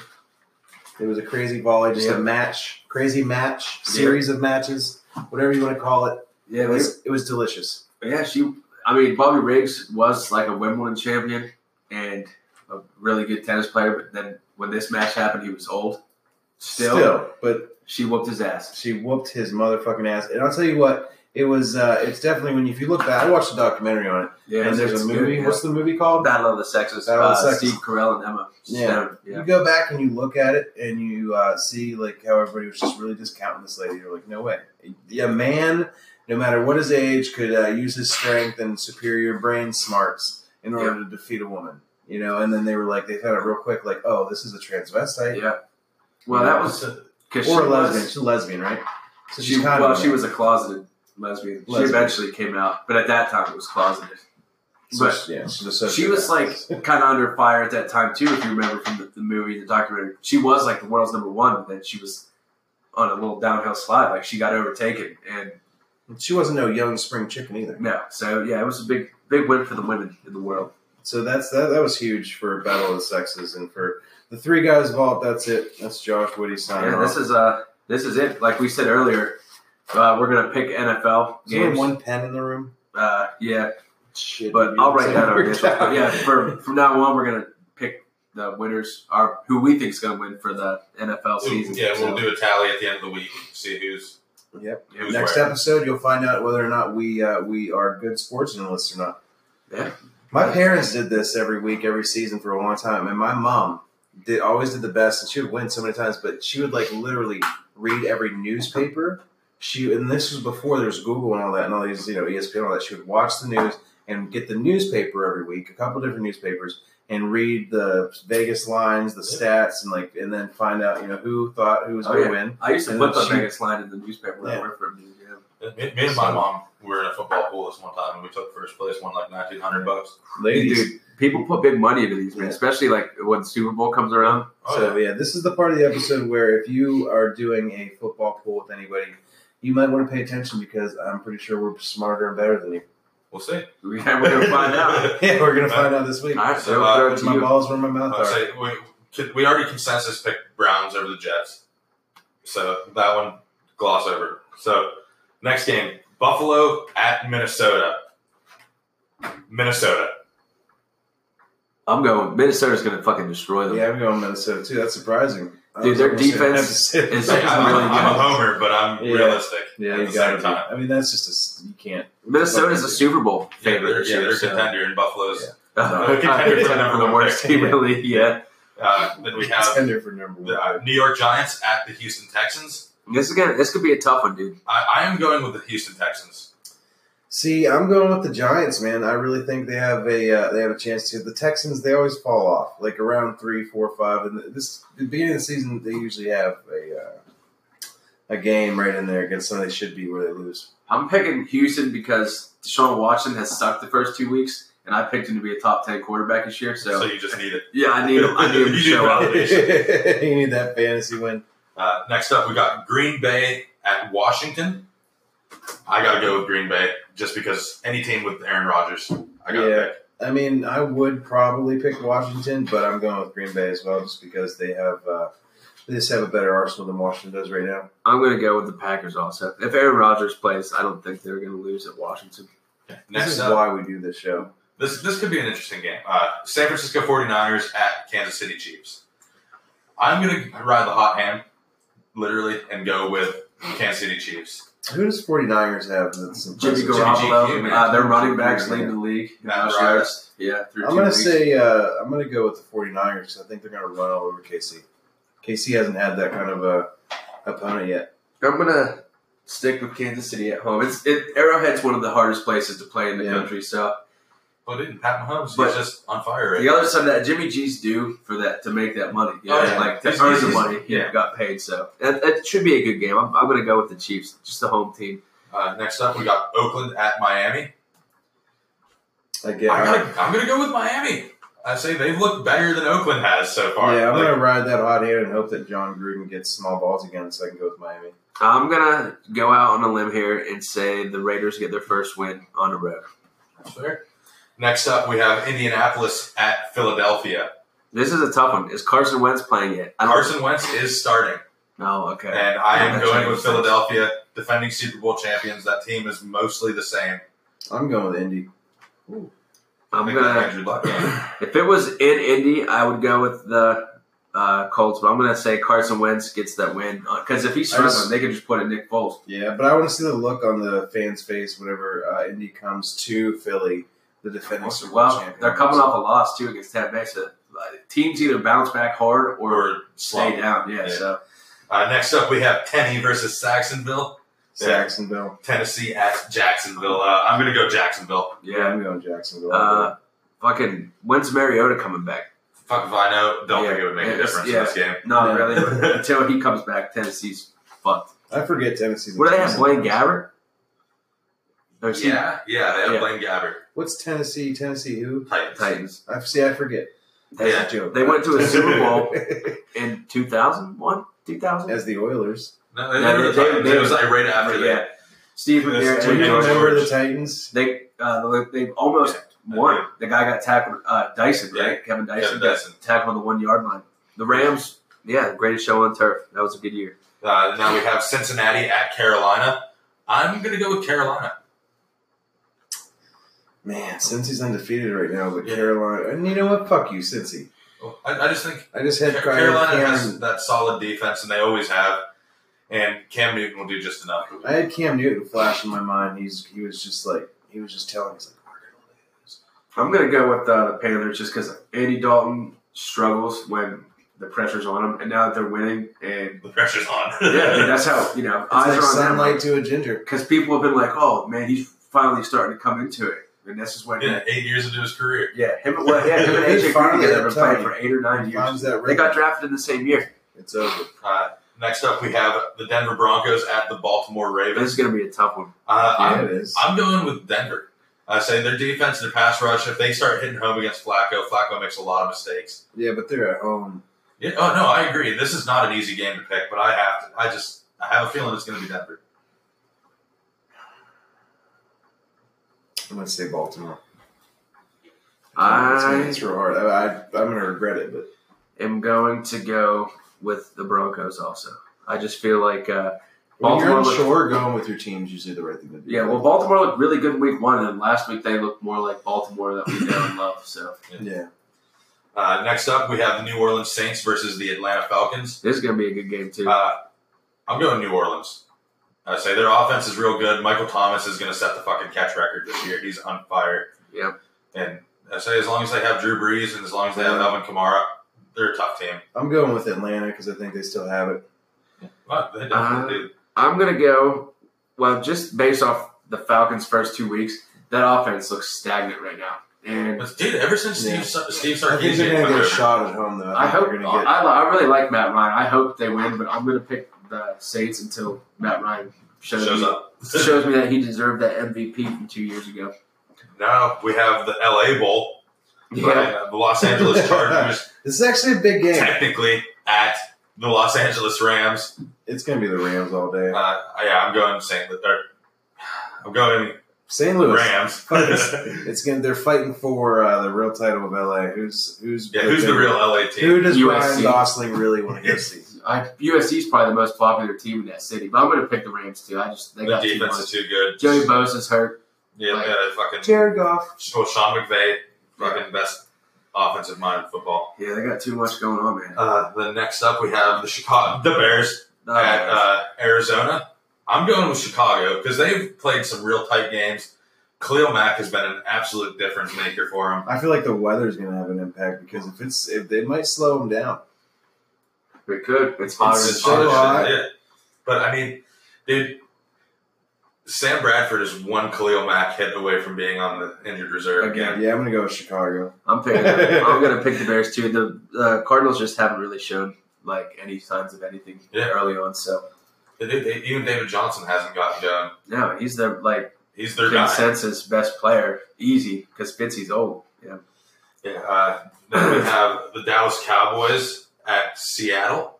Speaker 3: It was a crazy volley, just
Speaker 4: Yeah.
Speaker 3: a match, crazy match,
Speaker 4: Yeah.
Speaker 3: series of matches, whatever you want to call it.
Speaker 4: yeah,
Speaker 3: It was, it was delicious.
Speaker 4: yeah. She, I mean, Bobby Riggs was like a Wimbledon champion and a really good tennis player. But then when this match happened, he was old. Still,
Speaker 3: but
Speaker 4: she whooped his ass.
Speaker 3: she whooped his motherfucking ass. And I'll tell you what, it was. Uh, it's definitely when you, if you look back, I watched a documentary on it,
Speaker 4: Yeah,
Speaker 3: and there's
Speaker 4: it's
Speaker 3: a
Speaker 4: good,
Speaker 3: movie.
Speaker 4: yeah.
Speaker 3: What's the movie called?
Speaker 4: Battle of the Sexes.
Speaker 3: Battle
Speaker 4: uh,
Speaker 3: of the Sexes.
Speaker 4: Steve Carell and Emma.
Speaker 3: Yeah.
Speaker 4: Stone, yeah.
Speaker 3: You go back and you look at it, and you uh, see like how everybody was just really discounting this lady. You're like, no way, a man, no matter what his age, could uh, use his strength and superior brain smarts in order to defeat a woman. You know, and then they were like, they found it real quick, like, oh, this is a transvestite
Speaker 4: Yeah. Well, that was because she
Speaker 3: or a
Speaker 4: was
Speaker 3: lesbian. She's a lesbian, right? So
Speaker 4: she,
Speaker 3: she's kind
Speaker 4: well,
Speaker 3: of a
Speaker 4: she was a closeted lesbian. She
Speaker 3: Lesbian.
Speaker 4: eventually came out, but at that time it was closeted.
Speaker 3: So
Speaker 4: But
Speaker 3: she- yeah, she's a
Speaker 4: she was like
Speaker 3: sociopath.
Speaker 4: kind of under fire at that time too. If you remember from the, the movie, the documentary, she was like the world's number one, but then she was on a little downhill slide. Like she got overtaken, and
Speaker 3: She wasn't no young spring chicken either.
Speaker 4: no. So yeah, it was a big, big win for the women in the world.
Speaker 3: So that's that. That was huge for Battle of the Sexes and for the three guys vault. That's it. That's Josh Woody signing
Speaker 4: Yeah,
Speaker 3: off.
Speaker 4: this is uh, this is it. Like we said earlier, uh, we're gonna pick NFL
Speaker 3: There's only
Speaker 4: games.
Speaker 3: one pen in the room.
Speaker 4: Uh, yeah,
Speaker 3: Shit,
Speaker 4: But
Speaker 3: dude,
Speaker 4: I'll write
Speaker 3: it's
Speaker 4: that our
Speaker 3: like-
Speaker 4: initials. But yeah, for, from now on, we're gonna pick the winners are who we think is going to win for the NFL season.
Speaker 2: yeah,
Speaker 4: So,
Speaker 2: we'll do a tally at the end of the week, see who's
Speaker 3: Yep.
Speaker 2: who's
Speaker 3: Next
Speaker 2: where.
Speaker 3: episode, you'll find out whether or not we uh, we are good sports journalists or not.
Speaker 4: Yeah.
Speaker 3: My parents did this every week, every season for a long time, and my mom did always did the best, and she would win so many times. But she would like literally read every newspaper. She and this was before there was Google and all that, and all these you know E ESPN and all that. She would watch the news and get the newspaper every week, a couple different newspapers, and read the Vegas lines, the stats, and like and then find out you know who thought who was
Speaker 4: Oh,
Speaker 3: going
Speaker 4: yeah.
Speaker 3: to win.
Speaker 4: I used to
Speaker 3: And
Speaker 4: put the
Speaker 3: she-
Speaker 4: Vegas line in the newspaper when
Speaker 3: Yeah.
Speaker 4: I worked for a news. Yeah.
Speaker 2: Me, me and my mom were in a football pool this one time, and we took first place, won like nineteen hundred bucks.
Speaker 4: Dude, people put big money into these, man.
Speaker 3: Yeah.
Speaker 4: Especially like when Super Bowl comes around.
Speaker 2: Oh,
Speaker 3: so yeah. this is the part of the episode where if you are doing a football pool with anybody, you might want to pay attention because I'm pretty sure we're smarter and better than you.
Speaker 2: We'll see.
Speaker 4: We- We're going to find out.
Speaker 3: Yeah, we're gonna find out this week.
Speaker 4: All right,
Speaker 2: So, uh,
Speaker 4: so we'll throw it
Speaker 3: Put
Speaker 4: to
Speaker 3: my
Speaker 4: you.
Speaker 3: balls where my mouth
Speaker 2: I'd
Speaker 3: are.
Speaker 2: say we could- we already consensus picked Browns over the Jets, so that one gloss over. So next game, Buffalo at Minnesota. Minnesota.
Speaker 4: I'm going. Minnesota's going to fucking destroy them.
Speaker 3: Yeah, I'm going Minnesota too. That's surprising. I
Speaker 4: Dude,
Speaker 3: was
Speaker 4: their
Speaker 3: almost gonna
Speaker 4: defense
Speaker 3: have to say-
Speaker 4: is-
Speaker 2: Hey, I'm,
Speaker 4: really
Speaker 2: I'm a
Speaker 4: good.
Speaker 2: homer, but I'm
Speaker 3: Yeah.
Speaker 2: realistic.
Speaker 3: yeah,
Speaker 2: at
Speaker 3: you
Speaker 2: the
Speaker 3: gotta
Speaker 2: same
Speaker 3: be.
Speaker 2: time.
Speaker 3: I mean, that's just a s- you can't.
Speaker 4: Minnesota's a Super Bowl
Speaker 2: Yeah,
Speaker 4: favorite.
Speaker 2: they're,
Speaker 4: this
Speaker 2: yeah,
Speaker 4: year,
Speaker 2: they're a
Speaker 4: so-
Speaker 2: contender, and Buffalo's.
Speaker 4: Uh,
Speaker 2: Contender for
Speaker 4: contender
Speaker 2: number
Speaker 4: for the
Speaker 2: one
Speaker 4: worst
Speaker 3: pick.
Speaker 4: team, really. Yeah.
Speaker 2: Uh, then we have
Speaker 3: contender for number one.
Speaker 2: the uh, New York Giants at the Houston Texans.
Speaker 4: This is gonna. This could be a tough one, dude.
Speaker 2: I, I am going with the Houston Texans.
Speaker 3: See, I'm going with the Giants, man. I really think they have a uh, they have a chance to. The Texans they always fall off, like around three, four, five, and this the beginning of the season they usually have a uh, a game right in there against somebody they should be where they lose.
Speaker 4: I'm picking Houston because Deshaun Watson has sucked the first two weeks, and I picked him to be a top ten quarterback this year.
Speaker 2: So,
Speaker 4: So
Speaker 2: you just need it.
Speaker 4: yeah, I need him. I need him to
Speaker 2: You do
Speaker 4: show
Speaker 3: you
Speaker 4: up.
Speaker 2: validation.
Speaker 3: need that fantasy win.
Speaker 2: Uh, next up, we got Green Bay at Washington. I gotta go with Green Bay just because any team with Aaron Rodgers, I gotta
Speaker 3: Yeah.
Speaker 2: pick.
Speaker 3: I mean, I would probably pick Washington, but I'm going with Green Bay as well, just because they have uh, they just have a better arsenal than Washington does right now.
Speaker 4: I'm gonna go with the Packers also. If Aaron Rodgers plays, I don't think they're gonna lose at Washington.
Speaker 3: this
Speaker 2: Next
Speaker 3: is
Speaker 2: up,
Speaker 3: why we do this show.
Speaker 2: this this could be an interesting game. Uh, San Francisco 49ers at Kansas City Chiefs. I'm gonna ride the hot hand, literally, and go with Kansas City Chiefs.
Speaker 3: Who does 49ers have? That's
Speaker 4: Jimmy
Speaker 3: impressive?
Speaker 4: Garoppolo,
Speaker 2: GQ, man.
Speaker 4: uh, their running backs
Speaker 3: Yeah.
Speaker 4: leading the league. in
Speaker 2: Matt
Speaker 4: rush
Speaker 2: Breida.
Speaker 4: yards. Yeah, through
Speaker 3: I'm
Speaker 4: two
Speaker 3: going to
Speaker 4: weeks.
Speaker 3: say uh, I'm going to go with the 49ers because I think they're going to run all over KC. KC hasn't had that kind of a opponent yet.
Speaker 4: I'm gonna stick with Kansas City at home. It's it, Arrowhead's one of the hardest places to play in the
Speaker 3: Yeah.
Speaker 4: country. So
Speaker 2: But didn't Pat Mahomes?
Speaker 4: But-
Speaker 2: he's just on fire. Right
Speaker 4: the other side of that, Jimmy G's due for that to make that money. You know,
Speaker 2: Oh, yeah.
Speaker 4: like to
Speaker 2: He's-
Speaker 4: earn the
Speaker 2: he's-
Speaker 4: money. He
Speaker 2: yeah.
Speaker 4: got paid. So that, that should be a good game. I'm, I'm gonna go with the Chiefs, just the home team.
Speaker 2: Uh, next up, we got Oakland at Miami.
Speaker 3: Again,
Speaker 2: I'm,
Speaker 3: I-
Speaker 2: gonna, I'm gonna go with Miami. I say they've looked better than Oakland has so far.
Speaker 3: yeah, I'm
Speaker 2: Like,
Speaker 3: going to ride that hot hand and hope that John Gruden gets small balls again so I can go with Miami.
Speaker 4: I'm gonna go out on a limb here and say the Raiders get their first win on the road.
Speaker 2: that's fair. Next up, we have Indianapolis at Philadelphia.
Speaker 4: This is a tough one. Is Carson Wentz playing yet? I don't-
Speaker 2: Carson Wentz is starting,
Speaker 4: No. Okay.
Speaker 2: and I
Speaker 4: Yeah,
Speaker 2: am
Speaker 4: that
Speaker 2: going with
Speaker 4: changes
Speaker 2: Philadelphia, defending Super Bowl champions. That team is mostly the same.
Speaker 3: I'm going with Indy.
Speaker 4: I'm
Speaker 2: I think
Speaker 4: gonna.
Speaker 2: that's Andrew Luck.
Speaker 4: If it was in Indy, I would go with the uh, Colts, but I'm going to say Carson Wentz gets that win because if he's
Speaker 3: I just-
Speaker 4: struggling, they can just put in Nick Foles.
Speaker 3: Yeah, but I want to see the look on the fans' face whenever uh, Indy comes to Philly, the defending Super Bowl
Speaker 4: Well,
Speaker 3: champion.
Speaker 4: they're coming off a loss too against Tampa Bay, so uh, teams either bounce back hard or
Speaker 2: Or
Speaker 4: stay
Speaker 2: slow.
Speaker 4: down. Yeah,
Speaker 2: Yeah.
Speaker 4: so
Speaker 2: Uh, next up, we have Tenney versus Saxonville,
Speaker 3: Saxonville.
Speaker 2: Tennessee at Jacksonville. Uh, I'm gonna go Jacksonville.
Speaker 4: yeah,
Speaker 3: I'm going Jacksonville.
Speaker 4: uh, fucking when's Mariota coming back?
Speaker 2: Fuck if I know. Don't
Speaker 4: Yeah,
Speaker 2: think it would make a
Speaker 4: it's-
Speaker 2: difference
Speaker 4: yeah.
Speaker 2: in this game.
Speaker 4: Not
Speaker 3: Yeah.
Speaker 4: really. Until he comes back, Tennessee's fucked.
Speaker 3: I forget Tennessee's.
Speaker 4: What do they have? Blaine Gabbert? Or is he-
Speaker 2: Yeah, yeah, they have
Speaker 4: Yeah.
Speaker 2: Blaine Gabbert.
Speaker 3: What's Tennessee? Tennessee who?
Speaker 2: Titans.
Speaker 4: Titans.
Speaker 3: I see. I forget. That's
Speaker 2: Yeah,
Speaker 3: a joke.
Speaker 4: They went to a Super Bowl in 2001, 2000.
Speaker 3: as the Oilers.
Speaker 2: No, they,
Speaker 4: Yeah,
Speaker 2: were
Speaker 4: they-
Speaker 2: the
Speaker 4: they-
Speaker 2: Titans.
Speaker 4: they-
Speaker 2: it was like right after
Speaker 4: yeah.
Speaker 2: that.
Speaker 4: Steve
Speaker 2: Yes,
Speaker 4: McNair.
Speaker 3: Do
Speaker 2: Tony
Speaker 4: and
Speaker 3: you
Speaker 2: George.
Speaker 3: remember the Titans?
Speaker 4: They uh, they they almost won. The guy got tackled. Uh, Dyson,
Speaker 2: Yeah.
Speaker 4: right? Kevin Dyson
Speaker 2: Kevin
Speaker 4: got
Speaker 2: Dyson.
Speaker 4: tackled on the one yard line. The Rams, yeah, greatest show on turf. That was a good year.
Speaker 2: Uh, now we have Cincinnati at Carolina. I'm gonna go with Carolina.
Speaker 3: Man, Cincy's undefeated right now, but
Speaker 2: Yeah.
Speaker 3: Carolina. And you know what? Fuck you, Cincy.
Speaker 2: I, I just think
Speaker 3: I just had
Speaker 2: Ca-
Speaker 3: Karen-
Speaker 2: Carolina has
Speaker 3: Karen-
Speaker 2: that solid defense, and they always have. And Cam Newton will do just enough.
Speaker 3: I had Cam Newton flash in my mind. He's he was just like he was just telling. He's like, we're gonna lose.
Speaker 4: I'm gonna go with uh, the Panthers just because Andy Dalton struggles when the pressure's on him, and now that they're winning, and
Speaker 2: The pressure's on.
Speaker 4: yeah, dude, that's how you know
Speaker 3: It's
Speaker 4: eyes
Speaker 3: like
Speaker 4: are on them.
Speaker 3: sunlight to a ginger.
Speaker 4: because people have been like, "Oh man, he's finally starting to come into it," and this is when
Speaker 2: Yeah, eight years into his career.
Speaker 4: yeah, him, well, yeah, him and
Speaker 3: He
Speaker 4: AJ Green
Speaker 3: finally
Speaker 4: together
Speaker 3: had
Speaker 4: have been playing
Speaker 3: time.
Speaker 4: for eight or nine years.
Speaker 3: Finds that
Speaker 4: They got
Speaker 3: rhythm.
Speaker 4: drafted in the same year.
Speaker 3: It's over.
Speaker 2: Uh, next up, we have the Denver Broncos at the Baltimore
Speaker 4: This
Speaker 2: Ravens.
Speaker 4: is gonna be a tough one.
Speaker 2: Uh,
Speaker 3: Yeah,
Speaker 2: I'm,
Speaker 3: it is.
Speaker 2: I'm going with Denver. I say their defense, their pass rush. If they start hitting home against Flacco, Flacco makes a lot of mistakes.
Speaker 3: Yeah, but they're at home.
Speaker 2: Yeah, oh no, I agree. This is not an easy game to pick, but I have to. I just I have a feeling it's going to be Denver.
Speaker 3: I'm gonna say Baltimore. It's gonna-
Speaker 4: I
Speaker 3: it's real hard. I, I, I'm gonna regret it, but
Speaker 4: am going to go with the Broncos. Also, I just feel like. Uh,
Speaker 3: when you're
Speaker 4: Baltimore looked-
Speaker 3: unsure, going with your team's usually the right thing to do.
Speaker 4: Yeah, well, Baltimore looked really good in week one, and then last week they looked more like Baltimore that we know and love. So
Speaker 3: yeah,
Speaker 2: Uh, next up, we have the New Orleans Saints versus the Atlanta Falcons.
Speaker 4: this is going to be a good game, too.
Speaker 2: Uh, I'm going New Orleans. I say their offense is real good. Michael Thomas is going to set the fucking catch record this year. He's on fire.
Speaker 4: Yep.
Speaker 2: And I say as long as they have Drew Brees and as long as they have
Speaker 3: Yeah.
Speaker 2: Alvin Kamara, they're a tough team.
Speaker 3: I'm going with Atlanta because I think they still have it.
Speaker 2: But they
Speaker 3: Uh-huh.
Speaker 2: definitely
Speaker 4: Uh,
Speaker 2: do.
Speaker 4: I'm going to go, well, just based off the Falcons' first two weeks, that offense looks stagnant right now. And
Speaker 2: But dude, ever since
Speaker 3: Yeah.
Speaker 2: Steve Sar- Steve
Speaker 3: I think
Speaker 2: Sarkisian
Speaker 3: they're
Speaker 2: took
Speaker 3: gonna get a
Speaker 2: over,
Speaker 3: shot at home though.
Speaker 4: I
Speaker 3: think
Speaker 4: hope,
Speaker 3: they're gonna get.
Speaker 4: I, I really like Matt Ryan. I hope they win, but I'm going to pick the Saints until Matt Ryan shows,
Speaker 2: shows
Speaker 4: me,
Speaker 2: up.
Speaker 4: shows me that he deserved that MVP from two years ago.
Speaker 2: now we have the LA Bowl.
Speaker 4: Yeah.
Speaker 2: Uh, The Los Angeles Chargers
Speaker 3: This is actually a big game.
Speaker 2: technically at the Los Angeles Rams.
Speaker 3: It's gonna be the Rams all day.
Speaker 2: Uh, yeah, I'm going St. Louis. I'm going
Speaker 3: St. Louis.
Speaker 2: Rams.
Speaker 3: it's gonna. They're fighting for uh, the real title of LA. Who's who's
Speaker 2: Yeah, who's the real LA team?
Speaker 3: Who does
Speaker 4: USC.
Speaker 3: Ryan Gosling really want to go see?
Speaker 4: I, USC is probably the most popular team in that city, but I'm going to pick the Rams too. I just they
Speaker 2: the
Speaker 4: got too
Speaker 2: defense
Speaker 4: much.
Speaker 2: is too good.
Speaker 4: Joey Bosa's hurt.
Speaker 2: yeah,
Speaker 4: like-
Speaker 2: yeah, fucking.
Speaker 3: Jared Goff.
Speaker 2: Well, Sean McVay, fucking best offensive mind in football.
Speaker 4: Yeah, they got too much going on, man.
Speaker 2: Uh, then next up, we have the Chicago, the Bears at uh, Arizona. I'm going with Chicago because they've played some real tight games. Khalil Mack has been an absolute difference maker for them.
Speaker 3: I feel like the weather's gonna have an impact because if it's if they might slow him down.
Speaker 4: it could. It's hotter.
Speaker 3: It's
Speaker 4: It's
Speaker 3: so
Speaker 4: hotter.
Speaker 3: hot.
Speaker 2: Yeah. But I mean, dude, Sam Bradford is one Khalil Mack hit away from being on the injured reserve
Speaker 4: Again.
Speaker 2: again.
Speaker 3: Yeah, I'm gonna go with Chicago.
Speaker 4: I'm picking. I'm going to pick the Bears too. The uh, Cardinals just haven't really shown like any signs of anything
Speaker 2: Yeah.
Speaker 4: early on. So
Speaker 2: They- they- even David Johnson hasn't gotten done.
Speaker 4: no, he's their like
Speaker 2: He's their guy.
Speaker 4: consensus best player, easy because Fitzy's old. Yeah,
Speaker 2: Yeah, uh, then we have the Dallas Cowboys at Seattle.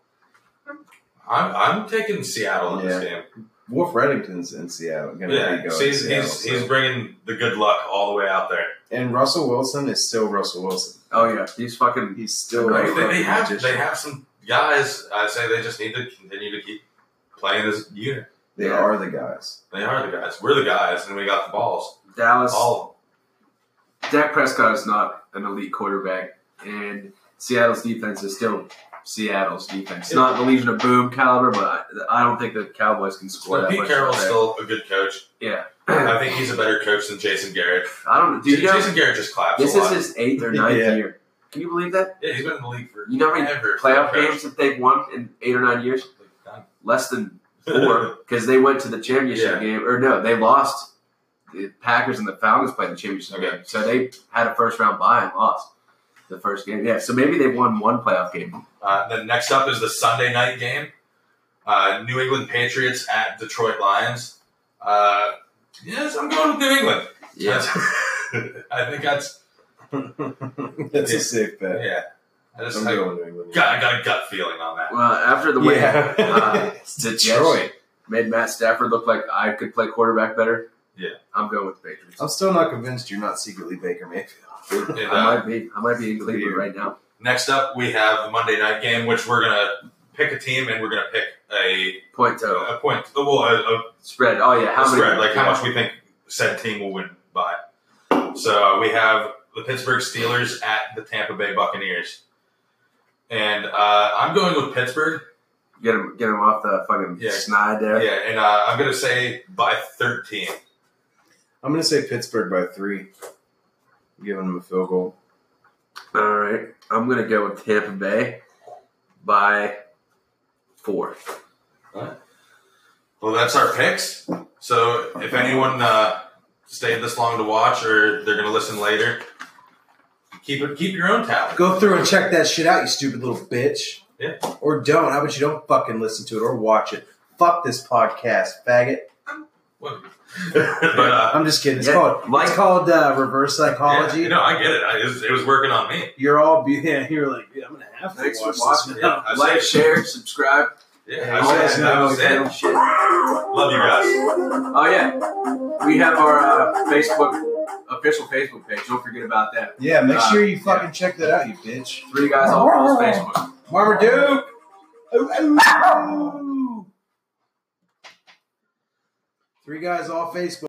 Speaker 2: I'm, I'm taking Seattle in this game.
Speaker 3: Wolf Reddington's in Seattle. Gonna be
Speaker 2: Yeah,
Speaker 3: going
Speaker 2: so he's,
Speaker 3: to Seattle,
Speaker 2: he's,
Speaker 3: so-
Speaker 2: he's bringing the good luck all the way out there.
Speaker 3: and Russell Wilson is still Russell Wilson.
Speaker 4: oh yeah, he's fucking.
Speaker 3: He's still
Speaker 4: Right,
Speaker 2: Like,
Speaker 3: a
Speaker 2: they, they
Speaker 3: fucking
Speaker 2: have
Speaker 3: magician.
Speaker 2: they have some guys. I say they just need to continue to keep playing as a unit.
Speaker 3: They
Speaker 4: Yeah.
Speaker 3: are the guys.
Speaker 2: They are the guys. We're the guys, and we got the balls.
Speaker 4: Dallas.
Speaker 2: All
Speaker 4: Dak Prescott is not an elite quarterback, and Seattle's defense is still Seattle's defense. It's not the Legion of Boom caliber, but I, I don't think the Cowboys can score
Speaker 2: but
Speaker 4: that
Speaker 2: Pete
Speaker 4: much.
Speaker 2: Carroll's
Speaker 4: out
Speaker 2: still a good coach.
Speaker 4: there. yeah.
Speaker 2: I think he's a better coach than Jason Garrett.
Speaker 4: I don't. Do you know
Speaker 2: Jason Garrett just claps.
Speaker 4: this
Speaker 2: a
Speaker 4: is
Speaker 2: lot.
Speaker 4: his eighth or ninth
Speaker 3: Yeah.
Speaker 4: year? Can you believe that
Speaker 2: yeah, he's been in the league for
Speaker 4: You know how many
Speaker 2: ever.
Speaker 4: playoff games that they've won in eight or nine years? Less than four, because they went to the championship
Speaker 2: Yeah.
Speaker 4: game, or no, they lost. The Packers and the Falcons played the championship
Speaker 2: Okay.
Speaker 4: game, so they had a first round bye and lost the first game. Yeah, so maybe they won one playoff game.
Speaker 2: Uh, then next up is the Sunday night game. Uh, New England Patriots at Detroit Lions. Uh, yes, I'm going with New England.
Speaker 4: Yeah.
Speaker 2: That's- I think that's
Speaker 3: That's a safe bet.
Speaker 2: yeah. I just
Speaker 3: I'm
Speaker 2: I,
Speaker 3: going New England.
Speaker 2: got I got a gut feeling on that.
Speaker 4: Well, after the way
Speaker 3: yeah.
Speaker 4: uh,
Speaker 3: It's
Speaker 4: the Jets
Speaker 3: Detroit.
Speaker 4: made Matt Stafford look like I could play quarterback better,
Speaker 2: Yeah.
Speaker 4: I'm going with the Patriots.
Speaker 3: I'm still not convinced you're not secretly Baker Mayfield.
Speaker 2: And, uh,
Speaker 4: I might be, I might be in Cleveland
Speaker 3: Weird.
Speaker 4: right now.
Speaker 2: next up, we have the Monday night game, which we're gonna pick a team and we're gonna pick a
Speaker 4: Point to
Speaker 2: a point. Uh, Well, a, a
Speaker 4: spread. Oh yeah, how
Speaker 2: the
Speaker 4: many?
Speaker 2: spread, like how much we think said team will win by. So uh, we have the Pittsburgh Steelers at the Tampa Bay Buccaneers. and uh, I'm going with Pittsburgh.
Speaker 4: Get him, get him off the fucking
Speaker 2: Yeah.
Speaker 4: snide
Speaker 2: Yeah,
Speaker 4: there.
Speaker 2: and uh, I'm gonna say by 13.
Speaker 3: I'm going to say Pittsburgh by three. giving them a field goal.
Speaker 4: All right, I'm gonna go with Tampa Bay by four.
Speaker 2: Well, that's our picks. So if anyone uh, stayed this long to watch, or they're gonna listen later, keep it. Keep your own tally.
Speaker 3: Go through and check that shit out, you stupid little bitch.
Speaker 2: Yeah.
Speaker 3: Or don't. How about you don't fucking listen to it or watch it? Fuck this podcast, faggot.
Speaker 2: but uh,
Speaker 3: I'm just kidding. It's
Speaker 4: Yeah,
Speaker 3: called
Speaker 4: like-
Speaker 3: it's called uh, reverse psychology.
Speaker 2: yeah, you know, I get it. I, it, was, it was working on me.
Speaker 3: You're all be- yeah, you're like, yeah, I'm gonna have to
Speaker 4: Thanks for
Speaker 3: watch
Speaker 4: watching.
Speaker 3: this.
Speaker 2: Yeah,
Speaker 3: now.
Speaker 2: I said-
Speaker 4: Like, share, subscribe.
Speaker 2: Yeah, I
Speaker 3: Yeah,
Speaker 4: all
Speaker 2: said
Speaker 4: that
Speaker 2: that was
Speaker 3: stuff.
Speaker 2: it.
Speaker 4: Shit.
Speaker 2: Love you guys.
Speaker 4: Oh yeah, we have our uh, Facebook official Facebook page. Don't forget about that.
Speaker 3: Yeah, make
Speaker 4: Uh,
Speaker 3: sure you
Speaker 4: yeah.
Speaker 3: fucking check that out, you bitch.
Speaker 4: Three guys on Girls Facebook.
Speaker 3: Marmaduke. Ooh, ooh, ooh. Three guys all Facebook.